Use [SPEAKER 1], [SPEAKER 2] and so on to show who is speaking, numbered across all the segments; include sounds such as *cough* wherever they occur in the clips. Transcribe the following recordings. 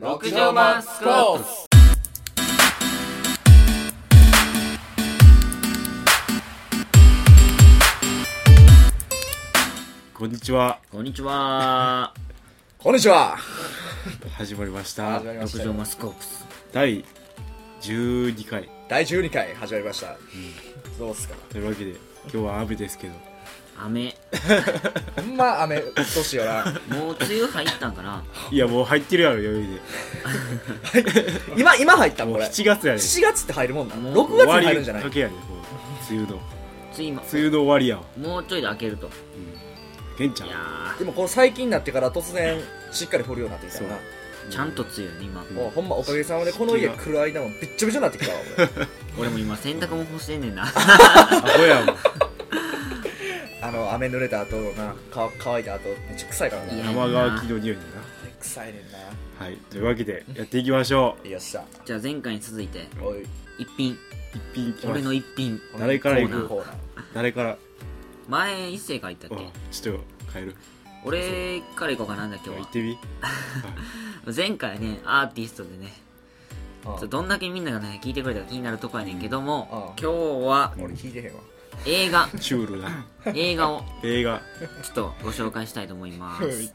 [SPEAKER 1] 極上マンスポーツ
[SPEAKER 2] こんにちは
[SPEAKER 1] こんにちは
[SPEAKER 3] こんにちは
[SPEAKER 2] 始まりました
[SPEAKER 3] 始まりまし
[SPEAKER 1] 極
[SPEAKER 3] た
[SPEAKER 1] 上
[SPEAKER 3] よ
[SPEAKER 1] マスコープス
[SPEAKER 2] 第12回
[SPEAKER 3] 第12回始まりました、どうっすか
[SPEAKER 2] というわけで今日は雨ですけど
[SPEAKER 1] 雨
[SPEAKER 3] ほんま雨うっとうしいよな
[SPEAKER 1] もう梅雨入ったんかない
[SPEAKER 2] やもう入ってるやろ余裕で
[SPEAKER 3] 今今入ったん
[SPEAKER 2] も
[SPEAKER 3] こ
[SPEAKER 2] う
[SPEAKER 3] れ
[SPEAKER 2] 7月やね
[SPEAKER 3] 7月って入るもんな
[SPEAKER 1] もう
[SPEAKER 3] 6
[SPEAKER 2] 終
[SPEAKER 3] 月
[SPEAKER 2] わ
[SPEAKER 3] に入るん
[SPEAKER 2] り
[SPEAKER 3] じゃない
[SPEAKER 2] かけやねもう梅雨の
[SPEAKER 1] 梅雨も
[SPEAKER 2] 梅雨の終わりやわ
[SPEAKER 1] もうちょいで開けると
[SPEAKER 2] けんちゃん
[SPEAKER 1] いや
[SPEAKER 3] でもこの最近になってから突然しっかり降るようになってきたよな
[SPEAKER 1] ーちゃんと梅雨やね今
[SPEAKER 3] もうほんまおかげさまでこの家来る間もびっちょびちょになってきたわ俺
[SPEAKER 1] 俺も今洗濯も干してんねんな
[SPEAKER 2] アホやわ
[SPEAKER 3] あの雨濡れた後のなか乾いた後めっちゃ臭いから
[SPEAKER 1] いや
[SPEAKER 3] な
[SPEAKER 2] 生乾きの匂いだな
[SPEAKER 3] 臭いねんな
[SPEAKER 2] はいというわけでやっていきましょう
[SPEAKER 3] よっしゃ
[SPEAKER 1] じゃあ前回に続いて
[SPEAKER 3] おい
[SPEAKER 1] 一品
[SPEAKER 2] 一品いきま
[SPEAKER 1] 俺
[SPEAKER 2] す
[SPEAKER 1] の一品
[SPEAKER 2] 誰から行く
[SPEAKER 3] このコーナー
[SPEAKER 2] 誰から
[SPEAKER 1] 前一世がいたっ
[SPEAKER 2] う
[SPEAKER 1] け
[SPEAKER 2] んちょっと帰る
[SPEAKER 1] 俺から行こうかな今日
[SPEAKER 2] 行
[SPEAKER 1] は
[SPEAKER 2] ってみ
[SPEAKER 1] 前回ねアーティストでね
[SPEAKER 3] コーナー
[SPEAKER 1] ちょ
[SPEAKER 3] うん
[SPEAKER 1] どんだけみんながね聞いてくれたか気になるとこやねんけども
[SPEAKER 3] うん
[SPEAKER 1] 今日は
[SPEAKER 3] 俺聞いてへんわ
[SPEAKER 1] 映画
[SPEAKER 2] シュールな
[SPEAKER 1] 映画を
[SPEAKER 2] 映画
[SPEAKER 1] ちょっとご紹介したいと思いま
[SPEAKER 3] は
[SPEAKER 1] す
[SPEAKER 3] い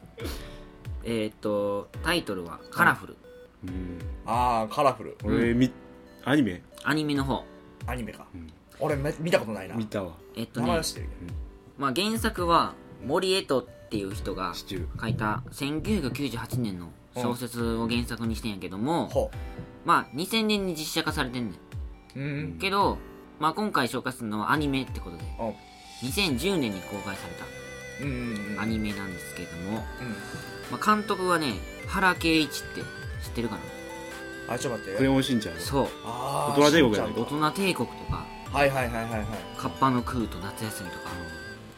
[SPEAKER 1] えーっとタイトルは「カラフル
[SPEAKER 2] うん
[SPEAKER 3] ああカラフル
[SPEAKER 2] 俺みアニメ」
[SPEAKER 1] アニメの方
[SPEAKER 3] アニメか
[SPEAKER 2] うん
[SPEAKER 3] 俺め見たことないな
[SPEAKER 2] 見たわ
[SPEAKER 1] えっと
[SPEAKER 3] 名
[SPEAKER 1] ね
[SPEAKER 3] 前、してる
[SPEAKER 1] まあ、原作は森江戸っていう人が
[SPEAKER 2] 知ってる
[SPEAKER 1] 書いた1998年の小説を原作にしてんやけども、
[SPEAKER 3] ほ
[SPEAKER 1] まあ、2000年に実写化されてんね
[SPEAKER 3] ううん
[SPEAKER 1] んけど、まあ、今回紹介するのはアニメってことで
[SPEAKER 3] うん
[SPEAKER 1] 2010年に公開され
[SPEAKER 3] うんうんうん
[SPEAKER 1] たアニメなんですけども、
[SPEAKER 3] うん
[SPEAKER 1] まあ、監督はね原敬一って知ってるかな
[SPEAKER 3] あちょっと待っ
[SPEAKER 2] クレ
[SPEAKER 3] て
[SPEAKER 2] ヨンしんちゃんやろ
[SPEAKER 1] そう
[SPEAKER 3] あー
[SPEAKER 2] 大人帝国やね
[SPEAKER 3] しんちゃ
[SPEAKER 1] 大
[SPEAKER 3] んか
[SPEAKER 1] 人帝国とか
[SPEAKER 3] はいはいはいはいはい
[SPEAKER 1] カッパの空と夏休みとか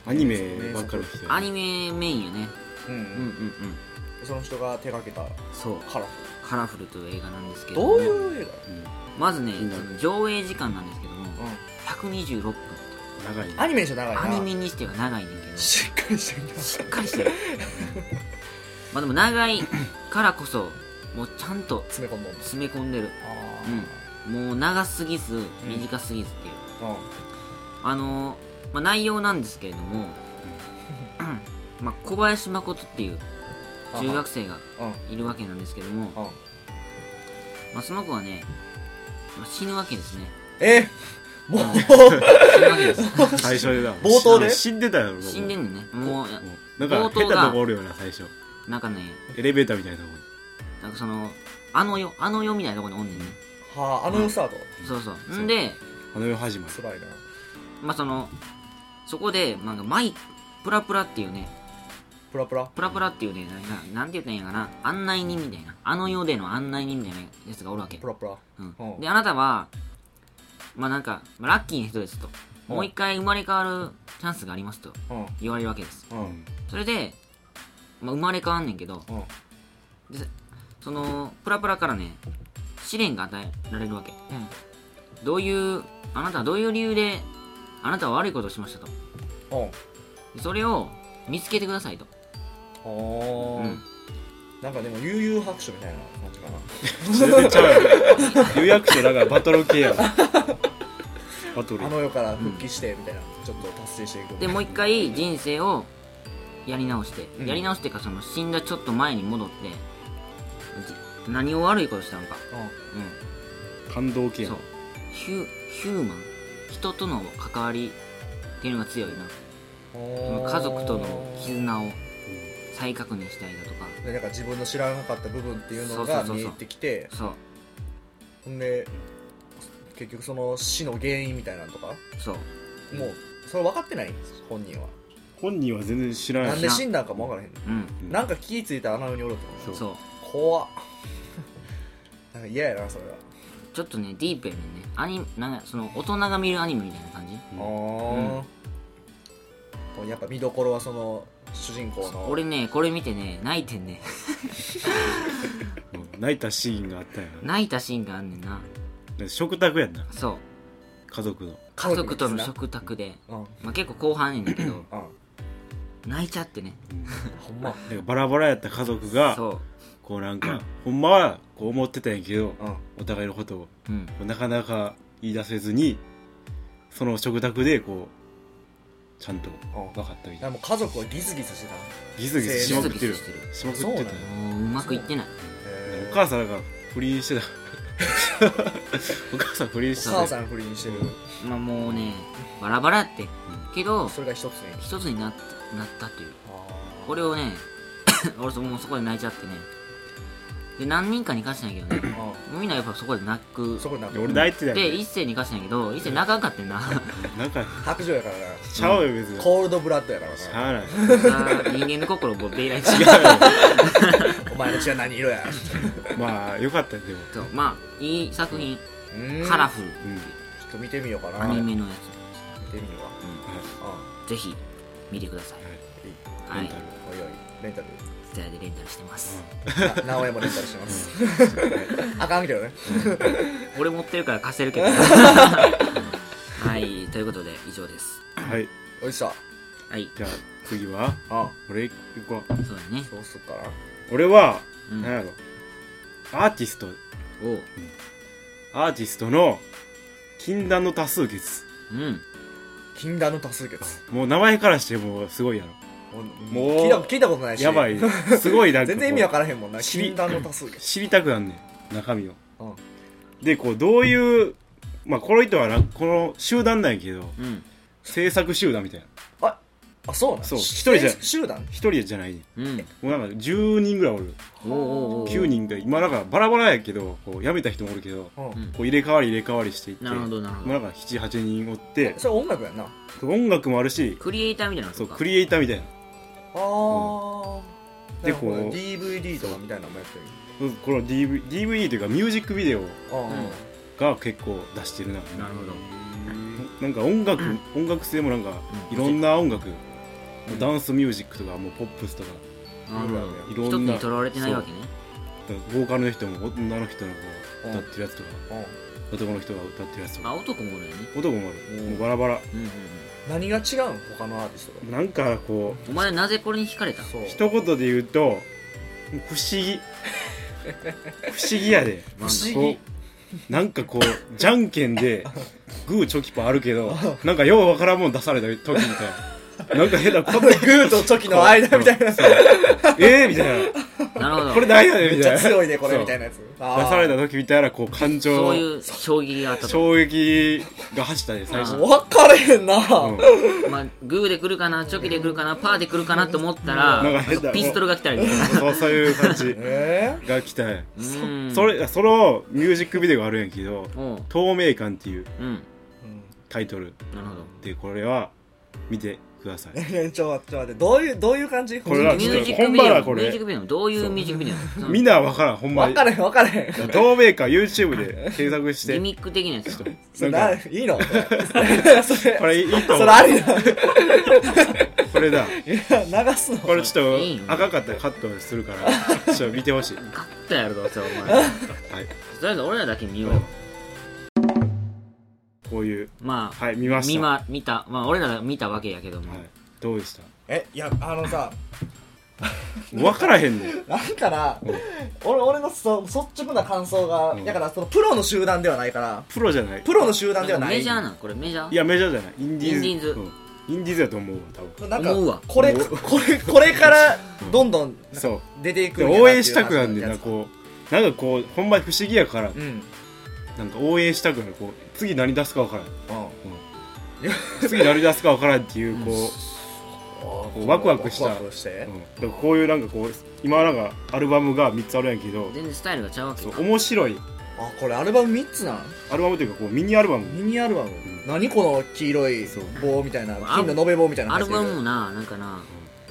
[SPEAKER 2] アニメばっかりして
[SPEAKER 1] アニメメインよね
[SPEAKER 3] う
[SPEAKER 1] うんうんうん
[SPEAKER 3] んうんその人が手掛けた
[SPEAKER 1] そう
[SPEAKER 3] カラフ
[SPEAKER 1] カラフルという映画なんですけ
[SPEAKER 3] ル
[SPEAKER 1] ど
[SPEAKER 3] ど
[SPEAKER 1] も
[SPEAKER 3] ういう映画
[SPEAKER 1] まずね
[SPEAKER 2] ん
[SPEAKER 1] その上映時間なんですけども126分
[SPEAKER 2] 長いね
[SPEAKER 3] うんアニメじゃ長いな
[SPEAKER 1] アニメにしては長いねんけどし
[SPEAKER 3] しっかりしてるな
[SPEAKER 1] っかりしてる *laughs* まあでも長いからこそもうちゃんと
[SPEAKER 3] 詰め込んだ
[SPEAKER 1] 詰め込んでる
[SPEAKER 3] あ
[SPEAKER 1] もう長すぎず
[SPEAKER 3] ん
[SPEAKER 1] 短すぎずっていう、
[SPEAKER 3] あ
[SPEAKER 1] あのーまあ、内容なんですけれども、 *clears throat* まあ、小林誠っていう中学生が
[SPEAKER 3] うんうん
[SPEAKER 1] いるわけなんですけども、
[SPEAKER 3] うん
[SPEAKER 1] まあ、その子はね、まあ、死ぬわけですね *laughs*
[SPEAKER 3] えもう
[SPEAKER 1] 死ぬわけです
[SPEAKER 2] 最初でな
[SPEAKER 3] 冒頭で
[SPEAKER 2] 死んでたやろ
[SPEAKER 1] 死んでんねんねもういや
[SPEAKER 2] もうなんか
[SPEAKER 1] 冒頭
[SPEAKER 2] 変
[SPEAKER 1] が
[SPEAKER 2] なとこおるよな最初
[SPEAKER 1] なんかね
[SPEAKER 2] エレベーターみたいなとこ
[SPEAKER 1] なんかそのあの世あの世みたいなとこにおんねんね
[SPEAKER 3] *laughs* はああの世スタート
[SPEAKER 1] そうそうん
[SPEAKER 2] そう
[SPEAKER 1] で
[SPEAKER 2] あの世始まり
[SPEAKER 3] つらいな
[SPEAKER 1] まあそのそこでなんかマイプラプラっていうね
[SPEAKER 3] プラプラ
[SPEAKER 1] プラプラっていうねなななんて言ったらいいんやかな案内人みたいなあの世での案内人みたいなやつがおるわけ
[SPEAKER 3] プラプラ
[SPEAKER 1] うん、
[SPEAKER 3] うん
[SPEAKER 1] であなたはまあなんか、まあ、ラッキーな人ですと
[SPEAKER 3] うん
[SPEAKER 1] もう一回生まれ変わるチャンスがありますと
[SPEAKER 3] うん
[SPEAKER 1] 言われるわけです
[SPEAKER 3] う
[SPEAKER 2] うんん
[SPEAKER 1] それで、まあ、生まれ変わんねんけど
[SPEAKER 3] うん
[SPEAKER 1] そのプラプラからね試練が与えられるわけ
[SPEAKER 3] うん
[SPEAKER 1] どういうあなたはどういう理由であなたは悪いことをしましたと
[SPEAKER 3] うん
[SPEAKER 1] でそれを見つけてくださいと
[SPEAKER 3] お
[SPEAKER 1] うん
[SPEAKER 3] なんかでも悠々白書みたいな感じかな
[SPEAKER 2] 全然ちゃうやろ予約書だからバトル系やろバトル
[SPEAKER 3] あの世から復帰してみたいな、ちょっと達成していく
[SPEAKER 1] でもう一回人生をやり直して、
[SPEAKER 3] うん
[SPEAKER 1] やり直してかその死んだちょっと前に戻ってじ何を悪いことしたのか、
[SPEAKER 3] う
[SPEAKER 1] う
[SPEAKER 2] 感動系
[SPEAKER 1] ん、
[SPEAKER 2] や
[SPEAKER 1] そう
[SPEAKER 2] ろ
[SPEAKER 1] ヒュヒューマン人との関わりっていうのが強いなそ
[SPEAKER 3] ん
[SPEAKER 1] の家族との絆を
[SPEAKER 2] う
[SPEAKER 1] 再確認したりだとか
[SPEAKER 3] でなんか自分の知らなかった部分っていうの
[SPEAKER 1] そ
[SPEAKER 3] が
[SPEAKER 1] うそうそう
[SPEAKER 3] 見
[SPEAKER 1] そう
[SPEAKER 3] えてきて
[SPEAKER 1] そう
[SPEAKER 3] ほんで結局その死の原因みたいなのとか
[SPEAKER 1] そう
[SPEAKER 3] もうそれ分かってない本人は
[SPEAKER 2] 本人は全然知らな
[SPEAKER 3] ないん
[SPEAKER 2] し
[SPEAKER 3] で死んだんかも分からへん
[SPEAKER 1] うん
[SPEAKER 2] うん
[SPEAKER 3] なんか気ぃ付いたらあの世におるってこと
[SPEAKER 2] そ
[SPEAKER 1] そ
[SPEAKER 2] う
[SPEAKER 1] う
[SPEAKER 3] 怖っ *laughs* なんか嫌やなそれは
[SPEAKER 1] ちょっとねディープやねんねアニなんかその大人が見るアニメみたいな感じ
[SPEAKER 2] うん
[SPEAKER 3] ああ、やっぱ見どころはその主人公の
[SPEAKER 1] 俺ねこれ見てね泣いてんね *laughs*
[SPEAKER 2] うん泣いたシーンがあったや
[SPEAKER 1] 泣いたシーンがあんねんな
[SPEAKER 2] ろ食卓やんな
[SPEAKER 1] そう
[SPEAKER 2] 家族の
[SPEAKER 1] 家族との
[SPEAKER 3] 絆
[SPEAKER 1] 食卓で、
[SPEAKER 3] うんうん
[SPEAKER 1] まあ、結構後半やねんけど
[SPEAKER 3] ほ
[SPEAKER 1] 泣いちゃってね
[SPEAKER 2] うん
[SPEAKER 3] んま
[SPEAKER 2] なんかバラバラやった家族が
[SPEAKER 1] そ
[SPEAKER 2] こうなんかほんまはこう思ってたんやけど
[SPEAKER 3] うん
[SPEAKER 2] お互いのことを
[SPEAKER 1] うん
[SPEAKER 2] なかなか言い出せずにその食卓でこうちゃんと分かった
[SPEAKER 3] だか
[SPEAKER 2] みたい
[SPEAKER 3] らもう家族をギスギスしてたの
[SPEAKER 2] ギスギスしまくってる
[SPEAKER 1] ギスギスしてる
[SPEAKER 2] しまくってた
[SPEAKER 3] そうなの
[SPEAKER 1] もううまくいってない
[SPEAKER 3] へー
[SPEAKER 2] お母さんが不倫してた *laughs* お母さん不倫して
[SPEAKER 3] お母
[SPEAKER 2] た
[SPEAKER 3] さん不倫してる
[SPEAKER 1] まあもうねバラバラやってけど
[SPEAKER 3] それが一つね
[SPEAKER 1] 一つになっなったという
[SPEAKER 3] あ
[SPEAKER 1] これをね *coughs* 俺そもうそこで泣いちゃってねで何人かに貸したんやけ *coughs* どね
[SPEAKER 3] ー
[SPEAKER 1] もうみんなやっぱそこで泣
[SPEAKER 3] う
[SPEAKER 1] く
[SPEAKER 3] んそこになって
[SPEAKER 2] いや俺泣いてたよ
[SPEAKER 1] で
[SPEAKER 2] ね
[SPEAKER 1] 一斉に貸したんやけど一斉泣かんかってんなさ
[SPEAKER 2] なんか
[SPEAKER 3] 白状やから
[SPEAKER 2] ちゃうよ別に
[SPEAKER 3] な
[SPEAKER 2] し
[SPEAKER 3] コールドブラッドやからな
[SPEAKER 2] ゃあない
[SPEAKER 1] あ人間の心を持って以来違う
[SPEAKER 3] お前の血は何色や
[SPEAKER 2] まあよかったよでも
[SPEAKER 1] とまあいい作品
[SPEAKER 3] うーん
[SPEAKER 1] カラフル
[SPEAKER 2] う
[SPEAKER 3] ち
[SPEAKER 2] ん
[SPEAKER 3] ょっと見てみようかな
[SPEAKER 1] アニメのや
[SPEAKER 3] 見てみよう
[SPEAKER 1] つ、うん
[SPEAKER 3] か
[SPEAKER 1] ぜひ見てください
[SPEAKER 2] は
[SPEAKER 1] はいい
[SPEAKER 2] レンタル
[SPEAKER 3] うんおいおいレン
[SPEAKER 1] *laughs*
[SPEAKER 3] タル
[SPEAKER 1] ツタヤでレンタルしてます、
[SPEAKER 3] な直江もレンタルしてます *laughs* あかんけどね
[SPEAKER 1] 俺持ってるから貸せるけど *laughs* はいということで以上です
[SPEAKER 2] はい
[SPEAKER 3] おいしょ
[SPEAKER 1] はい
[SPEAKER 2] じゃあ次は
[SPEAKER 3] あ
[SPEAKER 2] 俺行こう
[SPEAKER 1] そうだね
[SPEAKER 3] そうすっかな
[SPEAKER 2] 俺は
[SPEAKER 1] うん
[SPEAKER 2] 何やろアーティスト
[SPEAKER 1] おう
[SPEAKER 2] アーティストの禁断の多数決
[SPEAKER 1] うん
[SPEAKER 3] 禁断の多数決
[SPEAKER 2] もう名前からしてもうすごいやろ
[SPEAKER 3] もう
[SPEAKER 2] もう
[SPEAKER 3] 聞いた聞いたことないし
[SPEAKER 2] やばいすごいなんか
[SPEAKER 3] *laughs*
[SPEAKER 2] こう
[SPEAKER 3] 全然意味わからへんもんな
[SPEAKER 2] 知り
[SPEAKER 3] 禁断の多数
[SPEAKER 2] *laughs*
[SPEAKER 3] 決
[SPEAKER 2] 知りたくなんねん中身を
[SPEAKER 3] うん
[SPEAKER 2] でこうどういうまあこの人はなこの集団なんやけど
[SPEAKER 1] うん
[SPEAKER 2] 制作集団みたいな
[SPEAKER 3] ああそうなん
[SPEAKER 2] そう
[SPEAKER 3] し
[SPEAKER 2] 一人じゃ
[SPEAKER 3] 集団
[SPEAKER 2] 一人じゃないねん
[SPEAKER 1] うん
[SPEAKER 2] もうなんか10人ぐらいおる
[SPEAKER 1] おうおうおう
[SPEAKER 2] 9人で今なんかバラバラやけどこう辞めた人もおるけど
[SPEAKER 3] うん
[SPEAKER 1] うん
[SPEAKER 2] こう入れ替わり入れ替わりしていって
[SPEAKER 1] なるほどなるほ
[SPEAKER 2] まあ
[SPEAKER 1] ど
[SPEAKER 2] なんか78人おって
[SPEAKER 3] それ音楽やんなあ
[SPEAKER 2] 音楽もあるし
[SPEAKER 1] クリエイターみたいなの
[SPEAKER 2] そう
[SPEAKER 1] か
[SPEAKER 2] クリエイターみたいな
[SPEAKER 3] あ
[SPEAKER 2] でこう
[SPEAKER 3] DVD とかみたいなのもやってる
[SPEAKER 2] うんこの DV DVD というかミュージックビデオ
[SPEAKER 3] あ
[SPEAKER 1] ん
[SPEAKER 3] あ
[SPEAKER 2] が結構出してるな
[SPEAKER 1] なるほど
[SPEAKER 2] なんか音楽、音楽性もなんか
[SPEAKER 1] うん
[SPEAKER 2] いろんな音楽、
[SPEAKER 3] ん
[SPEAKER 2] ダンスミュージックとかもうポップスとか
[SPEAKER 1] なるほど一
[SPEAKER 2] い
[SPEAKER 1] つ
[SPEAKER 2] ろんな
[SPEAKER 1] にとらわれてないわけね
[SPEAKER 2] ボーカルの人も女の人のこう
[SPEAKER 3] うん
[SPEAKER 2] 歌ってるやつとか
[SPEAKER 3] うん
[SPEAKER 2] 男の人が歌ってるやつと
[SPEAKER 1] あ
[SPEAKER 2] か
[SPEAKER 1] 男もおるよね
[SPEAKER 2] 男もある
[SPEAKER 3] うん
[SPEAKER 2] もうバラバラ
[SPEAKER 1] うんうんうん
[SPEAKER 3] 何が違うん他のアーティストと
[SPEAKER 2] なんかこ
[SPEAKER 1] お前はなぜこれに惹かれた
[SPEAKER 3] かそう
[SPEAKER 2] う一言で言うともう不思議不思議やで
[SPEAKER 1] 不思
[SPEAKER 3] 議
[SPEAKER 2] こうなんかこうじゃんけんでグーチョキパーあるけどなんかようわからんもん出された時みたいななんか変なこと
[SPEAKER 3] グーとチョキの間みたいな
[SPEAKER 2] ええみたい
[SPEAKER 1] なるほ
[SPEAKER 2] な
[SPEAKER 1] ど
[SPEAKER 2] これ何やねん
[SPEAKER 3] めっち
[SPEAKER 2] みたい
[SPEAKER 3] ゃ
[SPEAKER 2] な
[SPEAKER 3] 強いねこれ
[SPEAKER 2] そう
[SPEAKER 3] みたいなやつ
[SPEAKER 2] 出
[SPEAKER 3] あ
[SPEAKER 2] され
[SPEAKER 3] あ
[SPEAKER 2] た時みたいなこう感情
[SPEAKER 1] そういう衝撃があったと
[SPEAKER 2] 衝撃が走ったね最初、
[SPEAKER 1] あ
[SPEAKER 3] 分かれへんな
[SPEAKER 2] うん、
[SPEAKER 1] まあ、グーで来るかなチョキで来るかなパーで来るかなと思った
[SPEAKER 2] なんから変だ
[SPEAKER 1] ピストルが来たりね
[SPEAKER 2] そうそういう感じ
[SPEAKER 3] え
[SPEAKER 2] が来た
[SPEAKER 1] うーん
[SPEAKER 2] それそのミュージックビデオがあるんやけど
[SPEAKER 1] おう
[SPEAKER 2] 「透明感」っていう
[SPEAKER 1] うん
[SPEAKER 3] え
[SPEAKER 2] タイトル
[SPEAKER 1] なるほど
[SPEAKER 2] でこれは見てください
[SPEAKER 3] ちょっと待ってどういうどういう感じ
[SPEAKER 2] これは
[SPEAKER 1] ミ
[SPEAKER 2] ちょ
[SPEAKER 1] ュ
[SPEAKER 2] っと
[SPEAKER 1] ージックビデ
[SPEAKER 2] 本場
[SPEAKER 1] オ
[SPEAKER 2] だこれ
[SPEAKER 1] ミュージックビデオどういうミュージックビデオその
[SPEAKER 2] みんな分からんほんま
[SPEAKER 3] 分
[SPEAKER 2] に
[SPEAKER 3] かれへん分かれへん
[SPEAKER 2] 透明感 YouTube で検索し
[SPEAKER 1] ギ
[SPEAKER 2] て
[SPEAKER 1] ミック的なやつ
[SPEAKER 3] それな
[SPEAKER 2] な
[SPEAKER 3] んいいのそれ
[SPEAKER 2] これいいと
[SPEAKER 3] そ
[SPEAKER 2] 思
[SPEAKER 3] れありだいう
[SPEAKER 2] これだ
[SPEAKER 3] や流すの
[SPEAKER 2] これちょ
[SPEAKER 1] いい
[SPEAKER 2] っ
[SPEAKER 1] よ
[SPEAKER 2] と赤かったらカットするからちょっと見てほしい、は
[SPEAKER 1] 勝ったやろどうせお前
[SPEAKER 2] い、
[SPEAKER 1] とりあえず俺らだけ見ようよ
[SPEAKER 2] こういう
[SPEAKER 1] まあ、
[SPEAKER 2] はい見ました
[SPEAKER 1] 見ま見たまあ俺らが見たわけやけども、
[SPEAKER 2] はい、どうでした
[SPEAKER 3] えいやあのさ
[SPEAKER 2] 分からへんねん
[SPEAKER 3] なんかな
[SPEAKER 2] うん
[SPEAKER 3] 俺俺のそ率直な感想が、
[SPEAKER 2] うん
[SPEAKER 3] だからそのプロの集団ではないから
[SPEAKER 2] プロじゃない
[SPEAKER 3] プロの集団ではない
[SPEAKER 1] メジャーなんこれメジャー
[SPEAKER 2] いやメジャーじゃないインディーズ
[SPEAKER 1] インディーズ
[SPEAKER 2] うんインディーズやと思うわ多分
[SPEAKER 3] なん
[SPEAKER 1] 思うわ
[SPEAKER 3] かこれ
[SPEAKER 2] 思う
[SPEAKER 3] これこれからどんどん
[SPEAKER 2] そう
[SPEAKER 3] 出ていく
[SPEAKER 2] で
[SPEAKER 3] んやなっていう
[SPEAKER 2] 応援したくなんねん
[SPEAKER 3] や
[SPEAKER 2] な
[SPEAKER 3] つ
[SPEAKER 2] こうなんかこうほんまに不思議やから
[SPEAKER 3] うんうん
[SPEAKER 2] なんか応援したくなるこう次何出すか分からん次何出すか分からんっていうここうワクワクした
[SPEAKER 3] ワクワクして
[SPEAKER 2] う、うんだからこういうなんかこう今なんかアルバムが3つあるんやけど
[SPEAKER 1] 全然スタイルがちゃうわけ
[SPEAKER 2] そ
[SPEAKER 1] か
[SPEAKER 2] う面白い
[SPEAKER 3] あこれアルバム3つなん
[SPEAKER 2] アルバムというかこうミニアルバム
[SPEAKER 3] ミニアルバム、
[SPEAKER 2] ん
[SPEAKER 3] 何この黄色い
[SPEAKER 2] そう
[SPEAKER 3] 棒みたいな
[SPEAKER 1] あ
[SPEAKER 3] 金の延べ棒みたいな
[SPEAKER 1] アルバム
[SPEAKER 3] 入
[SPEAKER 1] もななんかな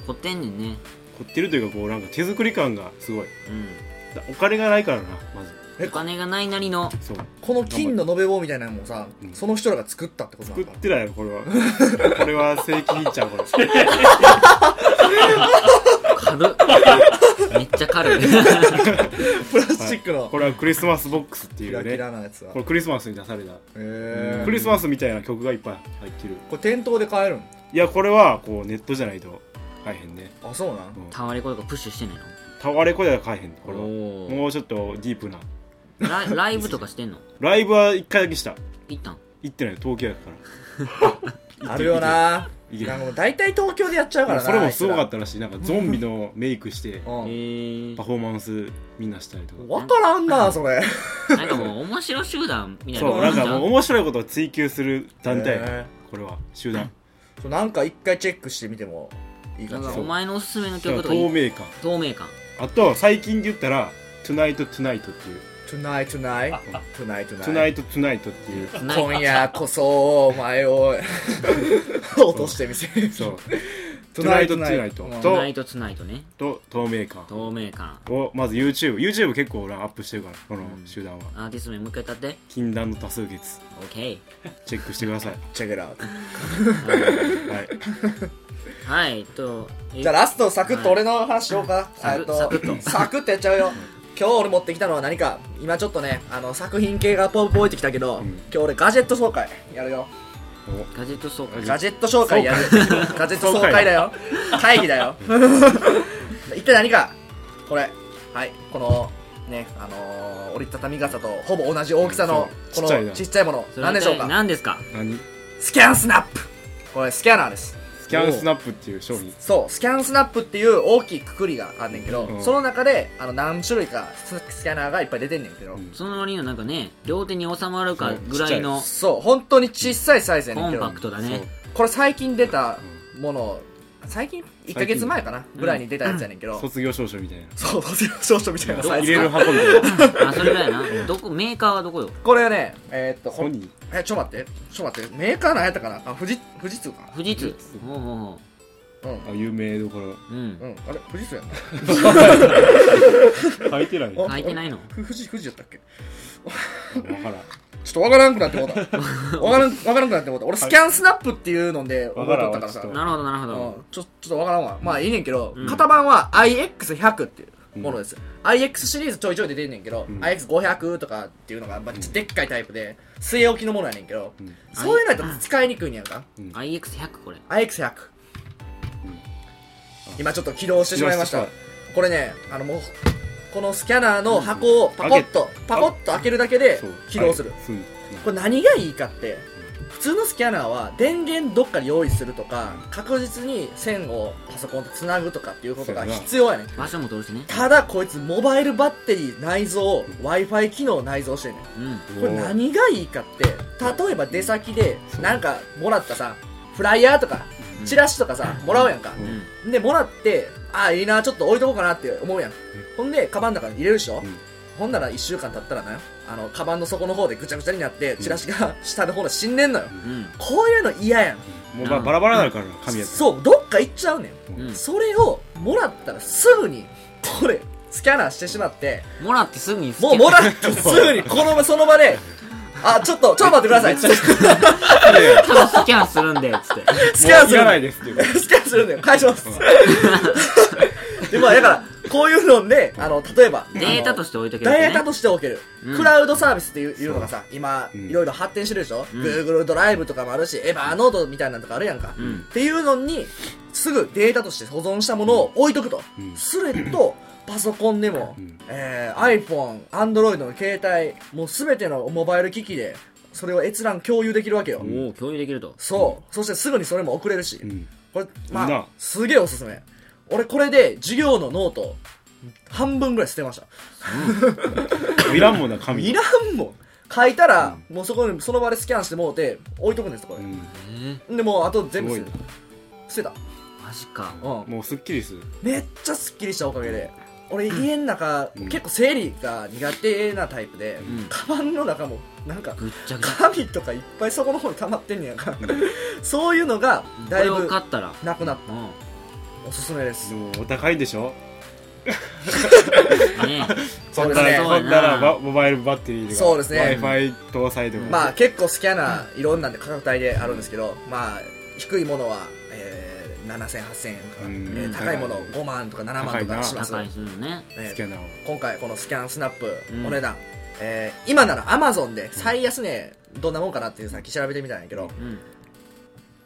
[SPEAKER 1] 凝ってんねんね
[SPEAKER 2] 凝ってるというかこうなんか手作り感がすごい
[SPEAKER 1] うん
[SPEAKER 2] だお金がないからなまず
[SPEAKER 3] え
[SPEAKER 1] お金がないなりの
[SPEAKER 2] そう
[SPEAKER 3] この金の延べ棒みたいなのもさ、
[SPEAKER 2] うん
[SPEAKER 3] その人らが作ったってことな
[SPEAKER 2] 作
[SPEAKER 3] の
[SPEAKER 2] っ
[SPEAKER 3] か
[SPEAKER 2] てないよこれはこれは正規品ちゃうこれ *laughs*
[SPEAKER 1] 軽っめっちゃ軽い *laughs*
[SPEAKER 3] プラスチックの
[SPEAKER 2] これはクリスマスボックスってい
[SPEAKER 3] キ
[SPEAKER 2] う
[SPEAKER 3] ラキラ
[SPEAKER 2] ね
[SPEAKER 3] なやつは
[SPEAKER 2] これクリスマスに出された
[SPEAKER 3] へ
[SPEAKER 2] ク
[SPEAKER 3] え
[SPEAKER 2] リスマスみたいな曲がいっぱい入ってる
[SPEAKER 3] これ店頭で買えるん
[SPEAKER 2] いやこれはこうネットじゃないと大変ね、
[SPEAKER 3] あそうなん
[SPEAKER 2] うん
[SPEAKER 1] タワレコとかプッシュしてないの
[SPEAKER 2] タワレコでは買えへんこれは
[SPEAKER 1] おー
[SPEAKER 2] もうちょっとディープな
[SPEAKER 1] ライライブとかしてんの
[SPEAKER 2] ライブは一回だけした
[SPEAKER 1] 行ったん
[SPEAKER 2] 行ってない東京やか
[SPEAKER 3] *laughs*
[SPEAKER 2] ら
[SPEAKER 3] あるよな
[SPEAKER 2] 行け
[SPEAKER 3] なんかもう大体東京でやっちゃうからな
[SPEAKER 2] それもすごか
[SPEAKER 3] っ
[SPEAKER 2] ったらしいなんかゾンビのメイクして
[SPEAKER 3] た、うん
[SPEAKER 1] へえ
[SPEAKER 2] パフォーマンスみんなしたりとか
[SPEAKER 3] 分からんなそれ
[SPEAKER 1] なんかもう面白集団みたいな
[SPEAKER 2] そうなんかもう面白いことを追求する団体やから
[SPEAKER 3] へ
[SPEAKER 2] これは集団
[SPEAKER 3] そうなんか一回チェックしてみてもいいか
[SPEAKER 1] なん
[SPEAKER 3] も
[SPEAKER 1] か
[SPEAKER 3] し
[SPEAKER 2] そ
[SPEAKER 1] お
[SPEAKER 2] う
[SPEAKER 1] 前のおすすめの
[SPEAKER 2] だか
[SPEAKER 1] 曲
[SPEAKER 2] ら
[SPEAKER 1] とかい
[SPEAKER 2] 透
[SPEAKER 1] い
[SPEAKER 2] 明感
[SPEAKER 1] 透明感
[SPEAKER 2] あと最近で言ったら「Tonight Tonight」っていう
[SPEAKER 3] れない Tonight Tonight Tonight Tonight
[SPEAKER 2] 「Tonight Tonight」っていう
[SPEAKER 3] 今夜こそお前
[SPEAKER 2] *laughs*
[SPEAKER 3] を落としてみせる
[SPEAKER 2] そう
[SPEAKER 3] Tonight
[SPEAKER 2] Tonight
[SPEAKER 3] Tonight
[SPEAKER 1] つ
[SPEAKER 2] と
[SPEAKER 1] ないとつないとね
[SPEAKER 2] と透明感
[SPEAKER 1] 透明感
[SPEAKER 2] をまず YouTubeYouTube 結構俺アップしてるからこの集団は
[SPEAKER 1] アーティスト名もう一回歌って
[SPEAKER 2] 禁断の多数決
[SPEAKER 1] OK
[SPEAKER 2] チェックしてく
[SPEAKER 3] *laughs*
[SPEAKER 2] ださい
[SPEAKER 3] チェックラウト
[SPEAKER 2] はい
[SPEAKER 1] はいとえ
[SPEAKER 3] じゃあラストサクッと俺の話しようか、
[SPEAKER 1] はい
[SPEAKER 3] えっと
[SPEAKER 1] サクッ
[SPEAKER 3] サクッとやっちゃうよ今日俺持ってきたのは何か今ちょっとねあの作品系がポンポン置いてきたけど、
[SPEAKER 2] ん
[SPEAKER 3] 今日俺ガジェット紹介やるよ
[SPEAKER 1] ガジェット総
[SPEAKER 3] ガ
[SPEAKER 1] 会
[SPEAKER 3] ジェット紹介やるガジェット紹介だよ会議だよ *laughs* 一体何かこれはいこのねあのー、折りたたみ傘とほぼ同じ大きさの
[SPEAKER 2] そ
[SPEAKER 3] この
[SPEAKER 2] うちっちゃいな
[SPEAKER 3] ちっちゃいもの
[SPEAKER 1] それは
[SPEAKER 3] 何
[SPEAKER 1] 一
[SPEAKER 3] でしょう
[SPEAKER 1] 体
[SPEAKER 3] か
[SPEAKER 1] 何ですか
[SPEAKER 2] 何
[SPEAKER 3] スキャンスナップこれスキャナーです
[SPEAKER 2] スキャンスナップっていう商品
[SPEAKER 3] そうスキャンスナップっていう大きいくくりがあんねんけど、
[SPEAKER 2] うん
[SPEAKER 3] その中であの何種類かススキャナーがいっぱい出てんねんけど、
[SPEAKER 2] うん
[SPEAKER 1] その割にはなんかね両手に収まるかぐらいの
[SPEAKER 3] そう本当に小さいサイズやね
[SPEAKER 1] コ
[SPEAKER 3] んけ
[SPEAKER 1] ン
[SPEAKER 3] ど
[SPEAKER 1] パクトだね
[SPEAKER 3] これ最近出たもの最近1か月前かな
[SPEAKER 1] 近
[SPEAKER 3] ぐらいに出たやつやねんけど、
[SPEAKER 2] そう卒業証書みたいな
[SPEAKER 3] そう卒業証書みたいなサイ
[SPEAKER 2] 入
[SPEAKER 3] ズ
[SPEAKER 2] れる
[SPEAKER 3] が
[SPEAKER 2] 箱みたいな
[SPEAKER 1] *laughs* あそれぐらいなどこメーカーはどこよ
[SPEAKER 3] これがねえーっと
[SPEAKER 2] ソ
[SPEAKER 3] ほん
[SPEAKER 2] ニー
[SPEAKER 3] えちょ待ってちょ待ってメーカーなんやったかなあ富士富士通か
[SPEAKER 1] 富士通ほうほうほ
[SPEAKER 3] なうん
[SPEAKER 2] あ有名どころ
[SPEAKER 1] うう
[SPEAKER 3] うんん、あれ富士通やんな
[SPEAKER 2] 書いてないわ
[SPEAKER 3] あ
[SPEAKER 1] 書いてないの
[SPEAKER 3] ふ富士富士やったっけ
[SPEAKER 2] からん
[SPEAKER 3] ちょっとわからんくなってもうたわからんわからんくなってもうた俺スキャンスナップっていうので覚えとったからさ
[SPEAKER 2] わからんわちょっと
[SPEAKER 1] なるほどなるほ
[SPEAKER 3] うん
[SPEAKER 1] ど
[SPEAKER 3] ちょちょっとわからんわまあいいねんけど、
[SPEAKER 1] うん
[SPEAKER 3] 型番は IX100 っていうものです、IX シリーズちょいちょい出てんねんけど、
[SPEAKER 2] ん
[SPEAKER 3] IX500 とかっていうのが、まあ、でっかいタイプで据え置きのものやねんけど、
[SPEAKER 2] ん
[SPEAKER 3] そういうのやと使いにくいんやんか、
[SPEAKER 2] うん
[SPEAKER 1] IX100 これ
[SPEAKER 3] IX100、今ちょっと起動してしまいました
[SPEAKER 2] 起動して
[SPEAKER 3] これねあのもうこのスキャナーの箱をパコッと、パコッと開けるだけで
[SPEAKER 2] そう
[SPEAKER 3] 起動する、
[SPEAKER 2] はいうん
[SPEAKER 3] これ何がいいかって普通のスキャナーは電源どっかに用意するとか確実に線をパソコンとつなぐとかっていうことが必要やねん
[SPEAKER 1] 場所も取るしね
[SPEAKER 3] ただこいつモバイルバッテリー内蔵 w i f i 機能内蔵してんねん
[SPEAKER 1] うん
[SPEAKER 3] これ何がいいかって例えば出先でなんかもらったさフライヤーとかチラシとかさもらうやんか
[SPEAKER 2] うん
[SPEAKER 1] うん
[SPEAKER 3] でもらってああいいなちょっと置いとこうかなって思うやんほんでカバンの中に入れるでしょ、
[SPEAKER 2] うん
[SPEAKER 3] ほんなら1週間経ったらなあのカバンの底の方でぐちゃぐちゃになってチラシが *laughs* 下の方で死んでんのよ、
[SPEAKER 1] うん
[SPEAKER 3] こういうの嫌やん
[SPEAKER 2] もうばバラバラになるからな紙やったら
[SPEAKER 3] そうどっか行っちゃうねん、
[SPEAKER 1] うん
[SPEAKER 3] それをもらったらすぐにこれスキャナーしてしまって
[SPEAKER 1] もらってすぐに
[SPEAKER 3] もうもらってすぐにこの場その場であちょっとちょっと待ってくださいつって
[SPEAKER 1] 多分スキャンするんでつって
[SPEAKER 3] *laughs* スキャン
[SPEAKER 2] も
[SPEAKER 3] す
[SPEAKER 2] うい
[SPEAKER 3] る
[SPEAKER 2] ら
[SPEAKER 3] の
[SPEAKER 2] ないですっていう
[SPEAKER 3] スキャンするんだよ返します、でまあだからこういうのであの例えば
[SPEAKER 1] データとして置いとける
[SPEAKER 3] データとしておける、
[SPEAKER 1] うん
[SPEAKER 3] クラウドサービスっていういうのがさ今、
[SPEAKER 2] うん
[SPEAKER 3] いろいろ発展してるでしょ、
[SPEAKER 1] うん
[SPEAKER 3] Google ドライブとかもあるしエヴァーノートみたいなのとかあるやんか、
[SPEAKER 1] うん
[SPEAKER 3] っていうのにすぐデータとして保存したものを置いとくと、
[SPEAKER 2] うん
[SPEAKER 3] するとパソコンでも、
[SPEAKER 2] うん
[SPEAKER 3] えー iPhone、Android の携帯もう全てのモバイル機器でそれを閲覧共有できるわけよ、
[SPEAKER 1] もう共有できると
[SPEAKER 3] そう、そしてすぐにそれも送れるし、
[SPEAKER 2] うん
[SPEAKER 3] これま
[SPEAKER 2] な
[SPEAKER 3] あ
[SPEAKER 2] あ
[SPEAKER 3] すげえおすすめ俺これで授業のノート半分ぐらい捨てました
[SPEAKER 2] いらんもんな紙
[SPEAKER 3] いらんもん書いたら、もうそこにその場でスキャンしてもうて置いとくんですこ
[SPEAKER 2] う
[SPEAKER 3] れ、
[SPEAKER 2] ん
[SPEAKER 1] え
[SPEAKER 3] でもうあと全部捨て
[SPEAKER 2] すごい
[SPEAKER 3] た捨てた、
[SPEAKER 1] ーマジか
[SPEAKER 3] うん、
[SPEAKER 2] もうすっきりする
[SPEAKER 3] めっちゃすっきりしたおかげで俺家の中、
[SPEAKER 2] うん
[SPEAKER 3] 結構整理が苦手なタイプで、
[SPEAKER 1] ん
[SPEAKER 3] カバンの中もなんか
[SPEAKER 1] ぐっちゃぐちゃ
[SPEAKER 3] 紙とかいっぱいそこの方に溜まってんねやんかそういうのが
[SPEAKER 1] こ
[SPEAKER 3] だい
[SPEAKER 1] れを
[SPEAKER 3] ぶ
[SPEAKER 1] 買ったら
[SPEAKER 3] なくなっ
[SPEAKER 1] う
[SPEAKER 3] たおすすめです
[SPEAKER 2] でもお高いでしょ
[SPEAKER 3] *laughs*
[SPEAKER 1] んね
[SPEAKER 2] そん
[SPEAKER 3] そう
[SPEAKER 2] な
[SPEAKER 3] ですね
[SPEAKER 2] そんならばモバイルバッテリーとか
[SPEAKER 3] そうですね
[SPEAKER 2] w i f i 搭載とか
[SPEAKER 3] まあ結構スキャナーいろんなんで価格帯であるんですけど、まあ低いものは、えー、7000、8000円とか、
[SPEAKER 2] うん
[SPEAKER 3] えー高いもの
[SPEAKER 2] 高い
[SPEAKER 3] 5万とか7万とかします、
[SPEAKER 1] 高いするのね
[SPEAKER 3] えー
[SPEAKER 2] スキャナーを
[SPEAKER 3] 今回このスキャンスナップ、
[SPEAKER 1] うん
[SPEAKER 3] お値段、えー今なら Amazon で最安値どんなもんかなっていうさっき調べてみたんやけど
[SPEAKER 1] うん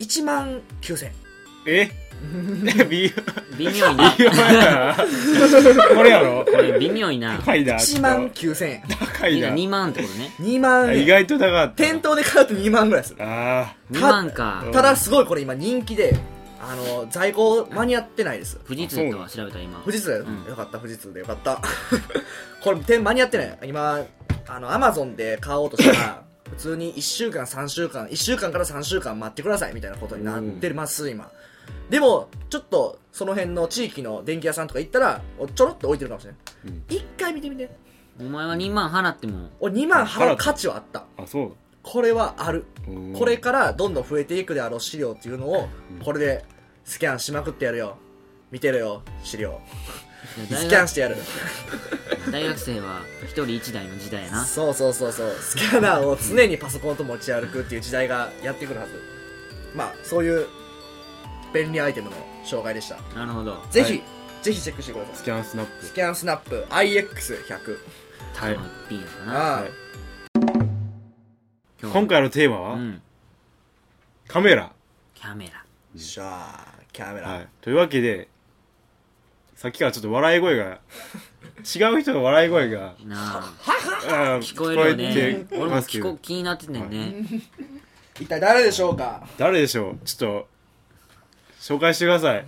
[SPEAKER 3] 1万9000円 *laughs*
[SPEAKER 2] え *laughs* 微
[SPEAKER 1] 微妙いな
[SPEAKER 2] 妙やな *laughs* これやろ
[SPEAKER 1] これ微妙いな
[SPEAKER 2] 高いな
[SPEAKER 3] 1万9000円。
[SPEAKER 2] 高
[SPEAKER 1] み
[SPEAKER 2] い
[SPEAKER 1] んな
[SPEAKER 2] な
[SPEAKER 1] 2万ってことね
[SPEAKER 3] 2万
[SPEAKER 2] 意
[SPEAKER 3] 円。
[SPEAKER 2] 外と高かった
[SPEAKER 3] 店頭で買うと2万ぐらいする。
[SPEAKER 2] あ
[SPEAKER 1] 2万か
[SPEAKER 2] うん
[SPEAKER 3] ただすごいこれ今人気で、あの、在庫間に合ってないです。
[SPEAKER 1] 富士通とは調べたら今
[SPEAKER 3] 富士通だよ、
[SPEAKER 1] うん
[SPEAKER 3] よかった、富士通でよかった。 *laughs* これ、点間に合ってない。今、あの、アマゾンで買おうとした
[SPEAKER 2] *laughs*
[SPEAKER 3] ら、普通に1週間、3週間、1週間から3週間待ってくださいみたいなことになってます、今。でも、ちょっと、その辺の地域の電気屋さんとか行ったら、ちょろっと置いてるかもしれない。
[SPEAKER 2] うん
[SPEAKER 3] 一回見てみて。
[SPEAKER 1] お前は2万払っても
[SPEAKER 3] 俺2万払う価値はあった。
[SPEAKER 2] ああそう
[SPEAKER 3] これはある。
[SPEAKER 2] うん
[SPEAKER 3] これからどんどん増えていくであろう資料っていうのを
[SPEAKER 2] うん、
[SPEAKER 3] これでスキャンしまくってやるよ。見てるよ、資料。
[SPEAKER 1] いや
[SPEAKER 3] ス
[SPEAKER 1] 大
[SPEAKER 3] キャン
[SPEAKER 1] 学
[SPEAKER 3] してやる。
[SPEAKER 1] 大学生は一人一台の時代やな
[SPEAKER 3] そうそうそうそうスキャナーを常にパソコンと持ち歩くっていう時代がやってくるはずまあそういう便利アイテムの紹介でした
[SPEAKER 1] なるほど
[SPEAKER 3] ぜひ、
[SPEAKER 2] はい
[SPEAKER 3] ぜひチェックしてくださ
[SPEAKER 2] ス
[SPEAKER 3] い
[SPEAKER 2] キャンスナッ
[SPEAKER 3] スキャンスナップ IX100
[SPEAKER 1] 多分ピンやかな
[SPEAKER 3] ああ
[SPEAKER 2] はい
[SPEAKER 1] 今
[SPEAKER 2] プ
[SPEAKER 1] 日
[SPEAKER 2] 今回のテーマは、
[SPEAKER 1] うん
[SPEAKER 2] カメラ、
[SPEAKER 1] キャメラ
[SPEAKER 3] シャーキャメラ、
[SPEAKER 2] はい、というわけでさっきからちょっと笑い声が違う人の笑い声が
[SPEAKER 1] なあ
[SPEAKER 2] あー
[SPEAKER 1] 聞こえるよね
[SPEAKER 2] 聞こえて
[SPEAKER 1] 俺も
[SPEAKER 2] ますけ
[SPEAKER 1] 聞
[SPEAKER 2] ど
[SPEAKER 1] こ気になってんねんね
[SPEAKER 3] 一体誰でしょうか
[SPEAKER 2] 誰でしょうちょっと紹介してください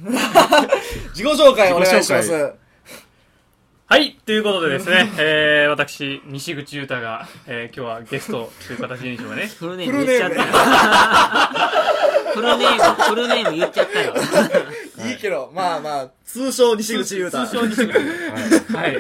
[SPEAKER 3] 自己紹介お願いしま
[SPEAKER 2] 自己
[SPEAKER 3] す
[SPEAKER 2] 紹
[SPEAKER 4] はい、ということでですね、 *laughs* えー、私、西口優太が、えー、今日はゲストという形でいいんでしょうかね。
[SPEAKER 1] フルネーム言っちゃったよフルネームフルネーム言っちゃったよ
[SPEAKER 3] いいけどまあまあ通称西口優太
[SPEAKER 4] 通称西口。はい。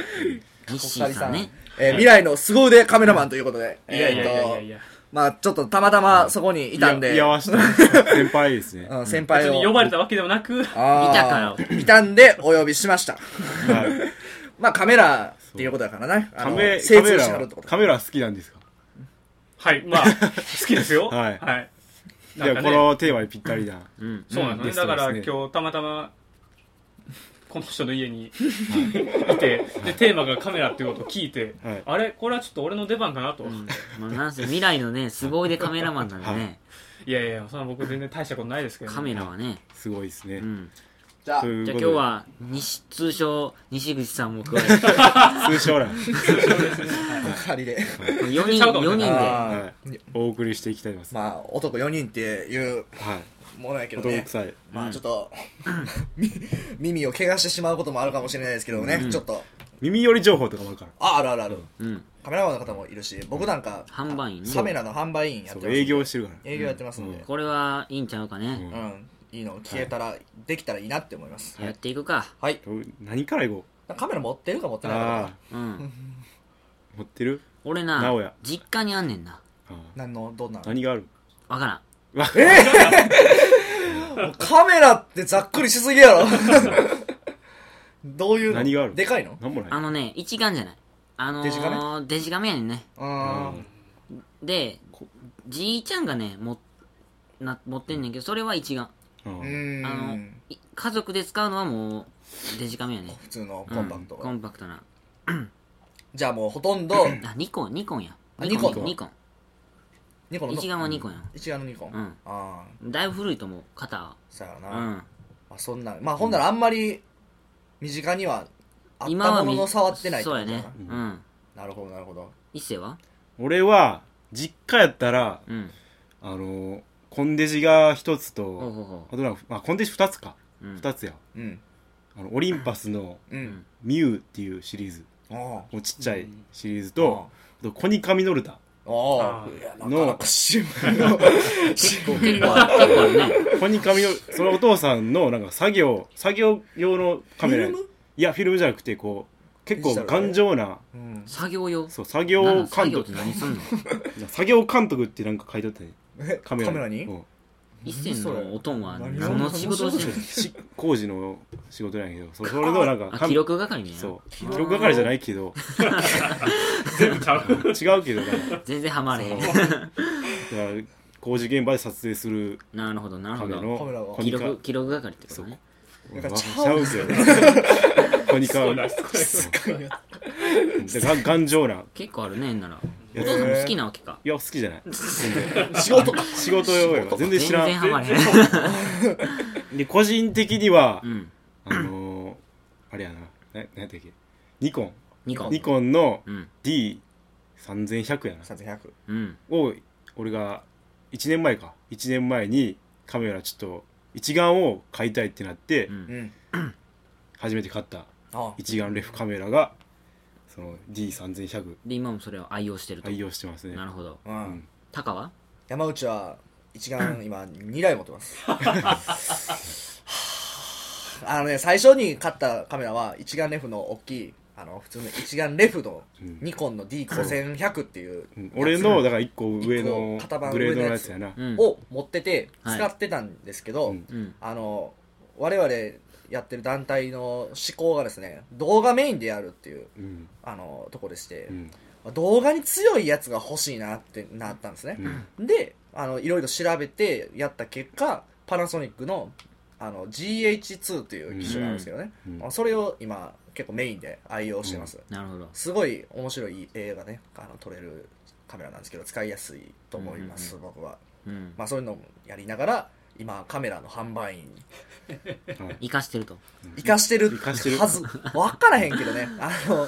[SPEAKER 1] ミッシーさんね
[SPEAKER 3] えー未来の凄腕カメラマンということで、
[SPEAKER 4] いやいやいやいや
[SPEAKER 3] え
[SPEAKER 4] い
[SPEAKER 3] ーと
[SPEAKER 4] や。
[SPEAKER 3] まあちょっとたまたまそこにいたんで
[SPEAKER 2] いや居合わせた先輩です
[SPEAKER 1] *laughs*
[SPEAKER 2] ね、
[SPEAKER 3] うん、先
[SPEAKER 4] 別
[SPEAKER 3] 輩を
[SPEAKER 4] に呼ばれたわけでもなく、
[SPEAKER 3] あー
[SPEAKER 1] いたから
[SPEAKER 3] いたんでお呼びしました。
[SPEAKER 2] はい
[SPEAKER 3] まあカメラっていうことだからね。あ
[SPEAKER 2] カ
[SPEAKER 3] の
[SPEAKER 2] メ
[SPEAKER 3] 精
[SPEAKER 2] カメ
[SPEAKER 3] 通
[SPEAKER 2] ラ
[SPEAKER 3] してあるってこ
[SPEAKER 2] は
[SPEAKER 3] と。
[SPEAKER 2] カメラ好きなんですか
[SPEAKER 4] はい、まあ、好きですよ。
[SPEAKER 2] はい
[SPEAKER 4] はい。
[SPEAKER 2] い
[SPEAKER 4] なん
[SPEAKER 2] や、
[SPEAKER 4] か
[SPEAKER 2] こ
[SPEAKER 4] ね、
[SPEAKER 2] のテーマにぴったりな
[SPEAKER 1] うん
[SPEAKER 4] そうなんです
[SPEAKER 2] う
[SPEAKER 4] ね。
[SPEAKER 2] ん
[SPEAKER 4] だから
[SPEAKER 2] ゲストですね
[SPEAKER 4] 今日たまたま、この人の家に *laughs* いて、で、テーマがカメラっていうことを聞いて
[SPEAKER 2] はい、
[SPEAKER 4] あれこれはちょっと俺の出番かなと。
[SPEAKER 1] うんまあなんせ未来のね凄腕カメラマンなんでね
[SPEAKER 4] いやいや、そんな僕全然大したことないですけどね。
[SPEAKER 1] カメラはね
[SPEAKER 2] すごいですね、
[SPEAKER 1] うん
[SPEAKER 3] じゃあ
[SPEAKER 2] と、いう
[SPEAKER 1] じゃあ
[SPEAKER 2] こ
[SPEAKER 1] 今日
[SPEAKER 2] とで
[SPEAKER 1] は西通称西口さんも加えて
[SPEAKER 2] 通称欄、
[SPEAKER 3] 仮で。
[SPEAKER 1] 4人
[SPEAKER 4] ちゃうかもね
[SPEAKER 1] 四人で
[SPEAKER 3] あー
[SPEAKER 2] はい、お送りしていきたいと思います、
[SPEAKER 3] まあ男4人っていう
[SPEAKER 2] はい
[SPEAKER 3] ものやけど
[SPEAKER 2] 男
[SPEAKER 3] ね。
[SPEAKER 2] 臭い
[SPEAKER 3] まあちょっと、 *laughs* み耳を怪我してしまうこともあるかもしれないですけどね。ちょっと、
[SPEAKER 2] 耳寄り情報とかもあるから
[SPEAKER 3] あ、あるあるある。
[SPEAKER 1] うん
[SPEAKER 3] カメラマンの方もいるし、僕なんか、
[SPEAKER 1] 販売員ね
[SPEAKER 3] カメラの販売員やっ
[SPEAKER 2] そ
[SPEAKER 3] て
[SPEAKER 2] う
[SPEAKER 3] ます。
[SPEAKER 2] 営業してるから
[SPEAKER 3] 営業やってますんで。
[SPEAKER 1] これはいいんちゃうかね
[SPEAKER 3] うん。いいの消えたら、できたらいいなって思います。
[SPEAKER 1] やっていくか
[SPEAKER 3] はい。
[SPEAKER 2] 何からいこ
[SPEAKER 3] カメラ持ってるか持っ
[SPEAKER 2] う
[SPEAKER 3] てないかと
[SPEAKER 2] あ
[SPEAKER 3] か。
[SPEAKER 1] うん
[SPEAKER 2] あ持ってる
[SPEAKER 1] 俺な
[SPEAKER 2] 名古屋
[SPEAKER 1] 実家にあんねんな
[SPEAKER 2] ああ
[SPEAKER 3] 何の、どんなの
[SPEAKER 2] 何がある
[SPEAKER 1] わからん
[SPEAKER 2] わ
[SPEAKER 3] カメラってざっくりしすぎやろ。 *laughs* どういうの
[SPEAKER 2] 何がある
[SPEAKER 3] でかいの
[SPEAKER 2] 何もない
[SPEAKER 1] あのね一眼じゃないあのー
[SPEAKER 3] デジカ
[SPEAKER 1] デジカメやねんね
[SPEAKER 3] う
[SPEAKER 2] あ
[SPEAKER 3] ん。
[SPEAKER 1] でじいちゃんがねもな持ってんねんけどそれは一眼
[SPEAKER 2] ああ
[SPEAKER 3] う
[SPEAKER 1] あの
[SPEAKER 3] ん。
[SPEAKER 1] い家族で使うのはもうデジカメやね
[SPEAKER 3] 普通の
[SPEAKER 1] うん
[SPEAKER 3] コンパクト。
[SPEAKER 1] コンパクトな
[SPEAKER 3] じゃあもうほとんど、
[SPEAKER 1] あニコンニコンや
[SPEAKER 3] あニコン
[SPEAKER 1] ニコン
[SPEAKER 3] ニコンの。
[SPEAKER 1] 一眼はニコンや
[SPEAKER 3] 一眼のニコン。
[SPEAKER 1] うん
[SPEAKER 3] ああ、
[SPEAKER 1] だいぶ古いと思う型は
[SPEAKER 3] さやな。
[SPEAKER 1] う
[SPEAKER 3] ま
[SPEAKER 1] ん
[SPEAKER 3] あそんな、まあほんならあんまり身近にはあった
[SPEAKER 1] 今は
[SPEAKER 3] ものの触ってないって
[SPEAKER 1] そ
[SPEAKER 3] こ
[SPEAKER 1] う
[SPEAKER 3] と
[SPEAKER 1] やね
[SPEAKER 3] な
[SPEAKER 1] うん
[SPEAKER 3] なるほど、なるほど。
[SPEAKER 1] 一世は
[SPEAKER 2] 俺は実家やったら
[SPEAKER 1] うん
[SPEAKER 2] あのコンデジが一
[SPEAKER 1] ほ
[SPEAKER 2] つ
[SPEAKER 1] う
[SPEAKER 2] と
[SPEAKER 1] ほうほ
[SPEAKER 2] あとなんかあコンデジ二つか
[SPEAKER 1] ううん
[SPEAKER 2] 二つや
[SPEAKER 3] うん。
[SPEAKER 2] あのオリンパスの
[SPEAKER 3] うん。
[SPEAKER 2] ミュウっていうシリーズ
[SPEAKER 3] あ
[SPEAKER 2] もうちっちゃいシリーズ
[SPEAKER 3] あ。
[SPEAKER 2] とあとコニカミノルタ
[SPEAKER 3] ああ
[SPEAKER 4] ああ
[SPEAKER 3] いや、なかなか渋いの。渋い
[SPEAKER 1] 結構結構あるね
[SPEAKER 2] コニカミノルタそのお父さんのなんか作業作業用のカメラ
[SPEAKER 3] フィルム
[SPEAKER 2] いやフィルムじゃなくてこう結構
[SPEAKER 3] デジタルね
[SPEAKER 2] 頑丈な
[SPEAKER 3] うん。
[SPEAKER 1] 作業用
[SPEAKER 2] そう作業
[SPEAKER 1] なんなん作
[SPEAKER 2] 監
[SPEAKER 1] 業って
[SPEAKER 2] 督
[SPEAKER 1] 何す
[SPEAKER 3] *laughs*
[SPEAKER 1] んの
[SPEAKER 2] 作業監督ってなんか書いてあったね
[SPEAKER 3] え
[SPEAKER 2] カ
[SPEAKER 3] カ
[SPEAKER 2] メ
[SPEAKER 3] メ
[SPEAKER 2] ラ
[SPEAKER 3] ラに
[SPEAKER 2] うん
[SPEAKER 1] 一世のおとんは
[SPEAKER 3] 何
[SPEAKER 1] その仕事をしてる
[SPEAKER 2] し工事の仕事なんやけどそそれのなんか
[SPEAKER 1] あ
[SPEAKER 2] かん
[SPEAKER 1] 記録係ね
[SPEAKER 2] そう記録係じゃないけど
[SPEAKER 4] 全部ちゃう。
[SPEAKER 2] 違うけどなんか
[SPEAKER 1] 全然ハマれへん
[SPEAKER 2] だから工事現場で撮影する
[SPEAKER 1] なるほどなる
[SPEAKER 2] カ
[SPEAKER 1] ほ
[SPEAKER 2] メ
[SPEAKER 1] ど
[SPEAKER 3] カメラ
[SPEAKER 2] の
[SPEAKER 3] は
[SPEAKER 2] コ
[SPEAKER 1] 記
[SPEAKER 2] ニカ
[SPEAKER 1] 録記録係ってことね
[SPEAKER 2] わ
[SPEAKER 3] なんか
[SPEAKER 2] ち
[SPEAKER 3] ち
[SPEAKER 2] ゃ
[SPEAKER 3] ゃ
[SPEAKER 2] う
[SPEAKER 3] う
[SPEAKER 2] けどコニカ
[SPEAKER 4] そうだ、すごい
[SPEAKER 2] でが頑丈な
[SPEAKER 1] 結構あるねんならお
[SPEAKER 2] や
[SPEAKER 1] 父
[SPEAKER 2] つ
[SPEAKER 1] さんも好きなわけか
[SPEAKER 2] いや好きじゃない
[SPEAKER 3] 仕事か。
[SPEAKER 2] 仕事用やから全然
[SPEAKER 4] *laughs*
[SPEAKER 1] 全
[SPEAKER 2] 知ら
[SPEAKER 1] 然
[SPEAKER 2] ん
[SPEAKER 1] ハマれへん
[SPEAKER 2] で個人的には
[SPEAKER 1] う、ん
[SPEAKER 2] あのー、あれやなな何やったっけニコン
[SPEAKER 1] ニコン
[SPEAKER 2] ニコンの
[SPEAKER 1] うん
[SPEAKER 2] D3100 やな
[SPEAKER 3] 3100
[SPEAKER 1] うん
[SPEAKER 2] を俺が1年前か1年前にカメラちょっと一眼を買いたいってなって
[SPEAKER 1] うん
[SPEAKER 3] うん
[SPEAKER 2] 初めて買った
[SPEAKER 3] あ
[SPEAKER 2] 一眼レフカメラがその D3100
[SPEAKER 1] で今もそれを愛用してると
[SPEAKER 2] 愛用してますね
[SPEAKER 1] なるほど
[SPEAKER 3] う
[SPEAKER 2] うんん
[SPEAKER 1] タカは
[SPEAKER 3] 山内は一眼今2台持ってます *laughs* あのね最初に買ったカメラは一眼レフの大きいあの普通の一眼レフの
[SPEAKER 2] うん
[SPEAKER 3] ニコンの D5100 っていう
[SPEAKER 2] うん俺のだから1個上
[SPEAKER 3] 一
[SPEAKER 2] の
[SPEAKER 3] 個型番
[SPEAKER 2] グレード
[SPEAKER 3] 上
[SPEAKER 2] の
[SPEAKER 3] のや
[SPEAKER 2] や
[SPEAKER 3] つ
[SPEAKER 2] つやな
[SPEAKER 1] うん
[SPEAKER 3] を持ってて
[SPEAKER 1] はい
[SPEAKER 3] 使ってたんですけど、
[SPEAKER 2] うん
[SPEAKER 1] うん
[SPEAKER 3] あの我々やってる団体の思考がですね動画メインでやるっていう
[SPEAKER 2] うん
[SPEAKER 3] あのとこでして
[SPEAKER 2] う、ん
[SPEAKER 3] 動画に強いやつが欲しいなってなったんですね
[SPEAKER 2] う、ん
[SPEAKER 3] であのいろいろ調べてやった結果パナソニックのあの GH2 という機種なんですけどね、
[SPEAKER 2] うん
[SPEAKER 3] あそれを今結構メインで愛用してます、
[SPEAKER 1] なるほど
[SPEAKER 3] すごい面白い映画ねあの撮れるカメラなんですけど使いやすいと思います、僕は
[SPEAKER 1] うん
[SPEAKER 3] まあそういうのもやりながら今カメラの販売員
[SPEAKER 2] はい
[SPEAKER 1] 生かしてると
[SPEAKER 3] 生かしてる
[SPEAKER 2] 生かしてる
[SPEAKER 3] はず分からへんけどねあ
[SPEAKER 2] *laughs*
[SPEAKER 3] の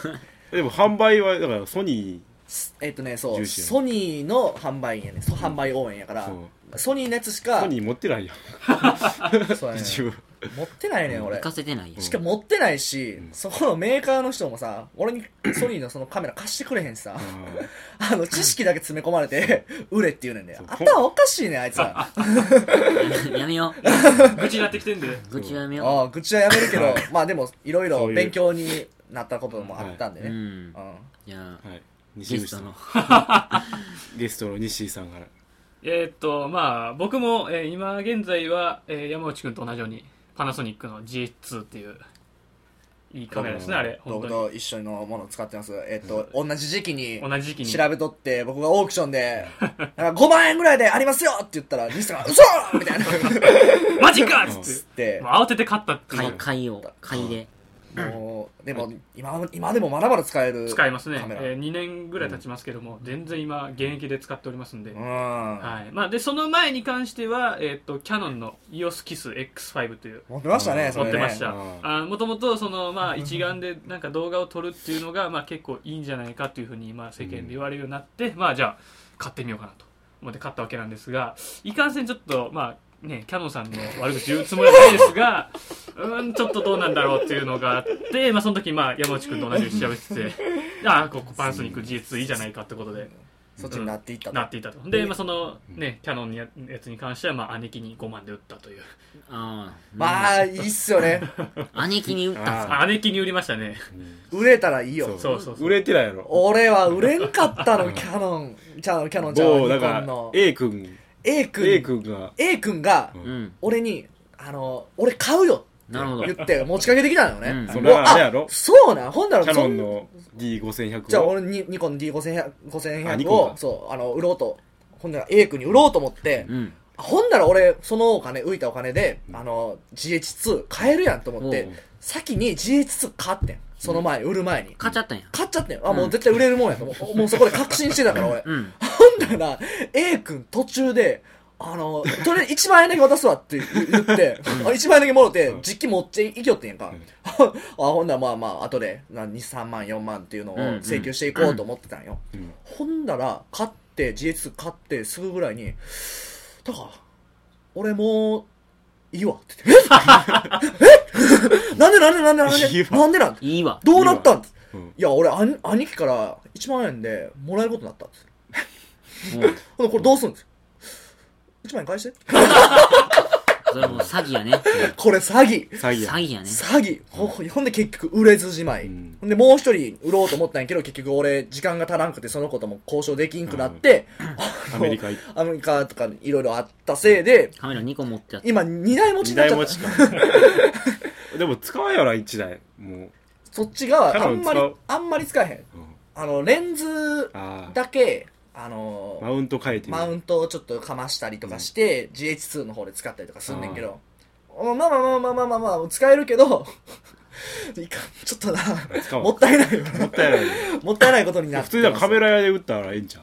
[SPEAKER 2] でも販売はだからソニ
[SPEAKER 3] すえっとねそう
[SPEAKER 2] 重視やね
[SPEAKER 3] ソニーの販売員やねそう販売応援やから
[SPEAKER 2] そ
[SPEAKER 3] ソニーのやつし
[SPEAKER 2] ー
[SPEAKER 3] か
[SPEAKER 2] ソニー持ってないやん
[SPEAKER 3] そうやね
[SPEAKER 2] 一応
[SPEAKER 3] 持ってないねん俺
[SPEAKER 1] 生かせてないや
[SPEAKER 3] しかも持ってないし、
[SPEAKER 2] うん
[SPEAKER 3] そこのメーカーの人もさ俺に *clears throat* ソニーのそのカメラ貸してくれへんしさ
[SPEAKER 2] あー
[SPEAKER 3] あの知識だけ詰め込まれて *laughs* 売れって言うねんで
[SPEAKER 2] そう
[SPEAKER 3] 頭おかしいねあいつらあ
[SPEAKER 1] *laughs* やめよ
[SPEAKER 4] 愚痴になってきてんで
[SPEAKER 1] う愚痴はやめよ
[SPEAKER 3] あ愚痴はやめるけどまあでもいろい
[SPEAKER 2] そ
[SPEAKER 3] ろ
[SPEAKER 2] ういう
[SPEAKER 3] 勉強になったこともあったんで
[SPEAKER 1] うう
[SPEAKER 3] ね
[SPEAKER 1] ん
[SPEAKER 3] うん
[SPEAKER 1] じゃあ
[SPEAKER 2] はい
[SPEAKER 1] ゲ
[SPEAKER 2] 西口
[SPEAKER 1] ス
[SPEAKER 2] さ
[SPEAKER 1] ト
[SPEAKER 2] ん
[SPEAKER 1] の
[SPEAKER 2] ゲストの西井さんから
[SPEAKER 4] えーっとまあ僕も、えー今現在は、えー山内くんと同じようにパナソニックの GH2 っていういいカメラですねあれ本
[SPEAKER 3] 僕
[SPEAKER 4] 当
[SPEAKER 3] と一緒のものを使ってますえっと同じ時期に
[SPEAKER 4] に同じ時期に
[SPEAKER 3] 調べとって僕がオークションで「なんか5万円ぐらいでありますよ!」って言ったら西さんが「嘘!」み
[SPEAKER 2] *laughs*
[SPEAKER 3] たいな
[SPEAKER 4] マジかっつっ
[SPEAKER 3] で
[SPEAKER 4] てもう慌てて買ったってい
[SPEAKER 1] 買いう買いを買いで
[SPEAKER 3] もうでも今今でもまだまだ使える
[SPEAKER 4] 使いますね
[SPEAKER 3] カ、メラ
[SPEAKER 4] えー2年ぐらい経ちますけども、全然今現役で使っておりますんで、
[SPEAKER 3] うん
[SPEAKER 4] はいまあ、でその前に関しては、えーっとキャノンの EOSKISX5 という
[SPEAKER 3] 持ってましたね
[SPEAKER 2] うん
[SPEAKER 3] そ
[SPEAKER 4] 持
[SPEAKER 3] れ
[SPEAKER 4] っ
[SPEAKER 3] ね
[SPEAKER 4] てました
[SPEAKER 2] それね
[SPEAKER 4] もともとその、まあ、一眼でなんか動画を撮るっていうのが、まあ、結構いいんじゃないかというふうに、まあ、世間で言われるようになって、まあじゃあ買ってみようかなと思って買ったわけなんですがいかんせんちょっとまあねキャノンさんの悪口言うつもりはないですが *laughs* うーんちょっとどうなんだろうっていうのがあって、まあ、その時、まあ、山内君と同じように調べててああここパナソニック G2 いいじゃないかってことで
[SPEAKER 3] そっちになっていったと
[SPEAKER 4] なっていたとで、まあ、そのねキャノンのややつに関しては、まあ、姉貴に5万で売ったという
[SPEAKER 1] あ
[SPEAKER 3] ま
[SPEAKER 1] あ
[SPEAKER 3] あいいっすよね
[SPEAKER 1] 姉貴に打ったんすか
[SPEAKER 4] あ姉貴に売りましたね
[SPEAKER 3] 売れたらいいよ
[SPEAKER 2] ん
[SPEAKER 4] そうそうそう
[SPEAKER 2] 売れてないやろ
[SPEAKER 3] 俺は売れんかったのキャノンキャノンキャノンじゃん
[SPEAKER 2] 某
[SPEAKER 3] ニ
[SPEAKER 2] だ
[SPEAKER 3] コン
[SPEAKER 2] から
[SPEAKER 3] の
[SPEAKER 2] A 君
[SPEAKER 3] A 君
[SPEAKER 2] A 君が
[SPEAKER 3] A 君が
[SPEAKER 2] うん
[SPEAKER 1] うん
[SPEAKER 3] 俺にあの俺買うよ
[SPEAKER 1] なるほど
[SPEAKER 3] 言って持ちかけてきたのね
[SPEAKER 1] うん
[SPEAKER 2] そ
[SPEAKER 3] も
[SPEAKER 2] れ
[SPEAKER 3] う
[SPEAKER 2] はあれやろ
[SPEAKER 3] あそうなんほんなら
[SPEAKER 2] キャ
[SPEAKER 3] そ
[SPEAKER 2] ノン
[SPEAKER 3] ん
[SPEAKER 2] の D5100
[SPEAKER 3] じゃあ俺にニコン D5100
[SPEAKER 2] あニ
[SPEAKER 3] 5100
[SPEAKER 2] コン
[SPEAKER 3] を
[SPEAKER 2] か
[SPEAKER 3] そうあの売ろうとほんなら A 君に売ろうと思って
[SPEAKER 1] うん
[SPEAKER 3] ほんなら俺そのお金浮いたお金であの GH2 買えるやんと思っ
[SPEAKER 1] お
[SPEAKER 3] て
[SPEAKER 1] う
[SPEAKER 3] 先に GH2 買ってんその前売る前に
[SPEAKER 1] 買っちゃったんや
[SPEAKER 3] 買っちゃってんあもう絶対売れるもんやともうもうそこで確信してたから俺
[SPEAKER 1] うん
[SPEAKER 3] ほんなら A 君途中であの、とりあえず1万円だけ渡すわって言って、あ1万円だけもろて
[SPEAKER 2] う、ん
[SPEAKER 3] 実機持っていきよってんやんか。
[SPEAKER 2] うん
[SPEAKER 3] *laughs* あほんならまあまあ、後で、な2、3万、4万っていうのを請求していこうと思ってたんよ。
[SPEAKER 2] うん
[SPEAKER 3] ほんだら、買って、GS 買ってすぐぐらいに、だから、俺もう、いいわって言って、ええなんでなんでなんでなん
[SPEAKER 2] いい
[SPEAKER 3] で
[SPEAKER 2] わ
[SPEAKER 3] なんでなん
[SPEAKER 1] いいわ
[SPEAKER 3] どうなったんい
[SPEAKER 2] うん
[SPEAKER 3] や、俺、兄兄貴から1万円でもらえることになったんです。
[SPEAKER 1] うん
[SPEAKER 3] ほんでこれどうすんです1万円返して。
[SPEAKER 1] それもう詐欺やね
[SPEAKER 3] これ詐欺
[SPEAKER 2] 詐
[SPEAKER 1] 詐
[SPEAKER 2] 欺や
[SPEAKER 1] 欺やね
[SPEAKER 3] 詐欺ほほんで結局売れずじまい、
[SPEAKER 2] うん
[SPEAKER 3] ほんでもう一人売ろうと思ったんやけど結局俺時間が足らんくてその子とも交渉できんくなって、
[SPEAKER 2] アメリカ行っ
[SPEAKER 3] アメリカとかいろいろあったせいで
[SPEAKER 1] カメラ2個持ってやった
[SPEAKER 3] 今2台持ち
[SPEAKER 2] 二
[SPEAKER 3] になっ
[SPEAKER 2] 台
[SPEAKER 3] ちゃ
[SPEAKER 2] 持
[SPEAKER 3] っ
[SPEAKER 2] ち
[SPEAKER 3] た
[SPEAKER 2] か *laughs* でも使わんやろ1台もう
[SPEAKER 3] そっちがあんまり
[SPEAKER 2] キャノン使う
[SPEAKER 3] あんまり使えへん
[SPEAKER 2] うん
[SPEAKER 3] あのレンズ
[SPEAKER 2] ああ
[SPEAKER 3] だけあの
[SPEAKER 2] マウント変えてみ
[SPEAKER 3] マウ
[SPEAKER 2] る
[SPEAKER 3] ントをちょっとかましたりとかして、GH2 の方で使ったりとかすんねんけどまあまあまあまあまあまあまあ使えるけどいかんちょっとな
[SPEAKER 2] 使わん
[SPEAKER 3] もったいないよ
[SPEAKER 2] もったいない
[SPEAKER 3] もったいないことになって
[SPEAKER 2] 普通だカメ
[SPEAKER 3] ラ
[SPEAKER 2] ラ屋で打ったらええんちゃう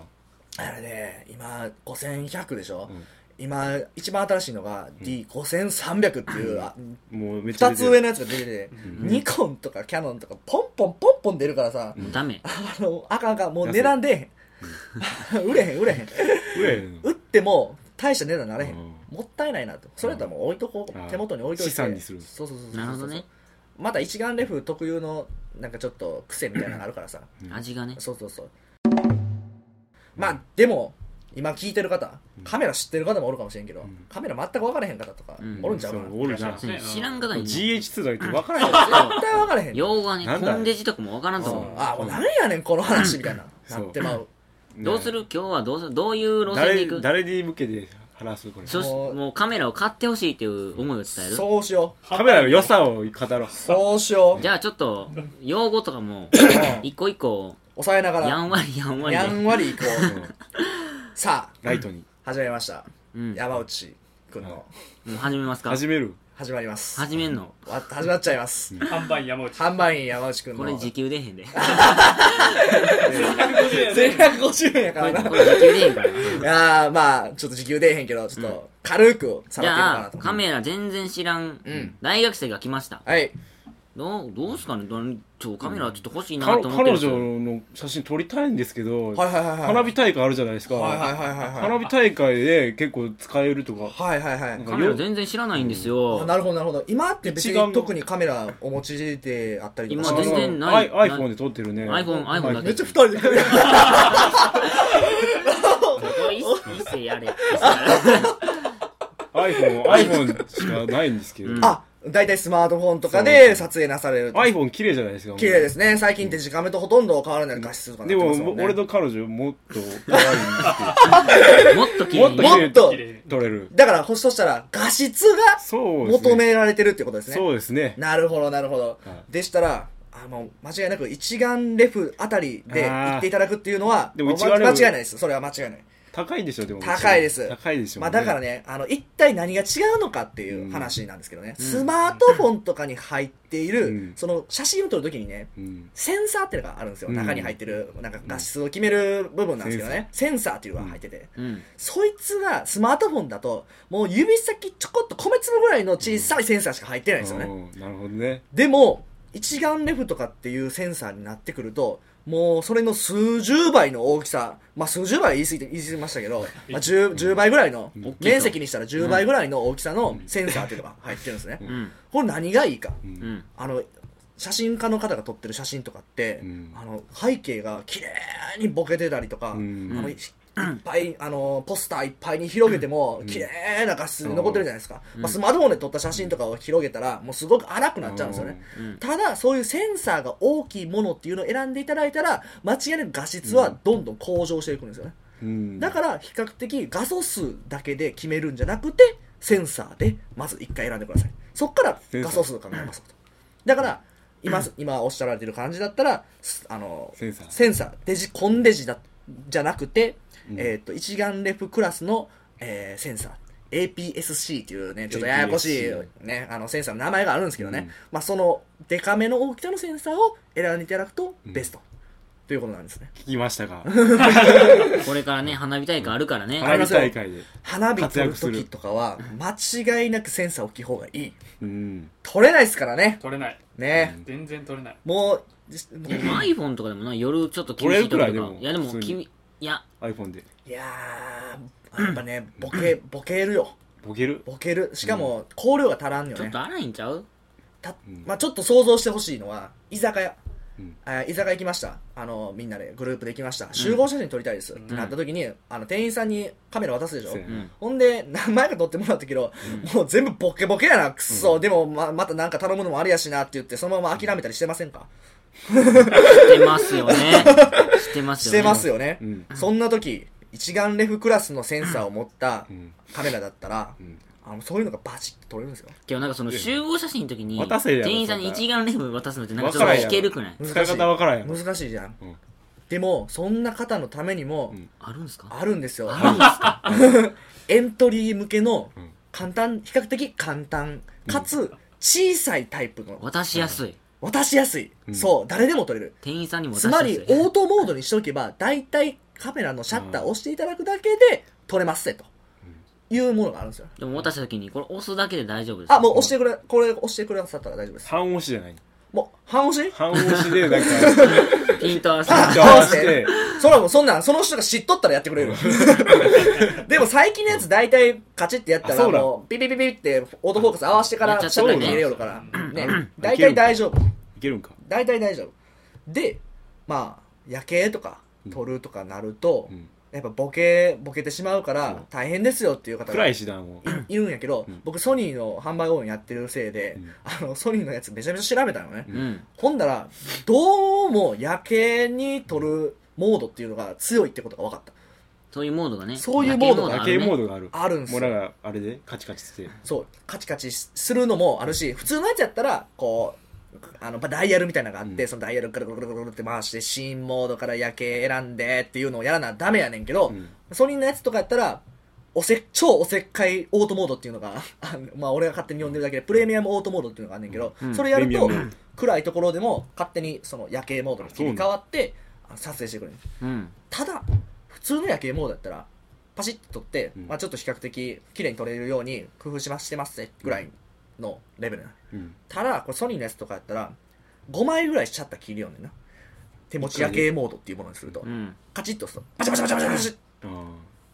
[SPEAKER 3] あれね今5100でしょ、今一番新しいのが D5300 っていう、あ
[SPEAKER 2] もうめっち
[SPEAKER 3] 2
[SPEAKER 2] ゃ出て
[SPEAKER 3] つ
[SPEAKER 2] る
[SPEAKER 3] 上のやつが出てて、ニコンとかキャノンとかポンポンポンポン出るからさ、
[SPEAKER 1] もうダメ
[SPEAKER 3] あのあかんあかんもう値段出えへん *laughs* 売れへん売れへん
[SPEAKER 2] 上やねん
[SPEAKER 3] 売っても大した値段になれへん、
[SPEAKER 2] う
[SPEAKER 3] もったいないなとそれやったらもう置いとこう、
[SPEAKER 2] うん
[SPEAKER 3] 手元に置いといて
[SPEAKER 2] 資産にする
[SPEAKER 3] そうそうそうそう
[SPEAKER 1] なるほどね
[SPEAKER 3] また一眼レフ特有のなんかちょっと癖みたいなのがあるからさ
[SPEAKER 2] うん
[SPEAKER 1] 味がね
[SPEAKER 3] そうそうそうまあでも今聞いてる方カメラ知ってる方もおるかもしれんけど、
[SPEAKER 2] ん
[SPEAKER 3] カメラ全く分からへん方とか
[SPEAKER 1] うん
[SPEAKER 3] おるんちゃう
[SPEAKER 2] そ
[SPEAKER 3] かな、
[SPEAKER 2] うおるな
[SPEAKER 4] そうね
[SPEAKER 1] 知らん方に
[SPEAKER 2] GH2 だけど分からへん
[SPEAKER 3] 絶対分からへん
[SPEAKER 1] 用語はね
[SPEAKER 2] なんだ
[SPEAKER 1] コンデジとかもわからんと
[SPEAKER 3] う
[SPEAKER 1] 思
[SPEAKER 3] んあもうなんやねんこの話みたいな
[SPEAKER 2] そ
[SPEAKER 3] な
[SPEAKER 2] う
[SPEAKER 3] ってまう
[SPEAKER 1] うどうする今日はどうするどういう路線で
[SPEAKER 2] 誰
[SPEAKER 1] 行く
[SPEAKER 2] 誰に向けて話すこれ
[SPEAKER 1] そし
[SPEAKER 3] もう
[SPEAKER 1] もうカメラを買ってほしいっていう思いを伝える
[SPEAKER 3] そうしよ
[SPEAKER 2] カメラの良さを語ろう
[SPEAKER 3] うそうしよう
[SPEAKER 1] じゃあちょっと用語とかも一個一個
[SPEAKER 3] 抑えながら
[SPEAKER 1] やんわりやんわり
[SPEAKER 3] や
[SPEAKER 1] で
[SPEAKER 3] んわりいこ
[SPEAKER 2] う
[SPEAKER 3] うんさあ
[SPEAKER 2] ライトに
[SPEAKER 3] 始まりました、
[SPEAKER 1] うん
[SPEAKER 3] 山内くんの
[SPEAKER 2] は
[SPEAKER 1] もう始めますか
[SPEAKER 2] 始める
[SPEAKER 3] 始まります
[SPEAKER 1] 始めんの
[SPEAKER 3] わ始まっちゃいます
[SPEAKER 4] 販売山内
[SPEAKER 3] 販売員山内くん
[SPEAKER 1] これ
[SPEAKER 3] の *laughs*
[SPEAKER 1] 時給出へんでこ
[SPEAKER 3] 1250円やか
[SPEAKER 1] れ
[SPEAKER 3] らな
[SPEAKER 1] これ時給出へんから
[SPEAKER 3] いやーまあちょっと時給出えへんけどちょっと軽くさ
[SPEAKER 1] じ
[SPEAKER 3] ら
[SPEAKER 1] ゃ
[SPEAKER 3] っていこうかな
[SPEAKER 1] あ
[SPEAKER 3] と
[SPEAKER 1] カメラ全然知らん
[SPEAKER 3] ん
[SPEAKER 1] 大学生が来ました
[SPEAKER 3] はい
[SPEAKER 1] どうどうすかねどんちょカメラちょっと欲しいな
[SPEAKER 2] 彼
[SPEAKER 1] と思ってる
[SPEAKER 2] 彼
[SPEAKER 1] んですよ
[SPEAKER 2] 女の写真撮りたいんですけ
[SPEAKER 3] は
[SPEAKER 2] ど
[SPEAKER 3] いはいはいはい
[SPEAKER 2] 花火大会あるじゃないですか
[SPEAKER 3] はいはいはいはいはい
[SPEAKER 2] 花火大会で結構使えるとか
[SPEAKER 3] はいはいはい
[SPEAKER 1] カメラ全然知らないんです
[SPEAKER 3] あ
[SPEAKER 1] よ
[SPEAKER 3] なるほどなるほど今って別
[SPEAKER 2] 一眼
[SPEAKER 3] に
[SPEAKER 2] の
[SPEAKER 3] 特にカメラお持ちであったりとか
[SPEAKER 1] 今全然ない
[SPEAKER 2] i- iPhone で撮ってるね
[SPEAKER 1] iPhone iPhone だけ
[SPEAKER 3] めっちゃ二人で
[SPEAKER 1] これ一一世やれ
[SPEAKER 2] iPhone iPhone しかないんですけど
[SPEAKER 1] うん
[SPEAKER 3] あ大体スマートフォンとかで撮影なされる
[SPEAKER 2] iPhone 綺麗じゃないですか
[SPEAKER 3] 綺麗ですすね最近ってデジカメとほとんど変わらない画質とか
[SPEAKER 2] で
[SPEAKER 3] なって
[SPEAKER 2] も
[SPEAKER 3] ますんね
[SPEAKER 2] 俺の彼女もっと可愛いん
[SPEAKER 1] もっと綺
[SPEAKER 2] ですけど
[SPEAKER 1] 麗
[SPEAKER 2] *laughs* もっ
[SPEAKER 1] に
[SPEAKER 2] と
[SPEAKER 3] もっと
[SPEAKER 2] 綺麗に撮れる
[SPEAKER 3] だからほしとしたら画質が
[SPEAKER 2] そうですね
[SPEAKER 3] 求められてるってことですね
[SPEAKER 2] そうですね
[SPEAKER 3] なるほどなるほど、
[SPEAKER 2] は
[SPEAKER 3] でしたらあの間違いなく一眼レフあたりで行っていただくっていうのは
[SPEAKER 2] でも一
[SPEAKER 3] ま
[SPEAKER 2] 眼レフ
[SPEAKER 3] 間違いないですそれは間違いない
[SPEAKER 2] 高いんでしょでも
[SPEAKER 3] 高いです
[SPEAKER 2] 高いでしょ
[SPEAKER 3] まあ、だからねあの一体何が違うのかっていう話なんですけどね、
[SPEAKER 1] うん
[SPEAKER 3] スマートフォンとかに入っている、
[SPEAKER 2] うん
[SPEAKER 3] その写真を撮るときにね
[SPEAKER 2] うん
[SPEAKER 3] センサーっていうのがあるんですよ、
[SPEAKER 2] うん
[SPEAKER 3] 中に入ってるなんか画質を決める部分なんですけどね、センサーっていうのが入ってて、
[SPEAKER 1] うん
[SPEAKER 3] そいつがスマートフォンだともう指先ちょこっと米粒ぐらいの小さいセンサーしか入ってないんですよね、
[SPEAKER 2] うんなるほどね
[SPEAKER 3] でも一眼レフとかっていうセンサーになってくるともうそれの数十倍の大きさまあ数十倍は言い過ぎて言い過ぎましたけど、まあ、10, 10倍ぐらいの
[SPEAKER 1] ん
[SPEAKER 3] 面積にしたら10倍ぐらいの大きさのセンサーっていうのが入ってるんですね、
[SPEAKER 1] うん
[SPEAKER 3] これ何がいいか
[SPEAKER 2] う
[SPEAKER 1] うんん
[SPEAKER 3] あの写真家の方が撮ってる写真とかって、
[SPEAKER 2] うん
[SPEAKER 3] あの背景が綺麗にボケてたりとか、
[SPEAKER 2] うん
[SPEAKER 3] あのいいっぱいあのポスターいっぱいに広げても綺麗な画質で残ってるじゃないですか、まあ、スマートフォンで撮った写真とかを広げたらもうすごく荒くなっちゃうんですよね、
[SPEAKER 1] うん
[SPEAKER 3] ただそういうセンサーが大きいものっていうのを選んでいただいたら間違いなく画質はどんどん向上していくんですよね、
[SPEAKER 2] うん
[SPEAKER 3] だから比較的画素数だけで決めるんじゃなくてセンサーでまず1回選んでくださいそっから画素数を考えますとだから今,、今おっしゃられてる感じだったらすあの
[SPEAKER 2] センサー
[SPEAKER 3] センサーデジコンデジだじゃなくて、えー、と一眼レフクラスの、えーセンサー APS-C っていうね、ちょっとややこしい、ね、あのセンサーの名前があるんですけどね、
[SPEAKER 2] うん
[SPEAKER 3] まあ、そのデカめの大きさのセンサーを選んでいただくとベスト、ということなんですね。
[SPEAKER 2] 聞きましたが
[SPEAKER 1] これからね花火大会あるからね
[SPEAKER 3] い
[SPEAKER 2] 花火大会で
[SPEAKER 3] 花火撮る
[SPEAKER 2] 活躍す
[SPEAKER 3] 時
[SPEAKER 2] る
[SPEAKER 3] とかは間違いなくセンサー置き方がいい
[SPEAKER 2] うん
[SPEAKER 3] 撮れないですからね
[SPEAKER 4] *laughs* 取れない
[SPEAKER 3] ね、
[SPEAKER 4] 全然取れない
[SPEAKER 3] もうも
[SPEAKER 1] で
[SPEAKER 3] う
[SPEAKER 1] も iPhone とかでもな夜ちょっと厳しいと
[SPEAKER 2] 撮
[SPEAKER 1] か
[SPEAKER 2] れ
[SPEAKER 1] い
[SPEAKER 2] るくらいでも
[SPEAKER 1] やでも
[SPEAKER 2] 普通に
[SPEAKER 1] 君いや
[SPEAKER 2] iPhone で
[SPEAKER 3] いやーやっぱねボケボケるよ
[SPEAKER 2] ボケる
[SPEAKER 3] ボケるしかも香料が足らんよ
[SPEAKER 1] ちょっ
[SPEAKER 3] ね
[SPEAKER 1] と荒いんちゃう
[SPEAKER 3] た
[SPEAKER 2] ん
[SPEAKER 3] まあ、ちょっと想像してほしいのは居酒屋
[SPEAKER 2] うん
[SPEAKER 3] あ居酒屋行きましたあのみんなでグループで行きました集合写真撮りたいですってなった時に、あの店員さんにカメラ渡すでしょ、
[SPEAKER 2] そうや
[SPEAKER 1] うん
[SPEAKER 3] ほんで、 *laughs* 何枚か撮ってもらったけど、もう全部ボケボケやな、くっそ、でもま、またなんか頼むのもありやしなって言って、そのまま諦めたりしてませんか
[SPEAKER 1] してますよねしてます
[SPEAKER 3] し
[SPEAKER 1] よね
[SPEAKER 3] てますよね
[SPEAKER 2] う。ん
[SPEAKER 3] そんな時、一眼レフクラスのセンサーを持った
[SPEAKER 2] うん
[SPEAKER 3] カメラだったら
[SPEAKER 2] う、ん
[SPEAKER 3] あのそういうのがバチッと撮れるんですよ。
[SPEAKER 1] けどなんかその集合写真の時に
[SPEAKER 2] 渡せやろ
[SPEAKER 1] 店員さんに一眼レフ渡すのってなんかちょ
[SPEAKER 2] わ
[SPEAKER 1] っ
[SPEAKER 2] から
[SPEAKER 1] と
[SPEAKER 2] んや
[SPEAKER 1] 引け
[SPEAKER 2] ろ
[SPEAKER 1] るくない
[SPEAKER 2] 使い方わからんやろ
[SPEAKER 3] 難しいじゃん。
[SPEAKER 2] うん
[SPEAKER 3] でも、そんな方のためにも、
[SPEAKER 2] うん
[SPEAKER 1] あるんですか
[SPEAKER 3] あるんですよ。
[SPEAKER 1] あるんですか
[SPEAKER 3] *laughs* エントリー向けの
[SPEAKER 2] うん
[SPEAKER 3] 簡単、比較的簡単、かつ小さいタイプの、
[SPEAKER 1] 渡しやすい
[SPEAKER 3] 渡しやすい。
[SPEAKER 2] うん
[SPEAKER 3] そう、誰でも撮れる。
[SPEAKER 1] 店員さんにも渡
[SPEAKER 3] つ
[SPEAKER 1] しや
[SPEAKER 3] ます
[SPEAKER 1] い
[SPEAKER 3] り、オートモードにしておけば、大体カメラのシャッターを押していただくだけで撮れますぜと。いうものがあるんですよ
[SPEAKER 1] でも渡した時にこれ押すだけで大丈夫です
[SPEAKER 3] あもう押してくれこれ押してくださったら大丈夫です
[SPEAKER 2] 半押しじゃない
[SPEAKER 3] もう半押し
[SPEAKER 2] 半押しで
[SPEAKER 3] *laughs*
[SPEAKER 2] なんか
[SPEAKER 1] ピント合わせて
[SPEAKER 2] じゃあ合わせて
[SPEAKER 3] そらもうそんなんその人が知っとったらやってくれ
[SPEAKER 2] *laughs*
[SPEAKER 3] るでも最近のやつ大体カチッてやった
[SPEAKER 2] あそ
[SPEAKER 3] ら
[SPEAKER 2] うだ
[SPEAKER 3] もうピピピピってオートフォーカス合わせてか
[SPEAKER 1] やっちゃ
[SPEAKER 3] ら
[SPEAKER 1] っ
[SPEAKER 3] シ
[SPEAKER 1] た
[SPEAKER 3] ャッ
[SPEAKER 1] らね
[SPEAKER 3] トに入れよるからね
[SPEAKER 2] ん
[SPEAKER 3] 大体大丈夫
[SPEAKER 2] いけるんか
[SPEAKER 3] 大体大丈夫でまあ夜景とか撮るとかなると、
[SPEAKER 2] うん
[SPEAKER 3] やっぱボケボケてしまうから大変ですよっていう方が
[SPEAKER 2] 暗
[SPEAKER 3] い
[SPEAKER 2] いしなも
[SPEAKER 3] いるんやけど、
[SPEAKER 2] ん
[SPEAKER 3] 僕ソニーの販売応援やってるせいで、
[SPEAKER 2] うん
[SPEAKER 3] あのソニーのやつめちゃめちゃ調べたのね、
[SPEAKER 1] うん
[SPEAKER 3] ほんだらどうも夜景に撮るモードっていうのが強いってことが分かった
[SPEAKER 1] そういうモードがね
[SPEAKER 3] そういうモード
[SPEAKER 2] う
[SPEAKER 3] が
[SPEAKER 1] 夜
[SPEAKER 2] 夜
[SPEAKER 1] 景
[SPEAKER 2] 景
[SPEAKER 1] モ
[SPEAKER 2] モ
[SPEAKER 1] ードがあるね
[SPEAKER 2] ードがある
[SPEAKER 3] あるんす
[SPEAKER 2] も
[SPEAKER 3] よ
[SPEAKER 2] うなんかあれでカチカチして
[SPEAKER 3] そうカチカチするのもあるし普通のやつやったらこうあのまあダイヤルみたいなのがあって、
[SPEAKER 2] うん
[SPEAKER 3] そのダイヤルからぐるぐるぐるぐるって回してシーンモードから夜景選んでっていうのをやらなダメやねんけど、
[SPEAKER 2] うん
[SPEAKER 3] ソニーのやつとかやったらおせ超おせっかいオートモードっていうのが *laughs* あのまあ俺が勝手に呼んでるだけでプレミアムオートモードっていうのがあんねんけど、
[SPEAKER 1] うん
[SPEAKER 3] それやる
[SPEAKER 2] プレ
[SPEAKER 3] と
[SPEAKER 2] ミアム
[SPEAKER 3] 暗いところでも勝手にその夜景モードに切り替わってあの撮影してくれる
[SPEAKER 1] うん
[SPEAKER 3] ただ普通の夜景モードだったらパシッと撮って、
[SPEAKER 2] うん
[SPEAKER 3] まあ、ちょっと比較的綺麗に撮れるように工夫しましてますぐらいのレベルなの
[SPEAKER 2] うん
[SPEAKER 3] ただこれソニーのやつとかやったら5枚ぐらいシャッター切るよねんな手持ち夜景モードっていうものにすると
[SPEAKER 1] うん
[SPEAKER 3] カチッと押すとバチバチバチバチバチバチ
[SPEAKER 2] あー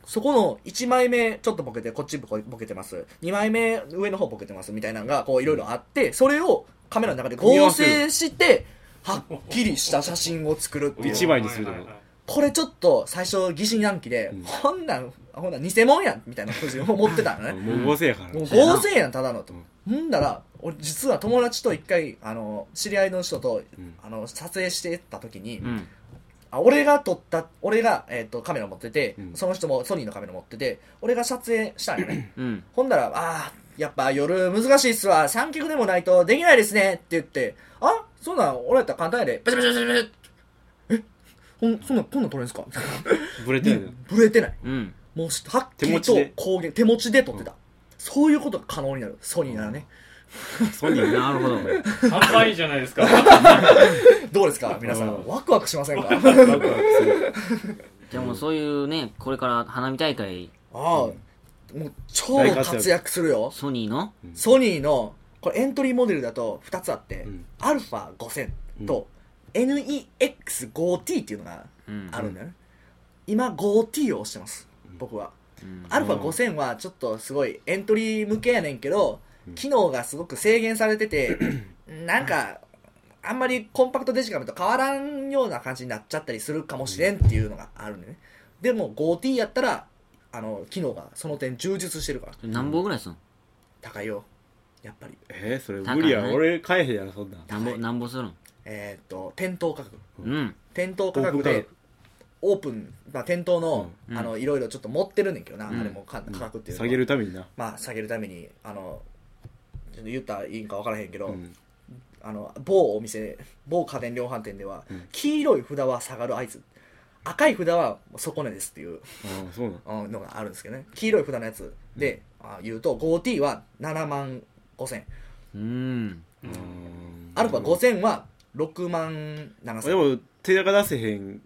[SPEAKER 3] そこの1枚目ちょっとボケてこっちボケてます2枚目上の方ボケてますみたいなのがこういろいろあってそれをカメラの中で合成してはっきりした写真を作るっていう
[SPEAKER 2] 一枚にするとこ
[SPEAKER 4] はいはいはい
[SPEAKER 3] これちょっと最初疑心暗鬼で、
[SPEAKER 2] うん
[SPEAKER 3] こんなんほんなん偽物やんみたいな感じで思ってたのね
[SPEAKER 2] もう合成やから
[SPEAKER 3] もう
[SPEAKER 2] ね
[SPEAKER 3] 合成やんただのと
[SPEAKER 2] うん、
[SPEAKER 3] ほんだら俺実は友達と一回あの知り合いの人と、
[SPEAKER 2] うん
[SPEAKER 3] あの撮影してた時に、
[SPEAKER 1] うん
[SPEAKER 3] あ俺が撮った俺が、えっとカメラ持ってて、
[SPEAKER 2] うん
[SPEAKER 3] その人もソニーのカメラ持ってて俺が撮影したんよね *coughs*
[SPEAKER 1] うん
[SPEAKER 3] ほんだら、ああ、やっぱ夜難しいっすわ、三脚でもないとできないですねって言って、あそんなん俺やったら簡単やで、バチバチバチバチバチえほん、そんなん、こんなん撮れんす
[SPEAKER 2] *laughs*
[SPEAKER 3] か
[SPEAKER 2] ブレてる
[SPEAKER 3] ブレてない。
[SPEAKER 1] うん
[SPEAKER 3] もうし、はっき
[SPEAKER 2] 手
[SPEAKER 3] り
[SPEAKER 2] 持
[SPEAKER 3] と
[SPEAKER 2] ちで
[SPEAKER 3] 光源、手持ちで撮ってた。そういうことが可能になる、ソニーならね。
[SPEAKER 2] ソニーな
[SPEAKER 1] なるほど
[SPEAKER 4] 高いじゃないですか。
[SPEAKER 3] どうですか皆さ
[SPEAKER 2] うん
[SPEAKER 3] ん。ワクワクしません
[SPEAKER 2] *laughs*
[SPEAKER 3] か
[SPEAKER 2] ワクワクする
[SPEAKER 1] でもそういうねこれから花火大会
[SPEAKER 3] ああ、もう超
[SPEAKER 2] 大活躍
[SPEAKER 3] 活躍するよ。
[SPEAKER 1] ソニーの
[SPEAKER 3] ソニーの、これエントリーモデルだと2つあって、
[SPEAKER 2] うん
[SPEAKER 3] アルファ5000と NEX5T っていうのが
[SPEAKER 1] うん
[SPEAKER 3] あるんだよね、今 5T を押してます僕は、
[SPEAKER 1] うん
[SPEAKER 3] アルファ5000はちょっとすごいエントリー向けやねんけど、
[SPEAKER 2] うん
[SPEAKER 3] 機能がすごく制限されててなんかあんまりコンパクトデジカメと変わらんような感じになっちゃったりするかもしれんっていうのがあるんだよねでも 5T やったらあの機能がその点充実してるから
[SPEAKER 1] 何本ぐらいすんの
[SPEAKER 3] 高いよやっぱり
[SPEAKER 2] えーそれ無理や
[SPEAKER 1] 高いね
[SPEAKER 2] 俺買えへんやろそんなん
[SPEAKER 1] 何本何本するん
[SPEAKER 3] えーっと店頭価格
[SPEAKER 1] うん
[SPEAKER 3] 店頭価格でオープン、まあ、店頭の,、
[SPEAKER 1] うん
[SPEAKER 3] あのいろいろちょっと持ってるねんけどな、
[SPEAKER 1] うん
[SPEAKER 3] あれもか価格っていうのは
[SPEAKER 2] 下げるためにな
[SPEAKER 3] まあ、下げるためにあのちょっと言ったらいいんか分からへんけど、
[SPEAKER 2] うん
[SPEAKER 3] あの某お店某家電量販店では、
[SPEAKER 2] うん
[SPEAKER 3] 黄色い札は下がる合図赤い札は底値ですっていう
[SPEAKER 2] あーそうなん
[SPEAKER 3] うんのがあるんですけどね黄色い札のやつで、あ言うと 5T は7万5000
[SPEAKER 1] うん
[SPEAKER 2] うーん
[SPEAKER 3] アルファ5000は6万7000
[SPEAKER 2] でも手高出せへん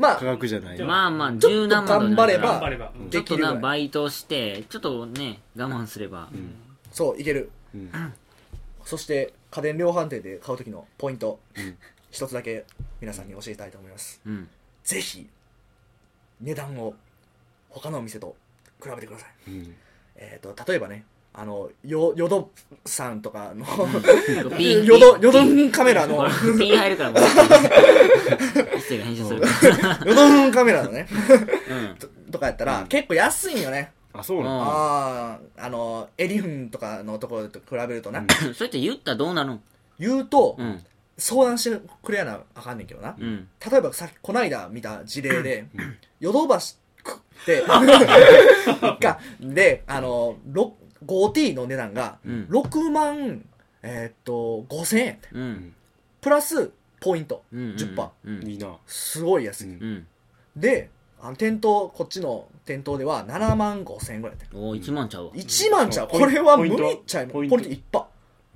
[SPEAKER 3] ま
[SPEAKER 2] 価
[SPEAKER 3] あ
[SPEAKER 2] 格じゃない
[SPEAKER 4] でも
[SPEAKER 1] まあまあ
[SPEAKER 3] ちょっと
[SPEAKER 1] 柔軟まで
[SPEAKER 3] 頑張れば
[SPEAKER 4] 頑張れば。うん
[SPEAKER 1] ちょっと
[SPEAKER 3] できる
[SPEAKER 1] な
[SPEAKER 3] ぐらい
[SPEAKER 1] バイトしてちょっとね我慢すれば
[SPEAKER 2] うん
[SPEAKER 3] そういける
[SPEAKER 2] うん
[SPEAKER 3] そして家電量販店で買う時のポイント、
[SPEAKER 2] ん
[SPEAKER 3] 一つだけ皆さんに教えたいと思います *laughs*
[SPEAKER 1] うん
[SPEAKER 3] ぜひ値段を他のお店と比べてください、
[SPEAKER 2] うん
[SPEAKER 3] えー、と例えばねあのよヨドさんとかの
[SPEAKER 1] ピン
[SPEAKER 3] *laughs* ヨドヨドンカメラの
[SPEAKER 1] これピン入るからもう一斉が編集するか
[SPEAKER 3] ヨドンカメラのね *laughs*
[SPEAKER 1] らうん
[SPEAKER 3] ととかやったら、結構安いんよね、
[SPEAKER 2] あそう
[SPEAKER 1] うん
[SPEAKER 2] なん
[SPEAKER 3] あああのエリフンとかのところと比べるとな、
[SPEAKER 2] うん
[SPEAKER 1] そうやって言ったらどうなるん
[SPEAKER 3] 言うと、
[SPEAKER 1] うん
[SPEAKER 3] 相談してくれやなあかんねんけどな、
[SPEAKER 1] うん
[SPEAKER 3] 例えばさっきこないだ見た事例で
[SPEAKER 2] うん
[SPEAKER 3] ヨドバシ
[SPEAKER 2] *laughs*
[SPEAKER 3] ってがであのろ 5T の値段が
[SPEAKER 1] うん
[SPEAKER 3] 6万、えーっと5000円
[SPEAKER 1] うん
[SPEAKER 3] プラスポイント
[SPEAKER 1] うんうん
[SPEAKER 3] 10%
[SPEAKER 1] うん
[SPEAKER 2] いいな
[SPEAKER 3] すごい安い、
[SPEAKER 2] うん
[SPEAKER 1] うん
[SPEAKER 3] であの店頭こっちの店頭では7万5000円ぐらいで
[SPEAKER 1] おお1万ちゃうわ
[SPEAKER 3] 1万ちゃう
[SPEAKER 2] そう
[SPEAKER 3] これは
[SPEAKER 2] ポイ
[SPEAKER 3] 無
[SPEAKER 2] ント
[SPEAKER 3] 理っちゃい
[SPEAKER 2] ポ
[SPEAKER 3] ポイ
[SPEAKER 2] イ
[SPEAKER 3] ン
[SPEAKER 2] ン
[SPEAKER 3] ト
[SPEAKER 2] ト
[SPEAKER 3] 1%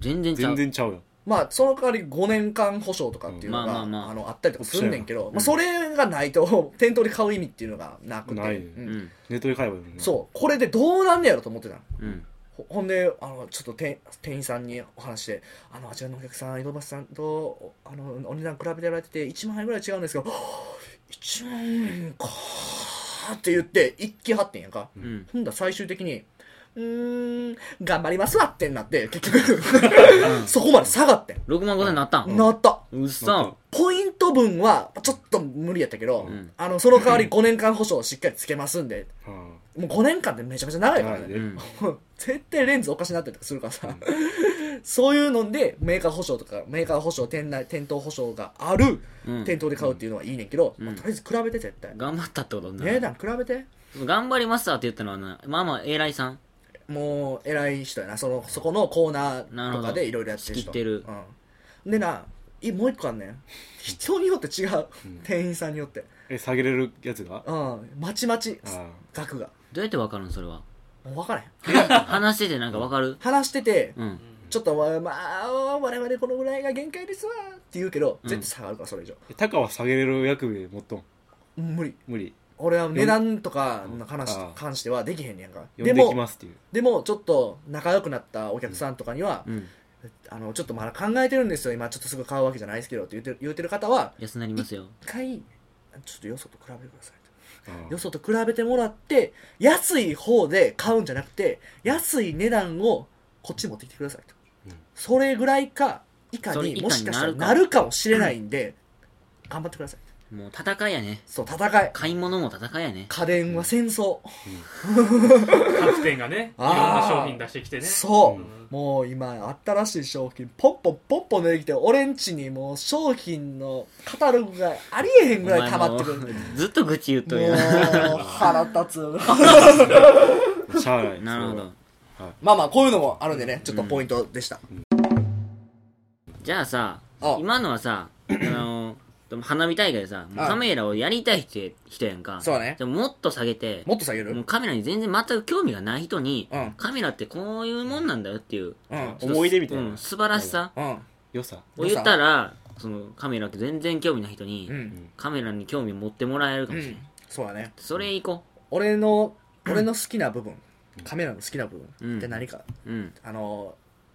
[SPEAKER 1] 全然ちゃ
[SPEAKER 2] 全
[SPEAKER 1] う
[SPEAKER 2] 然ちゃうよ
[SPEAKER 3] まあその代わり5年間保証とかっていうの
[SPEAKER 1] うんま
[SPEAKER 3] が
[SPEAKER 1] あまあまあ
[SPEAKER 3] あのあったりとかすんねんけど、まあ、それがないと店頭で買う意味っていうのがなくて
[SPEAKER 2] ない
[SPEAKER 3] うん
[SPEAKER 1] うん
[SPEAKER 2] ネットで買えばいいのに
[SPEAKER 3] そうこれでどうなんねやろと思ってたの
[SPEAKER 1] うん
[SPEAKER 3] ほほんであのちょっと店店員さんにお話して「あのあちらのお客さん井戸橋さんとおあのお値段比べてられてて1万円ぐらい違うんですけどは *gasps* ぁ1万円か」って言って一気張ってんやんか、
[SPEAKER 1] うん
[SPEAKER 3] ほんだら最終的に「うーん頑張りますわ」ってなって結局 *laughs* そこまで下がってん、
[SPEAKER 1] 6万5千になったん
[SPEAKER 3] なった
[SPEAKER 1] うっさ
[SPEAKER 3] ポイント分はちょっと無理やったけど、
[SPEAKER 1] ん
[SPEAKER 3] あのその代わり5年間保証をしっかりつけますんで
[SPEAKER 2] は
[SPEAKER 3] もう5年間ってめちゃめちゃ長
[SPEAKER 2] あ
[SPEAKER 3] いからね、
[SPEAKER 2] はいで
[SPEAKER 1] うん
[SPEAKER 3] 絶対レンズおかしなったりとかするからさ、そういうのでメーカー保証とかメーカー保証店内店頭保証がある
[SPEAKER 1] うん
[SPEAKER 3] 店頭で買うっていうのはいいねんけど、
[SPEAKER 1] うん
[SPEAKER 3] まあとりあえず比べて絶対、
[SPEAKER 1] 頑張ったってことにな
[SPEAKER 3] 値段比べて
[SPEAKER 1] 頑張りますわって言ったのはなまあまあ偉いさん
[SPEAKER 3] もう偉い人やなそのそこのコーナーとかでいろいろやってる
[SPEAKER 1] 仕切
[SPEAKER 3] 人
[SPEAKER 1] ってる
[SPEAKER 3] うん、でないもう一個あんねん人によって違う、店員さんによって
[SPEAKER 2] え下げれるやつが
[SPEAKER 3] うんまちまち
[SPEAKER 2] あー
[SPEAKER 3] 額が
[SPEAKER 1] どうやって分かるのそれは
[SPEAKER 3] もう分からへん
[SPEAKER 1] 話しててなんか分かる
[SPEAKER 3] 話してて、
[SPEAKER 1] うん
[SPEAKER 3] ちょっとわまあ我々このぐらいが限界ですわって言うけど
[SPEAKER 1] うん
[SPEAKER 3] 絶対下がるからそれ以上、
[SPEAKER 2] えタカは下げれる役でもっとん
[SPEAKER 3] 無理
[SPEAKER 2] 無理
[SPEAKER 3] 俺は値段とかの話
[SPEAKER 2] うんあー
[SPEAKER 3] 関してはできへんねやんか
[SPEAKER 2] 呼ん
[SPEAKER 3] で
[SPEAKER 2] できま
[SPEAKER 3] も
[SPEAKER 2] すっていう
[SPEAKER 3] でもちょっと仲良くなったお客さんとかには、
[SPEAKER 1] うん
[SPEAKER 3] あのちょっとまだ考えてるんですよ今ちょっとすぐ買うわけじゃないですけどって言ってる言ってる方は
[SPEAKER 1] 安なりますよ
[SPEAKER 3] 一回ちょっとよそと比べてくださいと
[SPEAKER 2] あー
[SPEAKER 3] よそと比べてもらって安い方で買うんじゃなくて安い値段をこっちに持ってきてくださいと、
[SPEAKER 2] うん
[SPEAKER 3] それぐらいか以下
[SPEAKER 1] それ以
[SPEAKER 3] に
[SPEAKER 1] 下に
[SPEAKER 3] もしかしたらな
[SPEAKER 1] な
[SPEAKER 3] るかもしれないんで、頑張ってください
[SPEAKER 1] もう戦いやね
[SPEAKER 3] そう戦い
[SPEAKER 1] 買い物も戦いやね
[SPEAKER 3] 家電は戦争、
[SPEAKER 4] 各店がねいろんな商品出してきてね
[SPEAKER 3] そう、
[SPEAKER 4] うん
[SPEAKER 3] もう今新しい商品ポッポンポッポン出てきて俺んちにもう商品のカタログがありえへんぐらい溜まってくる
[SPEAKER 1] お
[SPEAKER 3] も
[SPEAKER 1] 前もうずっと愚痴言っとるよ
[SPEAKER 3] う腹立つ
[SPEAKER 2] しゃあない
[SPEAKER 1] なるほど
[SPEAKER 3] *laughs* まあまあこういうのもあるんでねちょっとポイントでした、
[SPEAKER 1] じゃあさ
[SPEAKER 3] あ
[SPEAKER 1] 今のはさあのでも花火大会でさもうカメラをやりたい人人やんか
[SPEAKER 3] そうだね
[SPEAKER 1] でももっと下げて
[SPEAKER 3] もっと下げる
[SPEAKER 1] もうカメラに全然全く興味がない人に、
[SPEAKER 3] うん
[SPEAKER 1] カメラってこういうもんなんだよってい
[SPEAKER 3] う
[SPEAKER 1] う
[SPEAKER 3] ん
[SPEAKER 1] ちょっと
[SPEAKER 2] 思い出みたいな
[SPEAKER 1] うん素晴らしさ
[SPEAKER 3] うん
[SPEAKER 2] 良さ
[SPEAKER 1] を言ったらそのカメラって全然興味ない人に、
[SPEAKER 3] うん、
[SPEAKER 1] カメラに興味持ってもらえるか
[SPEAKER 3] う
[SPEAKER 1] もしれない、
[SPEAKER 3] ん、そうだね
[SPEAKER 1] それ行こ
[SPEAKER 3] 俺の俺の好きな部分カメラの好きな部分って何か、
[SPEAKER 1] ううん
[SPEAKER 3] あの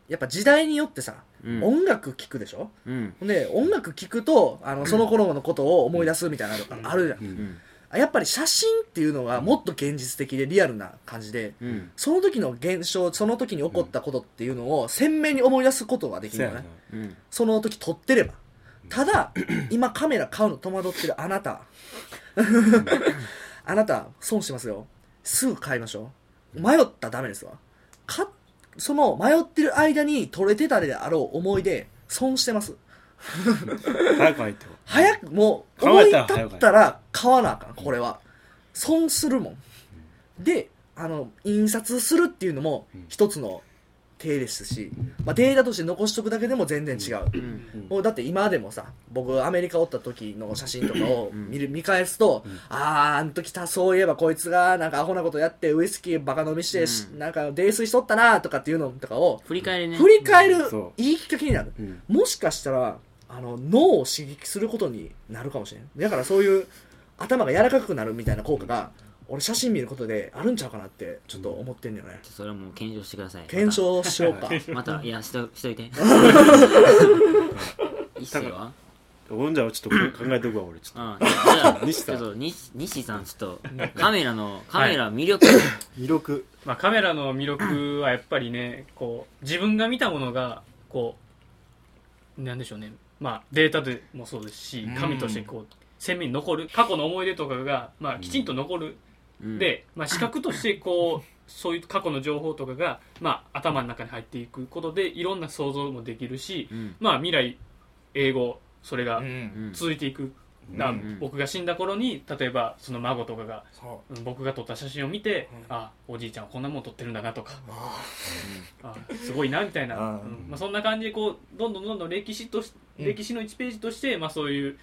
[SPEAKER 3] やっぱ時代によってさ、
[SPEAKER 1] うん
[SPEAKER 3] 音楽聴くでしょ
[SPEAKER 1] うん
[SPEAKER 3] ほんで音楽聴くとあのその頃のことを思い出すみたいなのがあるじゃん、
[SPEAKER 1] うん
[SPEAKER 3] あやっぱり写真っていうのがもっと現実的でリアルな感じで、
[SPEAKER 1] うん
[SPEAKER 3] その時の現象その時に起こったことっていうのを鮮明に思い出すことができ
[SPEAKER 2] そう
[SPEAKER 3] る
[SPEAKER 2] や
[SPEAKER 3] よ
[SPEAKER 2] な
[SPEAKER 3] ね
[SPEAKER 1] うん
[SPEAKER 3] その時撮ってればただ今カメラ買うの戸惑ってるあなたあなた損しますよすぐ買いましょう迷ったらダメですわかその迷ってる間に撮れてたであろう思い出損してます
[SPEAKER 2] 早く入ってこ
[SPEAKER 3] 早くもう
[SPEAKER 2] 買わ
[SPEAKER 3] 思い
[SPEAKER 2] れ
[SPEAKER 3] 立
[SPEAKER 2] たら
[SPEAKER 3] ったら買わなあかんこれは損するもんであの印刷するっていうのも一つの手ですし、まあ、データとして残しとくだけでも全然違う、もうだって今でもさ僕アメリカおった時の写真とかを見る見返すと、あああの時たそういえばこいつがなんかアホなことやってウイスキーバカ飲みしてし、なんか泥酔しとったなとかっていうのとかを
[SPEAKER 1] 振り返りね
[SPEAKER 3] 振り返る
[SPEAKER 2] そ
[SPEAKER 3] いいきっかけになる、
[SPEAKER 2] うん
[SPEAKER 3] もしかしたらあの脳を刺激することになるかもしれんだからそういう頭が柔らかくなるみたいな効果が、俺写真見ることであるんちゃうかなってちょっと思ってんだよね、
[SPEAKER 1] それはもう検証してください
[SPEAKER 3] 検証しようか
[SPEAKER 1] またまたいやしとしといて一世は
[SPEAKER 2] うオンジャはちょっとこう考えておくわ俺ちょっ
[SPEAKER 1] あじゃあ
[SPEAKER 2] 西さん
[SPEAKER 1] ちょっと西西さんちょっとカメラのカメラ魅力、
[SPEAKER 2] と魅力
[SPEAKER 4] まあ、カメラの魅力はやっぱりねこう自分が見たものがこうなんでしょうね、まあ、データでもそうですし
[SPEAKER 3] うん
[SPEAKER 4] 紙としてこう鮮明に残る過去の思い出とかが、まあ、きちんと残る、
[SPEAKER 1] うん、
[SPEAKER 4] で、まあ、視覚としてこうそういう過去の情報とかが、まあ、頭の中に入っていくことでいろんな想像もできるし、
[SPEAKER 1] うん
[SPEAKER 4] まあ、未来英語それが
[SPEAKER 1] うん
[SPEAKER 4] 続いていく。だ
[SPEAKER 2] うん
[SPEAKER 4] 僕が死んだ頃に例えばその孫とかが
[SPEAKER 3] そう
[SPEAKER 4] うん僕が撮った写真を見て、
[SPEAKER 3] うん
[SPEAKER 4] あおじいちゃんはこんなもん撮ってるんだなとか
[SPEAKER 3] あ
[SPEAKER 4] あすごいなみたいな、
[SPEAKER 3] うん
[SPEAKER 4] うんまあ、そんな感じでこうどんどんどんどん歴史とし
[SPEAKER 3] うん
[SPEAKER 4] 歴史の1ページとして、まあ、そういう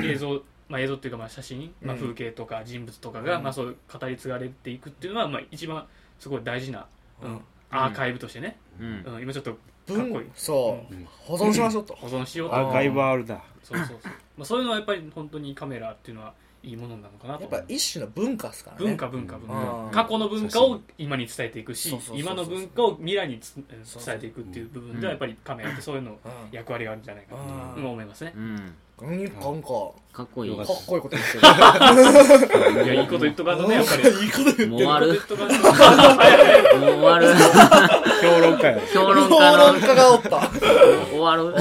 [SPEAKER 4] 映像まあ映像っていうかまあ写真、まあ、
[SPEAKER 3] うん
[SPEAKER 4] 風景とか人物とかが、
[SPEAKER 3] うん
[SPEAKER 4] まあ、そう語り継がれていくっていうのは、まあ、一番すごい大事な、うん
[SPEAKER 3] うん
[SPEAKER 4] アーカイブとしてね、
[SPEAKER 1] うん
[SPEAKER 4] うん今ちょっとかっこい
[SPEAKER 3] 文
[SPEAKER 4] い
[SPEAKER 3] そう、
[SPEAKER 2] うん
[SPEAKER 3] 保存しましょうと、
[SPEAKER 4] 保存しようと
[SPEAKER 2] アーカイブあるだ
[SPEAKER 4] そうそうそう、まあ、そういうのはやっぱり本当にカメラっていうのはいいものなのかなと
[SPEAKER 3] やっぱ一種の文化ですからね
[SPEAKER 4] 文化文化文化、
[SPEAKER 3] うん
[SPEAKER 4] 過去の文化を今に伝えていくし
[SPEAKER 3] そうそうそうそう
[SPEAKER 4] 今の文化を未来につ
[SPEAKER 3] そうそう
[SPEAKER 4] 伝えていくっていう部分
[SPEAKER 1] うん
[SPEAKER 4] ではやっぱりカメラってそういうの
[SPEAKER 3] うん
[SPEAKER 4] 役割があるんじゃないかな
[SPEAKER 3] う
[SPEAKER 4] と
[SPEAKER 3] ん
[SPEAKER 4] 思いますね、
[SPEAKER 1] うん
[SPEAKER 3] うんなんかかっこ
[SPEAKER 1] かっこいい
[SPEAKER 2] よかった
[SPEAKER 3] いいこと言ってる
[SPEAKER 4] いやいいこと言っとかんとねやっぱり
[SPEAKER 3] いいこと *laughs* 言ってる
[SPEAKER 1] もう終わ
[SPEAKER 4] *laughs*
[SPEAKER 1] る
[SPEAKER 4] いいこと言っとかんと早い早い
[SPEAKER 1] もう終わる
[SPEAKER 2] 評論家や
[SPEAKER 1] 評論
[SPEAKER 3] 評論
[SPEAKER 1] 家
[SPEAKER 3] 家がおった
[SPEAKER 1] の終わる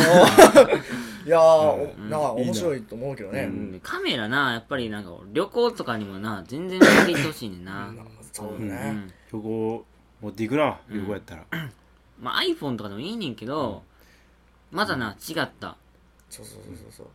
[SPEAKER 3] いやー、
[SPEAKER 1] うん
[SPEAKER 3] なんか面白いと思うけどね、
[SPEAKER 1] うんカメラなやっぱりなんか旅行とかにもな全然やりてほしいねんな
[SPEAKER 3] なんか *laughs* そう
[SPEAKER 1] う
[SPEAKER 3] ね、
[SPEAKER 1] ん
[SPEAKER 2] 旅行持っていくな
[SPEAKER 1] うん
[SPEAKER 2] 旅行やったら
[SPEAKER 1] まあ iPhone とかでもいいねんけどまだな違った
[SPEAKER 3] そうそうそうそう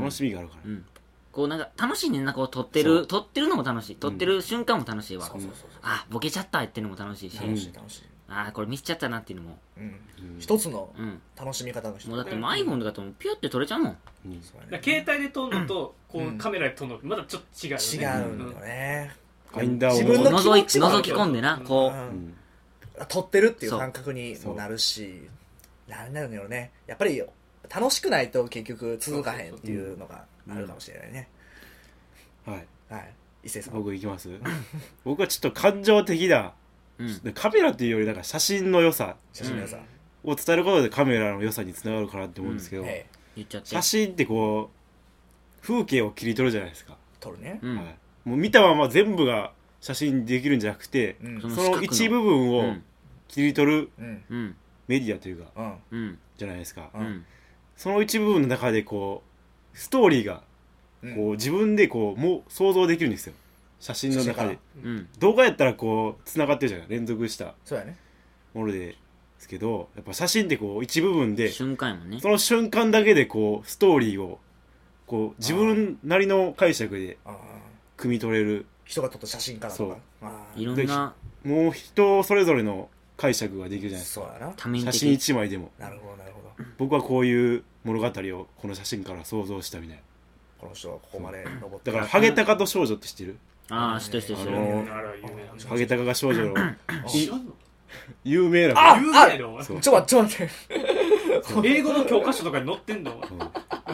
[SPEAKER 2] 楽しみがあるから
[SPEAKER 1] うんこうなんか楽しいねんなこう撮ってる撮ってるのも楽しい撮ってる瞬間も楽しいわ
[SPEAKER 3] そうそうそう
[SPEAKER 1] あボケちゃったっていうのも楽しいし
[SPEAKER 3] そう楽しい楽しい、
[SPEAKER 1] あこれミスっちゃったなっていうのも
[SPEAKER 3] うん
[SPEAKER 2] うん
[SPEAKER 3] 一つの
[SPEAKER 1] うん
[SPEAKER 3] 楽しみ方の人
[SPEAKER 1] もうだってもう iPhone とかともピュって撮れちゃうもん
[SPEAKER 2] うん
[SPEAKER 3] そう
[SPEAKER 4] だ
[SPEAKER 3] やね
[SPEAKER 4] から携帯で撮るのとこ
[SPEAKER 3] う
[SPEAKER 4] うんカメラで撮るのってまだちょっと違うよ
[SPEAKER 3] 違
[SPEAKER 4] ね
[SPEAKER 3] うんだよね、
[SPEAKER 2] ファインダーを
[SPEAKER 3] 自分の
[SPEAKER 1] 覗い
[SPEAKER 3] 気持ちもあ
[SPEAKER 1] 覗
[SPEAKER 3] る
[SPEAKER 1] き
[SPEAKER 3] け
[SPEAKER 4] ど
[SPEAKER 1] 込んでな
[SPEAKER 3] う
[SPEAKER 1] こ
[SPEAKER 2] うんん
[SPEAKER 3] 撮ってるっていう
[SPEAKER 1] そう
[SPEAKER 3] 感覚にもなるしなんなのよねやっぱり楽しくないと結局続かへんっていうのがあるかもしれないね、
[SPEAKER 2] はい
[SPEAKER 3] はい伊勢さん
[SPEAKER 2] 僕いきます僕はちょっと感情的な
[SPEAKER 1] ううん
[SPEAKER 2] カメラっていうよりなんか写真の良さ
[SPEAKER 3] 写真の皆さん、
[SPEAKER 2] を伝えることでカメラの良さにつながるかなって思うんですけど
[SPEAKER 3] ええ
[SPEAKER 1] 言っちゃって
[SPEAKER 2] 写真ってこう風景を切り取るじゃないですか
[SPEAKER 3] 撮るね
[SPEAKER 1] う
[SPEAKER 2] は
[SPEAKER 1] ん
[SPEAKER 2] いもう見たまま全部が写真にできるんじゃなくて
[SPEAKER 3] うん
[SPEAKER 1] そ
[SPEAKER 3] うん
[SPEAKER 1] の
[SPEAKER 2] その一部分
[SPEAKER 1] う
[SPEAKER 2] を
[SPEAKER 1] ん
[SPEAKER 2] 切り取る
[SPEAKER 3] うん
[SPEAKER 1] うん
[SPEAKER 2] メディアというか
[SPEAKER 3] うん
[SPEAKER 1] うん
[SPEAKER 2] じゃないですか
[SPEAKER 3] う
[SPEAKER 1] うん
[SPEAKER 2] その一部分の中でこうストーリーが
[SPEAKER 3] うん
[SPEAKER 2] こう自分でこうもう想像できるんですよ写真の
[SPEAKER 3] 写真か
[SPEAKER 2] 中
[SPEAKER 3] ら
[SPEAKER 2] で
[SPEAKER 1] うん
[SPEAKER 2] 動画やったらこう繋がってるじゃない連続した
[SPEAKER 3] そうやね
[SPEAKER 2] ものですけどやっぱ写真ってこう一部分で
[SPEAKER 1] 瞬間やもんね
[SPEAKER 2] その瞬間だけでこうストーリーをこう自分なりの解釈で
[SPEAKER 3] あー
[SPEAKER 2] 汲み取れる
[SPEAKER 3] 人が撮った写真からとか
[SPEAKER 2] そう
[SPEAKER 3] あー
[SPEAKER 1] いろんな
[SPEAKER 2] もう人それぞれの解釈ができるじゃないです
[SPEAKER 3] そうやな
[SPEAKER 1] 多面
[SPEAKER 2] か写真
[SPEAKER 1] 的
[SPEAKER 2] 一枚でも
[SPEAKER 3] なるほどなるほど
[SPEAKER 2] 僕はこういう物語をこの写真から想像したみたいな
[SPEAKER 3] この人はここまで登って
[SPEAKER 2] だからハゲタカと少女って知ってる
[SPEAKER 1] ああ知ってる知ってる知って
[SPEAKER 2] あ
[SPEAKER 1] る
[SPEAKER 2] の
[SPEAKER 4] なら有名なの
[SPEAKER 2] ハゲタカが少女の
[SPEAKER 4] 知らんの
[SPEAKER 2] 有名な
[SPEAKER 3] あ
[SPEAKER 4] 有名だよお前
[SPEAKER 2] そう
[SPEAKER 3] ちょ待ってちょ待って
[SPEAKER 4] 英語の教科書とかに載ってんの
[SPEAKER 2] うん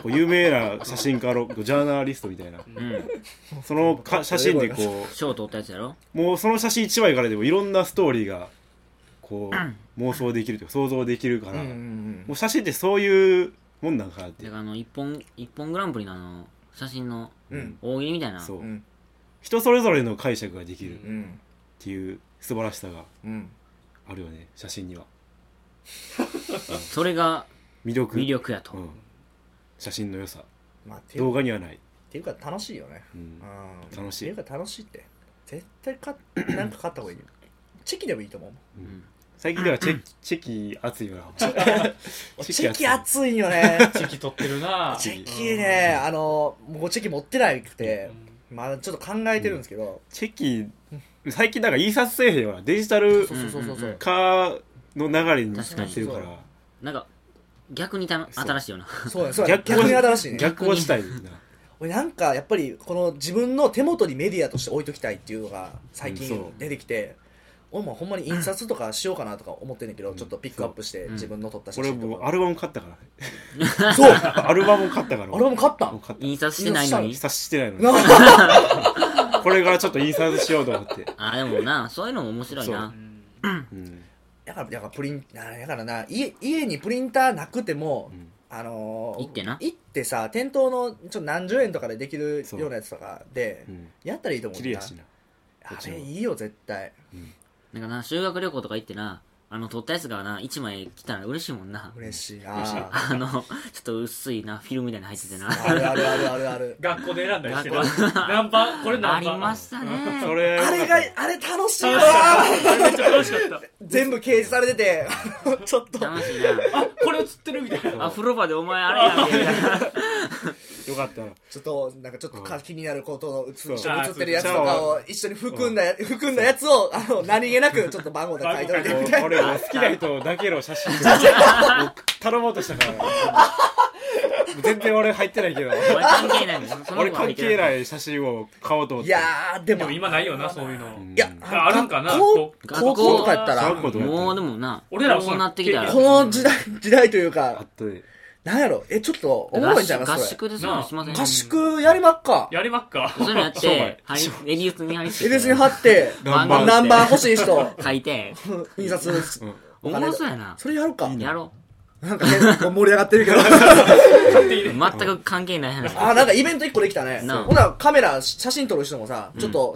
[SPEAKER 2] こう有名な写真家のジャーナリストみたいな
[SPEAKER 1] うん
[SPEAKER 2] そのか写真でこ
[SPEAKER 1] 賞取ったやつやろ
[SPEAKER 2] うもうその写真1枚からでもいろんなストーリーがこう妄想できるというか想像できるから
[SPEAKER 3] うんうん
[SPEAKER 2] も
[SPEAKER 3] うん
[SPEAKER 2] う写真ってそういうもんなんかなって
[SPEAKER 1] だからあの一本一本グランプリのあの写真の
[SPEAKER 3] うん
[SPEAKER 1] 大喜利みたいな
[SPEAKER 2] そう
[SPEAKER 3] うん
[SPEAKER 2] 人それぞれの解釈ができるっ
[SPEAKER 3] うん
[SPEAKER 2] ていう素晴らしさが
[SPEAKER 3] うん
[SPEAKER 2] あるよね写真には
[SPEAKER 1] それが
[SPEAKER 2] 魅力
[SPEAKER 1] 魅力や
[SPEAKER 2] う
[SPEAKER 1] と
[SPEAKER 2] ん、写真の良さ
[SPEAKER 3] まあていう
[SPEAKER 2] 動
[SPEAKER 3] っ
[SPEAKER 2] 画にはない、
[SPEAKER 3] ていうか楽しいよね
[SPEAKER 2] うん
[SPEAKER 3] うん
[SPEAKER 2] 楽しい
[SPEAKER 3] っていうか楽しいって絶対かなんか買った方がいいよチェキでもいいと
[SPEAKER 2] *laughs*
[SPEAKER 3] 思う
[SPEAKER 2] うん最近ではチェチェキ熱いよな
[SPEAKER 3] チ
[SPEAKER 2] チェキ熱い
[SPEAKER 3] ェキ熱いよね
[SPEAKER 4] チェキ撮ってるな
[SPEAKER 3] チェキねあのもうチェキ持ってないく
[SPEAKER 4] う
[SPEAKER 3] て
[SPEAKER 4] ん
[SPEAKER 3] まあちょっと考えてるんですけど
[SPEAKER 2] チェキ最近なんか印刷せえへんよなデジタル
[SPEAKER 3] そうそうそうそうそ
[SPEAKER 1] うんうん
[SPEAKER 3] う
[SPEAKER 2] 化の流れになってるから
[SPEAKER 3] 確か
[SPEAKER 1] なんか逆にたの
[SPEAKER 2] そう
[SPEAKER 1] 新しいよな
[SPEAKER 3] そうやそうや
[SPEAKER 2] 逆
[SPEAKER 3] 逆に新しいね
[SPEAKER 2] 逆をしたいな
[SPEAKER 3] 俺なんかやっぱりこの自分の手元にメディアとして置いときたいっていうのが最
[SPEAKER 2] うんそう
[SPEAKER 3] 近出てきて俺もほんまに印刷とかしようかなとか思ってんねんけど
[SPEAKER 2] ん
[SPEAKER 3] ちょっとピックアップして
[SPEAKER 1] うん
[SPEAKER 3] 自分の撮った写
[SPEAKER 2] 俺
[SPEAKER 3] 真
[SPEAKER 2] も
[SPEAKER 3] と
[SPEAKER 2] う
[SPEAKER 3] か
[SPEAKER 2] アルバム買ったから
[SPEAKER 3] そう
[SPEAKER 2] アルバム買ったから
[SPEAKER 3] 俺も買った
[SPEAKER 2] もう買った
[SPEAKER 1] 印刷してないのに
[SPEAKER 2] 印刷してない *laughs* のに
[SPEAKER 3] な
[SPEAKER 2] これからちょっと印刷しようと思って、
[SPEAKER 1] ああでもなそういうのも面白い
[SPEAKER 2] そう
[SPEAKER 1] な
[SPEAKER 2] うん
[SPEAKER 3] だから、だからプリン、なだからな、家、家にプリンターなくても、
[SPEAKER 2] うん
[SPEAKER 3] あのー、
[SPEAKER 1] 行ってな
[SPEAKER 3] 行ってさ、店頭のちょっと何十円とかでできる
[SPEAKER 2] そう
[SPEAKER 3] ようなやつとかで
[SPEAKER 2] う、ん、
[SPEAKER 3] やったらいいと思う
[SPEAKER 2] 綺
[SPEAKER 3] んだ
[SPEAKER 2] 麗やしな
[SPEAKER 3] あれいいよ、絶対。
[SPEAKER 1] なんかな修学旅行とか行ってなあの撮ったやつがな一枚来たら嬉しいもんな
[SPEAKER 3] 嬉しい。
[SPEAKER 2] しい
[SPEAKER 3] あ
[SPEAKER 1] あのちょっと薄いなフィルムみたいなの入っててな
[SPEAKER 3] あ。あるあるあるあるあ
[SPEAKER 2] *laughs*
[SPEAKER 3] る。
[SPEAKER 4] 学校で選んだりしてた
[SPEAKER 1] 学
[SPEAKER 4] *laughs* ナンパこれナ
[SPEAKER 1] あ
[SPEAKER 4] ンパ
[SPEAKER 1] りました
[SPEAKER 2] そ
[SPEAKER 1] ね
[SPEAKER 2] れ
[SPEAKER 3] あれが、あれ楽しい
[SPEAKER 4] 楽し
[SPEAKER 3] わ
[SPEAKER 4] かったあれめっちゃ楽しかった
[SPEAKER 3] 全部掲示されてて、ちょっと、
[SPEAKER 1] 楽しいな
[SPEAKER 4] あこれ映ってるみたいな
[SPEAKER 1] あ風呂場でお前あれやん
[SPEAKER 2] よかったな
[SPEAKER 3] ちょっと、なんかちょっとか気になることのうつ、
[SPEAKER 2] そう
[SPEAKER 3] 一緒に写ってるやつとかを、一緒に含んだや、含んだやつを、あの、何気なく、ちょっと番号で書いといてみたいな。
[SPEAKER 2] 俺も好きな人だけの写真を頼もうとしたから全然俺入ってないけど
[SPEAKER 1] 俺関係ないもんその子は
[SPEAKER 2] 俺
[SPEAKER 1] 入
[SPEAKER 2] 関
[SPEAKER 1] って
[SPEAKER 2] 係
[SPEAKER 1] い
[SPEAKER 2] ない写真を買おうと思っ
[SPEAKER 3] い
[SPEAKER 2] て
[SPEAKER 3] やーで
[SPEAKER 4] で
[SPEAKER 3] も
[SPEAKER 4] も今ないよなそういうの
[SPEAKER 2] ん
[SPEAKER 3] いや
[SPEAKER 4] ああるんかな
[SPEAKER 3] 高
[SPEAKER 1] 学
[SPEAKER 3] 高
[SPEAKER 1] 校
[SPEAKER 3] 校とかやった
[SPEAKER 2] 小
[SPEAKER 3] ら
[SPEAKER 2] 学校とかやったら
[SPEAKER 1] もうでもな
[SPEAKER 4] 俺らは
[SPEAKER 1] こうなってきたら
[SPEAKER 4] そ
[SPEAKER 3] この時代時代という
[SPEAKER 2] あ
[SPEAKER 3] か
[SPEAKER 2] って
[SPEAKER 3] なんやろえちょっとおもろ
[SPEAKER 1] 合
[SPEAKER 3] いんちゃい
[SPEAKER 1] 宿
[SPEAKER 3] ま
[SPEAKER 1] 合
[SPEAKER 3] すそれ
[SPEAKER 1] 宿でそういうのしません
[SPEAKER 4] な
[SPEAKER 3] 合宿やりまっか
[SPEAKER 4] やりまっか
[SPEAKER 1] そういうのやっ
[SPEAKER 2] 商売
[SPEAKER 1] て貼りエリウスに貼り付
[SPEAKER 3] え
[SPEAKER 1] けて
[SPEAKER 3] 別に貼って
[SPEAKER 2] ナンバ
[SPEAKER 1] 番号
[SPEAKER 3] ナンバー欲しい人
[SPEAKER 1] 書いて
[SPEAKER 3] 印刷
[SPEAKER 2] うん
[SPEAKER 1] おもろそうやな
[SPEAKER 3] それやるか
[SPEAKER 1] やろ
[SPEAKER 3] なんかね盛り上がってるけど
[SPEAKER 1] う全く関係ない話
[SPEAKER 3] あーなんかイベント一個できたね
[SPEAKER 1] なあ
[SPEAKER 3] ほなカメラ写真撮る人もさちょっと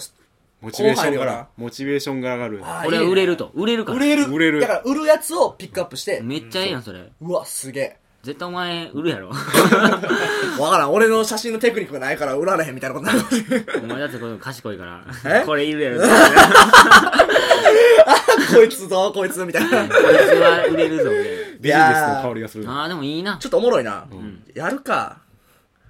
[SPEAKER 2] モチベーション
[SPEAKER 3] 後輩だか
[SPEAKER 2] が
[SPEAKER 3] ら
[SPEAKER 2] モチベーションが上がる
[SPEAKER 3] あー
[SPEAKER 1] 俺はい
[SPEAKER 3] いね
[SPEAKER 1] 売れると売れるから
[SPEAKER 3] 売れる
[SPEAKER 2] 売れる
[SPEAKER 3] だから売るやつをピックアップして
[SPEAKER 1] めっちゃええやんそれ
[SPEAKER 3] うわすげえ
[SPEAKER 1] 絶対お前売るや
[SPEAKER 3] *laughs*
[SPEAKER 1] ろ
[SPEAKER 3] わからん俺の写真のテクニックがないから売られへんみたいなことになる *laughs*
[SPEAKER 1] お前だってこういうの賢いから
[SPEAKER 3] え
[SPEAKER 1] これい
[SPEAKER 3] *laughs*
[SPEAKER 1] るやろこ
[SPEAKER 3] こいつぞこいつみたいない
[SPEAKER 1] つは売れるぞみたい
[SPEAKER 2] ビジネスの香りがする
[SPEAKER 1] なあーでもいいな
[SPEAKER 3] ちょっとおもろいな、
[SPEAKER 2] ん
[SPEAKER 3] やるか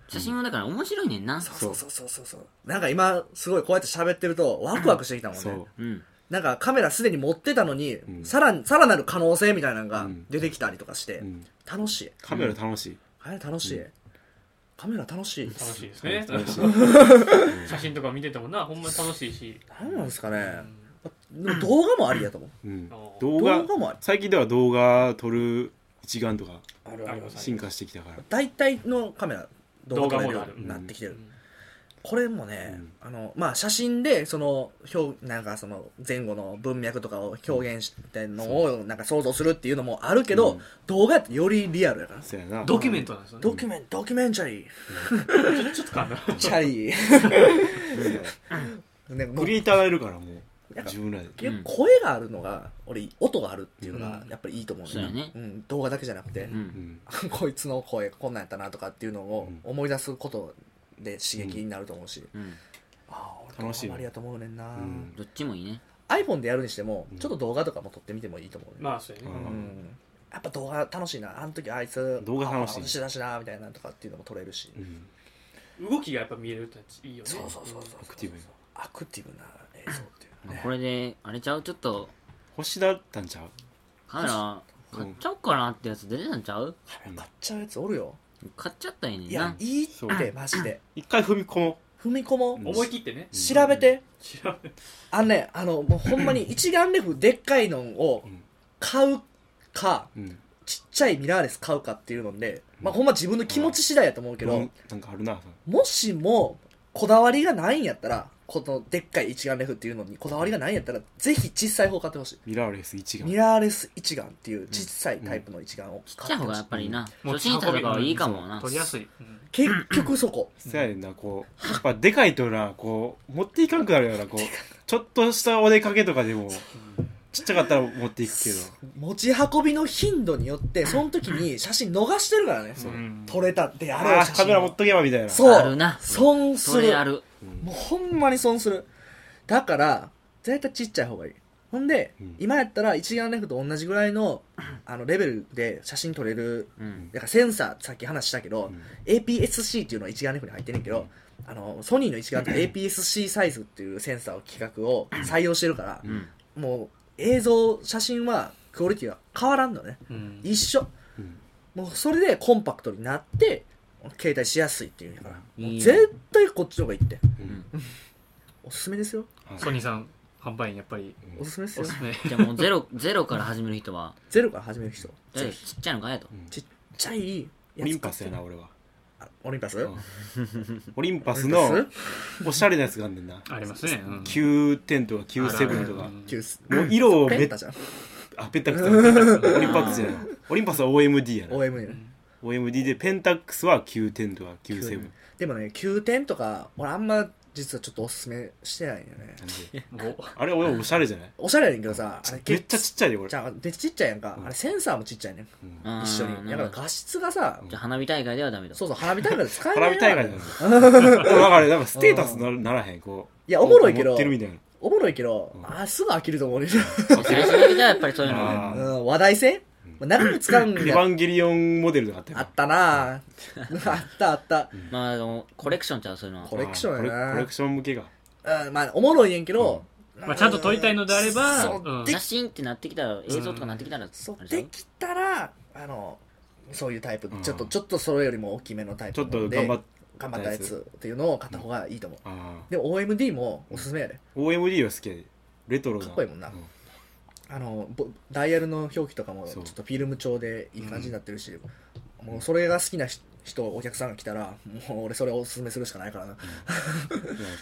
[SPEAKER 1] 写真はだから面白いねんな
[SPEAKER 3] そうそうそうそうそうなんか今すごいこうやって喋ってるとワクワクしてきたもん
[SPEAKER 2] そ
[SPEAKER 3] ね
[SPEAKER 2] う
[SPEAKER 1] うん
[SPEAKER 3] なんかカメラすでに持ってたのに、
[SPEAKER 2] ん
[SPEAKER 3] さらにさらなる可能性みたいなのが
[SPEAKER 2] ん
[SPEAKER 3] 出てきたりとかして、
[SPEAKER 2] ん
[SPEAKER 3] 楽しい
[SPEAKER 2] カメラ楽しい
[SPEAKER 3] あれ楽しい、カメラ楽しい
[SPEAKER 4] *laughs* 楽しいですね
[SPEAKER 2] 楽しい
[SPEAKER 4] *laughs* 写真とか見ててもなほんまに楽しいし
[SPEAKER 3] 何なんですかねでも動画もありやと思う
[SPEAKER 2] うん
[SPEAKER 4] ー
[SPEAKER 2] 動
[SPEAKER 3] 動画もあ
[SPEAKER 2] 画
[SPEAKER 3] る
[SPEAKER 2] 最近では動画撮る一眼とか
[SPEAKER 3] ある
[SPEAKER 4] あります
[SPEAKER 2] 進化してきたから
[SPEAKER 3] 大体のカメラ動画撮れるようになってきてる、
[SPEAKER 4] うん
[SPEAKER 3] これもね、あのまあ写真でその表なんかその前後の文脈とかを表現してんのをなんか想像するっていうのもあるけど、動画ってよりリアルやから、
[SPEAKER 2] そうやな
[SPEAKER 4] ドキュメントなんですよね
[SPEAKER 3] ドキュメンドキュメンチャリー
[SPEAKER 4] ちょっとかな
[SPEAKER 3] チャリ *laughs* ーねも
[SPEAKER 2] ク
[SPEAKER 3] う
[SPEAKER 2] リエイターがいるからもう
[SPEAKER 3] なんか
[SPEAKER 2] 自分らで
[SPEAKER 3] 結構声があるのが俺音があるっていうのがやっぱりいいと思う
[SPEAKER 1] そうやね
[SPEAKER 3] うん、動画だけじゃなくて、
[SPEAKER 1] う
[SPEAKER 2] うんん
[SPEAKER 3] *laughs* こいつの声こんなんやったなとかっていうのを思い出すことで刺激になると思うし、
[SPEAKER 1] うん
[SPEAKER 3] ああ俺
[SPEAKER 2] 楽しいよ
[SPEAKER 3] ありがとう思うねんな、
[SPEAKER 2] うん
[SPEAKER 1] どっちもいいね
[SPEAKER 3] iPhone でやるにしても、
[SPEAKER 2] ん
[SPEAKER 3] ちょっと動画とかも撮ってみてもいいと思う、ね
[SPEAKER 4] まあそうやね
[SPEAKER 2] う
[SPEAKER 3] うんん、やっぱ動画楽しいなあの時あいつ
[SPEAKER 2] 動画楽しい
[SPEAKER 3] あ私だしなみたいなのとかっていうのも撮れるし、
[SPEAKER 2] うん
[SPEAKER 4] 動きがやっぱ見えるっていいよね
[SPEAKER 3] そうそうそうそう
[SPEAKER 2] アクティブに
[SPEAKER 3] アクティブな映像っていうのね
[SPEAKER 1] これであれちゃうちょっと
[SPEAKER 2] 欲しだったんちゃう
[SPEAKER 1] カメラ買っちゃおうかなってやつ出てたんちゃう
[SPEAKER 2] うん
[SPEAKER 3] 買っちゃうやつおるよ
[SPEAKER 1] 買っちゃったらいいねん
[SPEAKER 3] いや
[SPEAKER 1] ない
[SPEAKER 3] いっ
[SPEAKER 2] そう
[SPEAKER 3] てマジで
[SPEAKER 2] 一回踏み込も
[SPEAKER 3] 踏み込もう、
[SPEAKER 2] うん
[SPEAKER 4] 思い切ってね
[SPEAKER 3] 調べて
[SPEAKER 4] 調べ
[SPEAKER 3] あのねあのもうほんまに一眼レフでっかいのを
[SPEAKER 2] ん
[SPEAKER 3] 買うか
[SPEAKER 2] ううん
[SPEAKER 3] ちっちゃいミラーレス買うかっていうので、まあ、ほんま自分の気持ち次第やと思うけど、
[SPEAKER 2] うんなんかあるな
[SPEAKER 3] もしもこだわりがないんやったらこのでっかい一眼レフっていうのにこだわりがないんやったらぜひ小さい方買ってほしい
[SPEAKER 2] ミラーレス一
[SPEAKER 3] ミ
[SPEAKER 2] 眼
[SPEAKER 3] ラーレス一眼っていう小さいタイプの一眼を
[SPEAKER 1] ちっ
[SPEAKER 3] 買
[SPEAKER 1] ち
[SPEAKER 3] っ
[SPEAKER 1] ゃい
[SPEAKER 3] て
[SPEAKER 1] 方
[SPEAKER 3] ほ
[SPEAKER 1] が
[SPEAKER 3] し
[SPEAKER 1] や
[SPEAKER 3] い
[SPEAKER 1] っぱりな
[SPEAKER 4] もう
[SPEAKER 1] 初心者とかはいいかもな
[SPEAKER 4] 撮りやすいうん
[SPEAKER 3] 結局そこ
[SPEAKER 2] そうやねんなこうやっぱでかいとなこう持っていかんくなるよなこうちょっとしたお出かけとかでもちっちゃかったら持っていくけど
[SPEAKER 3] 持ち運びの頻度によってその時に写真逃してるからね、
[SPEAKER 4] うん
[SPEAKER 3] 撮れたであろ
[SPEAKER 2] あ
[SPEAKER 3] う
[SPEAKER 2] あ
[SPEAKER 3] 写
[SPEAKER 2] カメ
[SPEAKER 3] 真
[SPEAKER 2] ラ持
[SPEAKER 3] を
[SPEAKER 2] っとけばみたいな
[SPEAKER 3] そう
[SPEAKER 1] あるな
[SPEAKER 3] 損す
[SPEAKER 1] そ
[SPEAKER 3] る
[SPEAKER 1] れある
[SPEAKER 3] もうほんまに損するだから絶対ちっちゃい方がいいほんで、
[SPEAKER 2] うん
[SPEAKER 3] 今やったら一眼レフと同じぐらい
[SPEAKER 1] *clears throat*
[SPEAKER 3] のあのレベルで写真撮れる
[SPEAKER 1] うん
[SPEAKER 3] だからセンサーさっき話したけど、APS-C っていうのは一眼レフに入ってんねんけど、あのソニーの一眼って APS-C サイズっていうセンサーを規格を採用してるから、
[SPEAKER 1] うん
[SPEAKER 3] もう映像写真はクオリティは変わらんのね
[SPEAKER 4] うん
[SPEAKER 3] 一緒
[SPEAKER 2] うん
[SPEAKER 3] もうそれでコンパクトになって携帯しやすいっていうんやから
[SPEAKER 1] うん
[SPEAKER 3] もう
[SPEAKER 1] いいね
[SPEAKER 3] 絶対こっちの方がいいって
[SPEAKER 2] うん
[SPEAKER 3] おすすめですよ
[SPEAKER 2] はい
[SPEAKER 4] ソニーさん販売員やっぱり
[SPEAKER 3] おすすめです
[SPEAKER 4] お
[SPEAKER 3] よ
[SPEAKER 4] すすめ
[SPEAKER 1] じゃあもうゼロゼロから始める人は
[SPEAKER 3] ゼロから始める人
[SPEAKER 1] とりあえ
[SPEAKER 3] ぜ
[SPEAKER 1] ずちっちゃいの買えと
[SPEAKER 3] ひちっちゃい
[SPEAKER 2] オ
[SPEAKER 3] や
[SPEAKER 2] リ
[SPEAKER 3] つ
[SPEAKER 2] ンパスやな俺は
[SPEAKER 3] あオリンパス
[SPEAKER 2] んオリンパ
[SPEAKER 3] オ
[SPEAKER 2] ス
[SPEAKER 3] リン
[SPEAKER 2] のおしゃれなやつがあんねんな
[SPEAKER 4] ありますねうん
[SPEAKER 2] 910とか97とか
[SPEAKER 3] キュース
[SPEAKER 2] もう色を
[SPEAKER 3] ペ
[SPEAKER 2] め
[SPEAKER 3] ン
[SPEAKER 2] っ
[SPEAKER 3] タじゃん
[SPEAKER 2] あペンタックス *laughs* だオリンパックスやなオリンパスは OMD やな
[SPEAKER 3] OM ね
[SPEAKER 2] OMD でペンタックスは910とか97なん
[SPEAKER 3] でもね9点とか俺あんま実はちょっとおすすめしてないんだよね
[SPEAKER 2] で
[SPEAKER 4] もう
[SPEAKER 2] あれ俺おしゃれじゃない
[SPEAKER 3] おしゃれやねんけどさあれ
[SPEAKER 2] めっちゃちっちゃいでこれ
[SPEAKER 3] じゃあでちっちゃいやんか、あれセンサーもちっちゃいねん
[SPEAKER 1] あー
[SPEAKER 3] 一緒にだか
[SPEAKER 1] なるほ
[SPEAKER 3] ら
[SPEAKER 1] ど
[SPEAKER 3] 画質がさ、
[SPEAKER 1] じゃあ花火大会ではダメだ
[SPEAKER 3] そうそう花火大会で使えな
[SPEAKER 2] 花
[SPEAKER 3] い
[SPEAKER 2] 火大会
[SPEAKER 3] い
[SPEAKER 2] なんですよでもだからなんかステータスなならへんこうい
[SPEAKER 3] やおもろいけど
[SPEAKER 2] 持ってるみたいな
[SPEAKER 3] *laughs* おもろいけど、あすぐ飽きると思うねんう
[SPEAKER 1] 最初の人はやっぱりそういうのが
[SPEAKER 2] あー
[SPEAKER 3] ん *laughs* 話題性、まあ、長く使うん
[SPEAKER 2] エヴ
[SPEAKER 3] や
[SPEAKER 2] ァンゲリオンモデルとかあったよ
[SPEAKER 3] あったなあ *laughs* あったあった、
[SPEAKER 1] まああのコレクションちゃうそういうのは
[SPEAKER 3] コレクションや
[SPEAKER 2] あーコレ
[SPEAKER 3] な
[SPEAKER 2] コレクション向けが
[SPEAKER 3] うんまあおもろいねんけど、
[SPEAKER 4] まあちゃんと撮りたいのであれば
[SPEAKER 3] そう
[SPEAKER 4] うん
[SPEAKER 3] で
[SPEAKER 1] 写真ってなってきたら映像とかなってきたら
[SPEAKER 3] そう
[SPEAKER 1] あれちゃ
[SPEAKER 3] で
[SPEAKER 1] う
[SPEAKER 3] きたらあのそういうタイプ、
[SPEAKER 2] うん
[SPEAKER 3] ちょっとちょっとそれよりも大きめのタイ
[SPEAKER 2] ち
[SPEAKER 3] プ
[SPEAKER 2] ょっと
[SPEAKER 3] で
[SPEAKER 2] 頑張っ
[SPEAKER 3] 頑張ったやつっていうのを買った方がいいと思う、
[SPEAKER 2] あ
[SPEAKER 3] でも OMD もおすすめやで、
[SPEAKER 2] ー OMD は好きやでレトロな
[SPEAKER 3] かっこいいもんな
[SPEAKER 2] う
[SPEAKER 3] あのぼダイヤルの表記とかもち
[SPEAKER 2] そ
[SPEAKER 3] ょ
[SPEAKER 2] う
[SPEAKER 3] っとフィルム調でいい感じになってるし、もうそれが好きな人人お客さんが来たらもう俺それをおすすめするしかないからな、
[SPEAKER 2] いや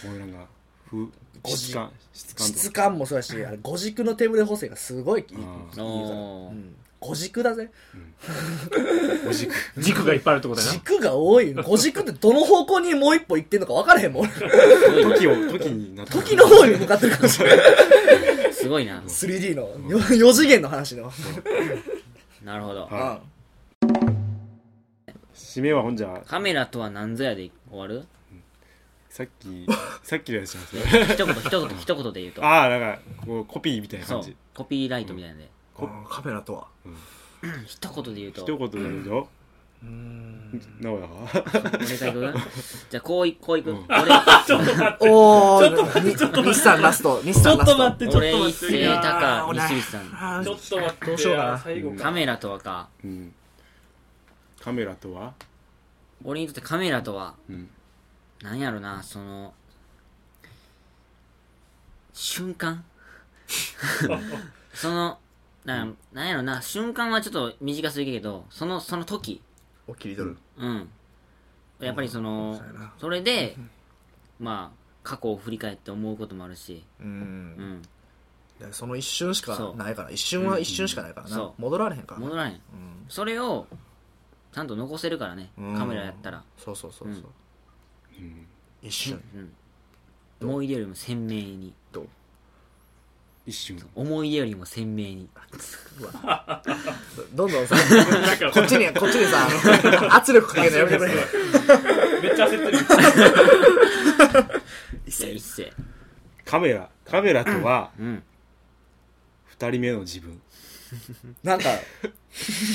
[SPEAKER 2] こういうなんかふ
[SPEAKER 3] ごじ
[SPEAKER 2] 質感質感と
[SPEAKER 3] 質感もそうやしあれ五軸の手ぶれ補正がすごいいいいい
[SPEAKER 2] あ
[SPEAKER 3] から、う
[SPEAKER 1] ーあー
[SPEAKER 3] ん、五軸だぜ
[SPEAKER 2] お軸
[SPEAKER 4] 軸がいっぱいあるってことやな
[SPEAKER 3] 軸が多い五軸ってどの方向にもう一歩行ってんのか分からへんもん俺
[SPEAKER 2] 時を時になった
[SPEAKER 3] 時の方に向かってるかも *laughs* しれない
[SPEAKER 1] すごいな
[SPEAKER 3] 3D の4次元の話の、
[SPEAKER 1] なるほど
[SPEAKER 2] は締めはほんじゃ
[SPEAKER 1] カメラとは何ぞやで終わる
[SPEAKER 2] さっきさっきのやつなんですよ
[SPEAKER 1] 一言一言一言で言うと
[SPEAKER 2] ああなんかこうコピーみたいな
[SPEAKER 1] そ
[SPEAKER 2] 感
[SPEAKER 1] う
[SPEAKER 2] じ
[SPEAKER 1] コピーライトみたいなんで、
[SPEAKER 2] こ
[SPEAKER 3] カメラとは
[SPEAKER 1] 一言で言うと
[SPEAKER 2] 一言で言うよ
[SPEAKER 4] うーん
[SPEAKER 2] 名古屋は
[SPEAKER 1] 俺から
[SPEAKER 4] *laughs*
[SPEAKER 1] 行くじゃあこういこういく、
[SPEAKER 2] うん
[SPEAKER 4] ちょっと待って
[SPEAKER 3] おおちょっと待ってちょっと待って日産ラスト日
[SPEAKER 4] ち
[SPEAKER 3] 産
[SPEAKER 4] ょっ
[SPEAKER 3] ラ
[SPEAKER 4] と
[SPEAKER 3] ス
[SPEAKER 4] 待っ
[SPEAKER 3] ト
[SPEAKER 4] てちょっと
[SPEAKER 1] 俺
[SPEAKER 4] 待
[SPEAKER 1] 俺一
[SPEAKER 4] って
[SPEAKER 1] 斉高
[SPEAKER 3] 俺
[SPEAKER 1] 西口さん
[SPEAKER 3] あ
[SPEAKER 4] ちょっと待って
[SPEAKER 3] どうしようかな
[SPEAKER 4] 最後
[SPEAKER 1] カメラとはか
[SPEAKER 2] うんカメラとは
[SPEAKER 1] 俺にとってカメラとは
[SPEAKER 2] うん
[SPEAKER 1] 何やろなその瞬
[SPEAKER 4] *laughs*
[SPEAKER 1] 間そのなんなんやろな瞬間はちょっと短すぎるけどそのその時
[SPEAKER 3] お切り取る
[SPEAKER 1] うんやっぱりその
[SPEAKER 3] そうやな
[SPEAKER 1] それでまあ過去を振り返って思うこともあるし
[SPEAKER 3] う
[SPEAKER 1] うんん
[SPEAKER 3] いやその一瞬しか
[SPEAKER 1] そう
[SPEAKER 3] ないから一瞬は一瞬しかないから
[SPEAKER 1] うん
[SPEAKER 3] な
[SPEAKER 1] そ
[SPEAKER 3] 戻られへんからな
[SPEAKER 1] 戻らへん
[SPEAKER 3] うん
[SPEAKER 1] それをちゃんと残せるからね
[SPEAKER 3] うん
[SPEAKER 1] カメラやったら
[SPEAKER 3] そうそうそうそううん
[SPEAKER 2] うん
[SPEAKER 3] 一瞬
[SPEAKER 1] うん思い出よりも鮮明に
[SPEAKER 3] どう
[SPEAKER 2] 一瞬
[SPEAKER 1] 思い出よりも鮮明に
[SPEAKER 3] どんどんさ
[SPEAKER 4] なんか
[SPEAKER 3] こ *laughs* っちにこっちにさあの圧力かけるのやめてくれ
[SPEAKER 4] めっちゃ焦ってる
[SPEAKER 1] 一世一世
[SPEAKER 2] カメラカメラとは
[SPEAKER 1] うん
[SPEAKER 2] 二人目の自分
[SPEAKER 3] なんか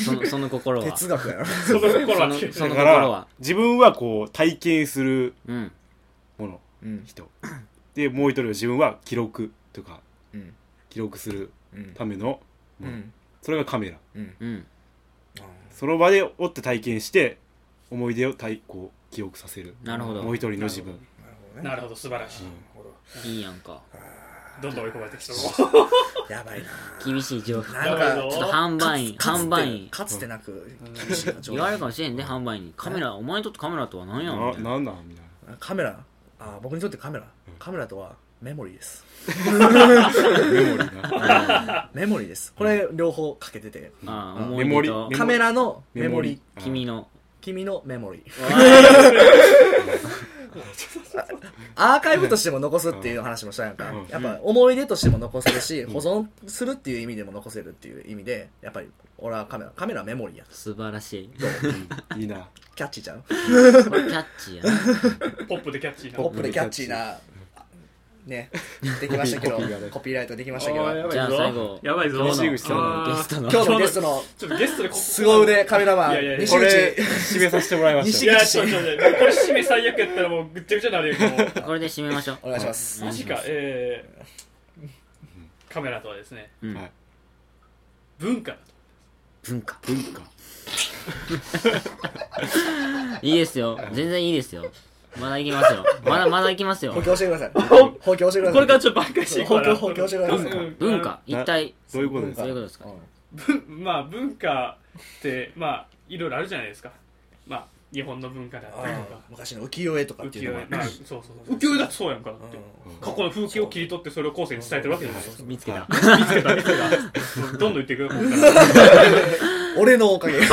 [SPEAKER 1] そ
[SPEAKER 4] *laughs*
[SPEAKER 1] のその心は
[SPEAKER 3] 哲学やな
[SPEAKER 4] その心
[SPEAKER 1] そ
[SPEAKER 4] は
[SPEAKER 1] の
[SPEAKER 4] 違う
[SPEAKER 1] そ
[SPEAKER 2] だ
[SPEAKER 1] の
[SPEAKER 2] か
[SPEAKER 1] 心は
[SPEAKER 2] ら自分はこう体験する
[SPEAKER 1] うん
[SPEAKER 2] もの
[SPEAKER 3] うん
[SPEAKER 2] 人でもう一人は自分は記録とか
[SPEAKER 3] うん
[SPEAKER 2] 記録する
[SPEAKER 3] うん
[SPEAKER 2] ためのも
[SPEAKER 3] う
[SPEAKER 2] の、
[SPEAKER 3] ん
[SPEAKER 2] それがカメラ
[SPEAKER 3] うん
[SPEAKER 1] うん
[SPEAKER 2] その場でおって体験して思い出を体こう記憶させる
[SPEAKER 1] なるほど
[SPEAKER 2] もう一人の自分
[SPEAKER 3] なるほどね
[SPEAKER 4] なるほど素晴らしい
[SPEAKER 1] いいやんか
[SPEAKER 4] どんどん追い込まれてきそう
[SPEAKER 3] やばいな
[SPEAKER 1] 厳しい状況
[SPEAKER 3] なん
[SPEAKER 4] なる
[SPEAKER 3] か
[SPEAKER 4] ほど
[SPEAKER 1] ちょっと販売員販売員
[SPEAKER 3] かつてなく
[SPEAKER 1] 言われるかもしれんね販売員にカメラお前にとってカメラとは何やろみ
[SPEAKER 2] な
[SPEAKER 1] たいな
[SPEAKER 2] なんなんみたいな
[SPEAKER 3] カメラあ僕にとってカメラカメラとはメモリーです
[SPEAKER 2] メモリーな
[SPEAKER 3] メモリーですこれ両方かけてて
[SPEAKER 1] あ
[SPEAKER 3] う
[SPEAKER 1] あ
[SPEAKER 3] ん
[SPEAKER 1] 思い出と
[SPEAKER 2] メモリ
[SPEAKER 3] カメラのメモリー
[SPEAKER 2] あー
[SPEAKER 1] 君の
[SPEAKER 3] 君のメモリー
[SPEAKER 1] う
[SPEAKER 3] *laughs* アーカイブとしても残すっていう話もしたやんか
[SPEAKER 2] うん
[SPEAKER 3] やっぱ思い出としても残せるし保存するっていう意味でも残せるっていう意味でやっぱり俺はカメラカメラはメモリーや
[SPEAKER 1] 素晴ら
[SPEAKER 4] *laughs*
[SPEAKER 1] しい
[SPEAKER 2] いいな
[SPEAKER 3] キャッチーちゃう
[SPEAKER 1] これキャッチーやな
[SPEAKER 4] ポップでキャッチーな
[SPEAKER 3] ポップでキャッチーなねできましたけど
[SPEAKER 2] コピーがね
[SPEAKER 3] コピーライトできま
[SPEAKER 4] あ
[SPEAKER 3] したけど
[SPEAKER 4] ーやばいぞ
[SPEAKER 1] じゃあ最後
[SPEAKER 4] やばいぞ
[SPEAKER 1] 今日の
[SPEAKER 2] 西口さんの
[SPEAKER 4] あー
[SPEAKER 1] ゲストの
[SPEAKER 3] 今日のゲストの
[SPEAKER 4] ちょっとゲストでこ
[SPEAKER 3] 凄腕カメラマン
[SPEAKER 4] いやいやいや
[SPEAKER 3] 西
[SPEAKER 2] *laughs* これ
[SPEAKER 3] 口
[SPEAKER 2] 締めさせてもらいまし
[SPEAKER 4] い
[SPEAKER 2] た
[SPEAKER 4] やちょっと待ってこれ締め最悪やったらもうぐっちゃぐちゃになるよもう
[SPEAKER 1] これで締めましょう
[SPEAKER 4] *laughs*
[SPEAKER 3] お願いします
[SPEAKER 4] マジか、えー、カメラとはですね、
[SPEAKER 1] うん
[SPEAKER 2] はい
[SPEAKER 4] 文化だと。
[SPEAKER 1] 文化
[SPEAKER 2] 文化
[SPEAKER 1] いいですよ全然いいですよまだいきますよまだまだいき
[SPEAKER 4] *laughs*
[SPEAKER 1] ますよ
[SPEAKER 3] 補強してください補強してください
[SPEAKER 4] これからちょっと挽回していこう
[SPEAKER 3] 補強
[SPEAKER 4] な
[SPEAKER 3] 補強してください
[SPEAKER 4] うん
[SPEAKER 1] 文化
[SPEAKER 2] な
[SPEAKER 1] 一体
[SPEAKER 2] どういうことです
[SPEAKER 1] どう
[SPEAKER 2] か
[SPEAKER 1] いうことですか
[SPEAKER 4] 文 *laughs* まあ、文化って、まあ、いろいろあるじゃないですか。まあ、日本の文化だったりとか
[SPEAKER 3] あ。昔の浮世絵とかっ
[SPEAKER 4] 浮
[SPEAKER 3] て
[SPEAKER 4] 世
[SPEAKER 3] いうの
[SPEAKER 4] 絵、
[SPEAKER 3] が
[SPEAKER 4] まあ、そうそうそう浮世絵だってそうやんかだって、過去の風景を切り取ってそれを後世に伝えてるわけじゃない
[SPEAKER 1] 見つけた
[SPEAKER 4] 見つけた見つけたどんどん言ってくるここから
[SPEAKER 3] 俺のおかげあ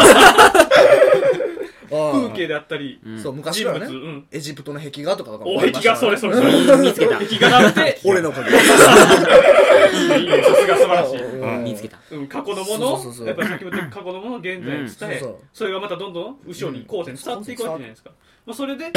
[SPEAKER 4] 風
[SPEAKER 3] あ
[SPEAKER 4] 景であったり
[SPEAKER 1] うん
[SPEAKER 3] そう昔
[SPEAKER 4] 人
[SPEAKER 3] から
[SPEAKER 4] 物、
[SPEAKER 3] ね
[SPEAKER 4] うん
[SPEAKER 3] エジプトの壁画とかとかも
[SPEAKER 4] お
[SPEAKER 3] あり
[SPEAKER 4] 壁
[SPEAKER 3] ました
[SPEAKER 4] 画そ
[SPEAKER 3] からね
[SPEAKER 4] れそれそれ
[SPEAKER 3] *laughs*
[SPEAKER 1] 見つけ
[SPEAKER 2] *laughs*
[SPEAKER 1] た
[SPEAKER 4] 壁画だって
[SPEAKER 3] 俺のおかげ
[SPEAKER 4] いいねいいねさすが素晴らしい
[SPEAKER 3] うん
[SPEAKER 1] 見つ
[SPEAKER 2] *laughs*
[SPEAKER 1] けた
[SPEAKER 4] うん、過去のも
[SPEAKER 3] そう
[SPEAKER 4] の
[SPEAKER 3] そうそうそう
[SPEAKER 4] やっぱり先ほど言った過去のものを現在に伝え、
[SPEAKER 1] うん
[SPEAKER 3] そうそう
[SPEAKER 4] それがまたどんどん後ろに後世に伝わっていくわけじゃないですか、まあ、それで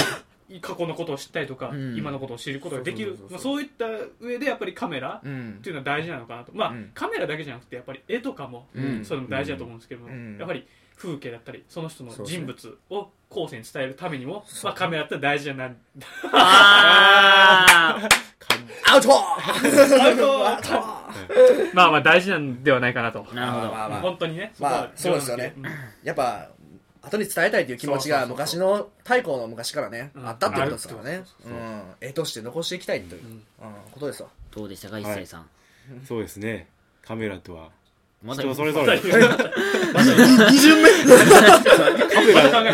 [SPEAKER 4] 過去のことを知ったりとか、
[SPEAKER 3] うん
[SPEAKER 4] 今のことを知ることができる
[SPEAKER 3] そう
[SPEAKER 4] ま
[SPEAKER 3] そう
[SPEAKER 4] あ
[SPEAKER 3] そ
[SPEAKER 4] そういった上でやっぱりカメラ
[SPEAKER 3] うん
[SPEAKER 4] っていうのは大事なのかなと、まあ
[SPEAKER 3] うん
[SPEAKER 4] カメラだけじゃなくてやっぱり絵とかも、
[SPEAKER 3] うん
[SPEAKER 4] そういうのも大事だと思うんですけども、
[SPEAKER 3] うん
[SPEAKER 4] やっぱり風景だったりその人の
[SPEAKER 3] そうそう
[SPEAKER 4] 人物を後世に伝えるためにも、まあ、カメラって大事じゃない
[SPEAKER 1] あー
[SPEAKER 3] アウト
[SPEAKER 4] アウトまあまあ大事なんではないかなと
[SPEAKER 1] なるほど
[SPEAKER 3] まあまあ
[SPEAKER 4] 本当にね
[SPEAKER 3] まあ
[SPEAKER 4] こは
[SPEAKER 3] そうですよね
[SPEAKER 4] うん
[SPEAKER 3] やっぱ後に伝えたいという気持ち
[SPEAKER 4] そ
[SPEAKER 3] が
[SPEAKER 4] うそうそう
[SPEAKER 3] 昔
[SPEAKER 4] そ
[SPEAKER 3] の太古の昔からね、
[SPEAKER 4] うん
[SPEAKER 3] あったってことですから
[SPEAKER 4] あ
[SPEAKER 3] ね
[SPEAKER 4] るって
[SPEAKER 3] うん絵として残していきたいという、うんことですわ
[SPEAKER 1] どうでしたか一斉さん、
[SPEAKER 2] そうですねカメラとは
[SPEAKER 1] まだ
[SPEAKER 2] 人それぞ
[SPEAKER 4] まだ
[SPEAKER 2] れ
[SPEAKER 4] 言う
[SPEAKER 3] 2巡目
[SPEAKER 2] カメ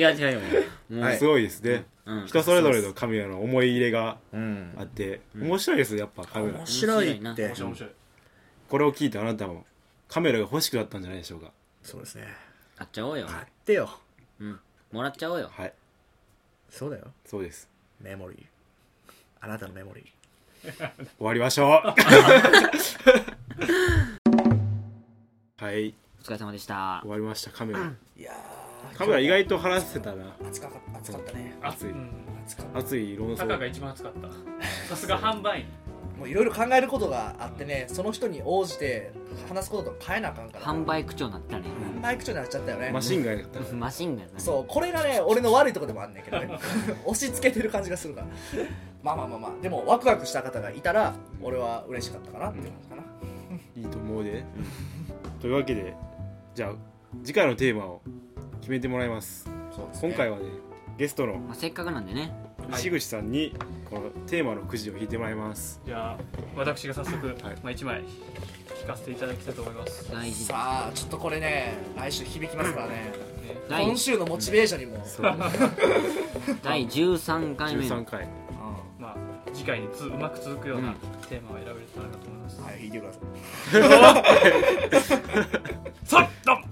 [SPEAKER 2] ラ
[SPEAKER 1] 違う違うよ
[SPEAKER 2] *laughs*
[SPEAKER 1] もう、
[SPEAKER 3] はい
[SPEAKER 2] すごいですね、
[SPEAKER 1] うん、
[SPEAKER 2] 人それぞれのカメラの思い入れが
[SPEAKER 3] うん
[SPEAKER 2] あって、面白いですやっぱカメラ
[SPEAKER 3] 面白い
[SPEAKER 1] 面
[SPEAKER 3] っ
[SPEAKER 1] 白
[SPEAKER 3] て
[SPEAKER 4] 面白い面白い
[SPEAKER 2] これを聞いてあなたもカメラが欲しくなったんじゃないでしょうか
[SPEAKER 3] そうですね
[SPEAKER 1] 買っちゃおうよ、
[SPEAKER 3] 買ってよ
[SPEAKER 1] うん、もらっちゃおうよ
[SPEAKER 2] はい
[SPEAKER 3] そうだよ
[SPEAKER 2] そうです
[SPEAKER 3] メモリーあなたのメモリー
[SPEAKER 2] 終わり *laughs* ましょうはい
[SPEAKER 1] お疲れ様でした
[SPEAKER 2] 終わりましたカメラ
[SPEAKER 3] いやー
[SPEAKER 2] カメラ意外と話せたな
[SPEAKER 3] 暑かった暑かったね
[SPEAKER 2] 熱い
[SPEAKER 4] うん
[SPEAKER 3] 暑かっ
[SPEAKER 2] 熱い論
[SPEAKER 4] タカ
[SPEAKER 2] 争
[SPEAKER 4] が一番熱かったさすが販売員
[SPEAKER 3] たもういろいろ考えることがあってねその人に応じて話すことと変えなあかんから
[SPEAKER 1] 販売口調になったね、
[SPEAKER 3] マイク長になっちゃったよね
[SPEAKER 2] マシンガンやった
[SPEAKER 1] マシンガンだね
[SPEAKER 3] そうこれがね俺の悪いとこでもあんねんけどね *laughs* 押し付けてる感じがするからまあまあまあまあでもワクワクした方がいたら俺は嬉しかったかなっていう感じかな、
[SPEAKER 2] いいと思うでというわけでじゃあ次回のテーマを決めてもらいます
[SPEAKER 3] そうですね
[SPEAKER 2] 今回はねゲストの
[SPEAKER 1] まあ、せっかくなんでね
[SPEAKER 2] 石口さんにこのテーマのくじを引いてもらいます
[SPEAKER 4] じゃあ私が早速、
[SPEAKER 2] はい
[SPEAKER 4] まあ、1枚聞かせていただきたいと思います、ね、
[SPEAKER 1] 大事だ
[SPEAKER 3] さあちょっとこれね来週響きますからね
[SPEAKER 1] 第
[SPEAKER 3] 今週のモチベーションにも、
[SPEAKER 1] 第13回目
[SPEAKER 2] 13
[SPEAKER 1] の
[SPEAKER 2] 回
[SPEAKER 4] まあ次回につうまく続くようなテーマを選べたらなと思います、
[SPEAKER 3] はい、聞いてください
[SPEAKER 4] さっどん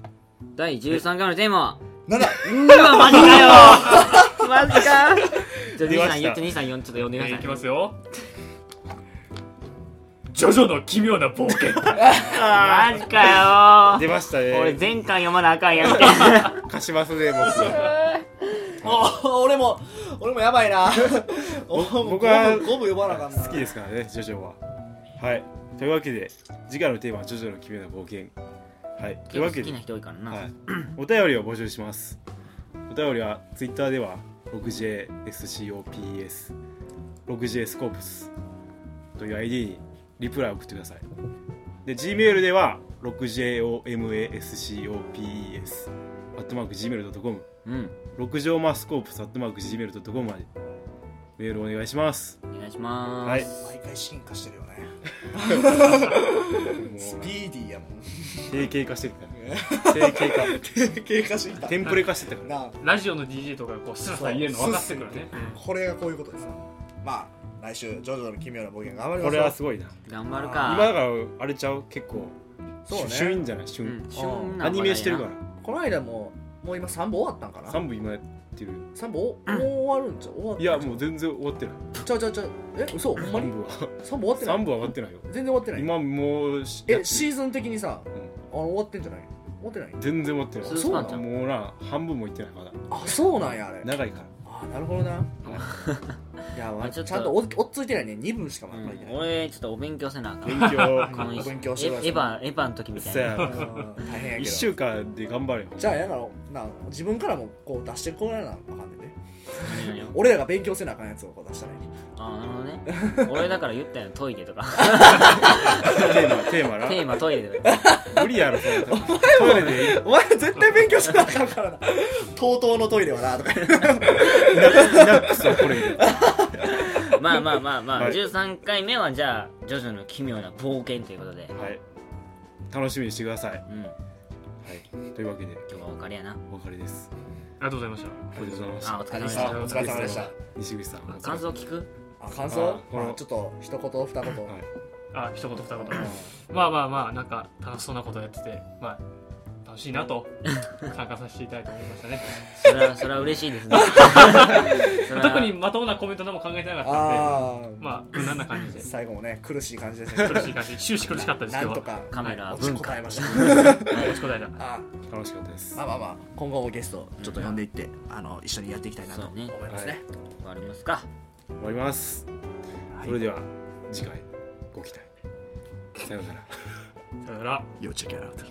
[SPEAKER 1] 第13回のテーマは
[SPEAKER 3] なんだ
[SPEAKER 1] うーわマジかよ
[SPEAKER 2] *laughs*
[SPEAKER 1] マジかじゃ
[SPEAKER 2] 出ま
[SPEAKER 1] あ
[SPEAKER 2] し
[SPEAKER 1] 234ち
[SPEAKER 2] た
[SPEAKER 1] ょっと234ちょっと呼んでくだ
[SPEAKER 4] え
[SPEAKER 1] さ
[SPEAKER 4] ー
[SPEAKER 1] い
[SPEAKER 4] いきますよ *laughs* ジョジョの奇妙な冒険
[SPEAKER 1] マジかよ
[SPEAKER 2] 出ました
[SPEAKER 1] 俺
[SPEAKER 2] ね
[SPEAKER 1] 前回読まなあかんやん
[SPEAKER 2] *laughs*
[SPEAKER 1] け
[SPEAKER 2] 貸しますね
[SPEAKER 3] お俺も俺もやばいな
[SPEAKER 2] *laughs* 僕は
[SPEAKER 3] 5分呼ばなあかんな
[SPEAKER 2] 僕好きですからねジョジョははいというわけで次回のテーマはジョジョの奇妙な冒険はいというわけ
[SPEAKER 1] 好
[SPEAKER 2] で
[SPEAKER 1] きな人多いからな、
[SPEAKER 2] はい、お便りを募集しますお便りはツイッターでは 6JSCOPS 6J スコープスという ID にリプライを送ってくださいで Gmail では 6JOMASCOPES アットマーク Gmail.com
[SPEAKER 1] うん
[SPEAKER 2] 六条マスコープスアットマーク Gmail.com までメールお願いします
[SPEAKER 1] お願いします、
[SPEAKER 2] はい
[SPEAKER 3] 毎回進化してるよね
[SPEAKER 2] もう
[SPEAKER 3] スピーディーやもん *laughs*
[SPEAKER 2] 定型化してるから定型化
[SPEAKER 3] 経過してきた
[SPEAKER 2] テンプレ化してたから
[SPEAKER 3] なあ
[SPEAKER 4] *laughs* ラジオの DJ とかがこうすらさら言えるの分かってくるからね
[SPEAKER 3] これがこういうことですまあ来週ジョジョの奇妙な冒険頑張ります
[SPEAKER 2] これはすごいな
[SPEAKER 1] 頑張る
[SPEAKER 2] 今
[SPEAKER 1] か
[SPEAKER 2] だからあれちゃう結構
[SPEAKER 3] そうね
[SPEAKER 2] 旬じゃない旬、
[SPEAKER 1] うん旬な
[SPEAKER 2] アニメしてるから
[SPEAKER 3] この間ももう今3本終わったんかな
[SPEAKER 2] 3部今やってる
[SPEAKER 3] 3本おもう終わるんちゃう終わ
[SPEAKER 2] いやもう全然終わってない
[SPEAKER 3] ちゃうちゃうちゃうえ嘘ほんまに
[SPEAKER 2] 3部は
[SPEAKER 3] 3本終わってない
[SPEAKER 2] 3部は終わってな
[SPEAKER 3] *laughs*
[SPEAKER 2] いよ
[SPEAKER 3] 全然終わってない
[SPEAKER 2] 今もうしやっ
[SPEAKER 3] え
[SPEAKER 2] て
[SPEAKER 3] シーズン的にさあ
[SPEAKER 2] る
[SPEAKER 3] の終わってんじゃない終わってない
[SPEAKER 2] うん全然終わってない
[SPEAKER 1] ス
[SPEAKER 3] ーパーちゃん
[SPEAKER 2] もうな半分もいってないまだ
[SPEAKER 3] あそうなんやあれ *laughs*
[SPEAKER 2] 長いから
[SPEAKER 3] あなるほどないやまあ
[SPEAKER 1] ち
[SPEAKER 3] ち
[SPEAKER 1] ょっと
[SPEAKER 3] ゃんとお追っついてないね2分しかま
[SPEAKER 1] う
[SPEAKER 3] だ書いて
[SPEAKER 1] ん、
[SPEAKER 3] ない
[SPEAKER 1] 俺ちょっとお勉強せなあかん
[SPEAKER 2] 勉
[SPEAKER 1] この
[SPEAKER 2] 強
[SPEAKER 1] 一
[SPEAKER 3] 勉強し
[SPEAKER 1] エ
[SPEAKER 3] てくだ
[SPEAKER 1] エヴ
[SPEAKER 3] さい
[SPEAKER 1] ァエヴァの時みたい
[SPEAKER 2] さ
[SPEAKER 1] な
[SPEAKER 2] や
[SPEAKER 3] うん大変やけ
[SPEAKER 2] 1
[SPEAKER 3] ど
[SPEAKER 2] 週間で頑
[SPEAKER 3] *laughs*
[SPEAKER 2] 張れよ
[SPEAKER 3] じゃあやなろな自分からもこう出してこらなあかんでね
[SPEAKER 1] いやいや
[SPEAKER 3] 俺らが勉強せなあかんやつをこう出したらいい
[SPEAKER 1] あなるほ
[SPEAKER 2] *laughs*
[SPEAKER 1] どね俺だから言ったよトイレとか
[SPEAKER 2] テーマテーマ
[SPEAKER 1] テーマトイレとか
[SPEAKER 2] な無理やろそれトイレで
[SPEAKER 3] お前絶対勉強しなあかん *laughs* からな TOTO のトイレはなとか言って
[SPEAKER 2] イナイナックスはこれで
[SPEAKER 1] まあまあまあまあ、
[SPEAKER 2] はい
[SPEAKER 1] 13回目はじゃあジョジョの奇妙な冒険ということで、
[SPEAKER 2] はい楽しみにしてください、は
[SPEAKER 1] うん、今
[SPEAKER 2] い、というわけで
[SPEAKER 1] 日はお別れやな
[SPEAKER 2] お別れです
[SPEAKER 4] ありがとうございました
[SPEAKER 2] ありがとうございまし
[SPEAKER 1] あ
[SPEAKER 2] た
[SPEAKER 1] お疲れ様
[SPEAKER 3] お疲
[SPEAKER 1] でした
[SPEAKER 3] れ様でした
[SPEAKER 2] 西口さん
[SPEAKER 1] 感想聞く
[SPEAKER 3] あ感想
[SPEAKER 2] あこの
[SPEAKER 3] まあちょっと一言二言、
[SPEAKER 2] はい
[SPEAKER 4] あ一言二言 *laughs* まあまあまあなんか楽しそうなことやっててまあ楽しいな *laughs* と参加させていただいて思いましたね
[SPEAKER 1] それはそれは嬉しい
[SPEAKER 2] *laughs*
[SPEAKER 1] ですねそれは
[SPEAKER 4] 特にまともなコメント何も考えてなかった
[SPEAKER 3] あ
[SPEAKER 4] んで
[SPEAKER 3] あ、
[SPEAKER 4] まあ無難な感じで
[SPEAKER 3] 最後もね苦しい感じですね
[SPEAKER 4] 苦しい感じ終始苦しかったです
[SPEAKER 3] な
[SPEAKER 4] けど
[SPEAKER 3] んとか
[SPEAKER 1] カメラは
[SPEAKER 3] 落ち
[SPEAKER 1] 文
[SPEAKER 3] こ
[SPEAKER 1] 化
[SPEAKER 3] たえました
[SPEAKER 4] 落ちこたえだ
[SPEAKER 3] *laughs* あ
[SPEAKER 2] 楽しかったです
[SPEAKER 3] まあまあまあ今後もゲストちょっと呼んでいって、あの一緒にやっていきたいなと
[SPEAKER 1] そう
[SPEAKER 3] 思
[SPEAKER 1] ね
[SPEAKER 3] いますね
[SPEAKER 1] 終わりますか
[SPEAKER 2] 終わります
[SPEAKER 3] はい
[SPEAKER 2] それでは次回ご期待さようなら
[SPEAKER 4] さよなら
[SPEAKER 3] 要チェックアウト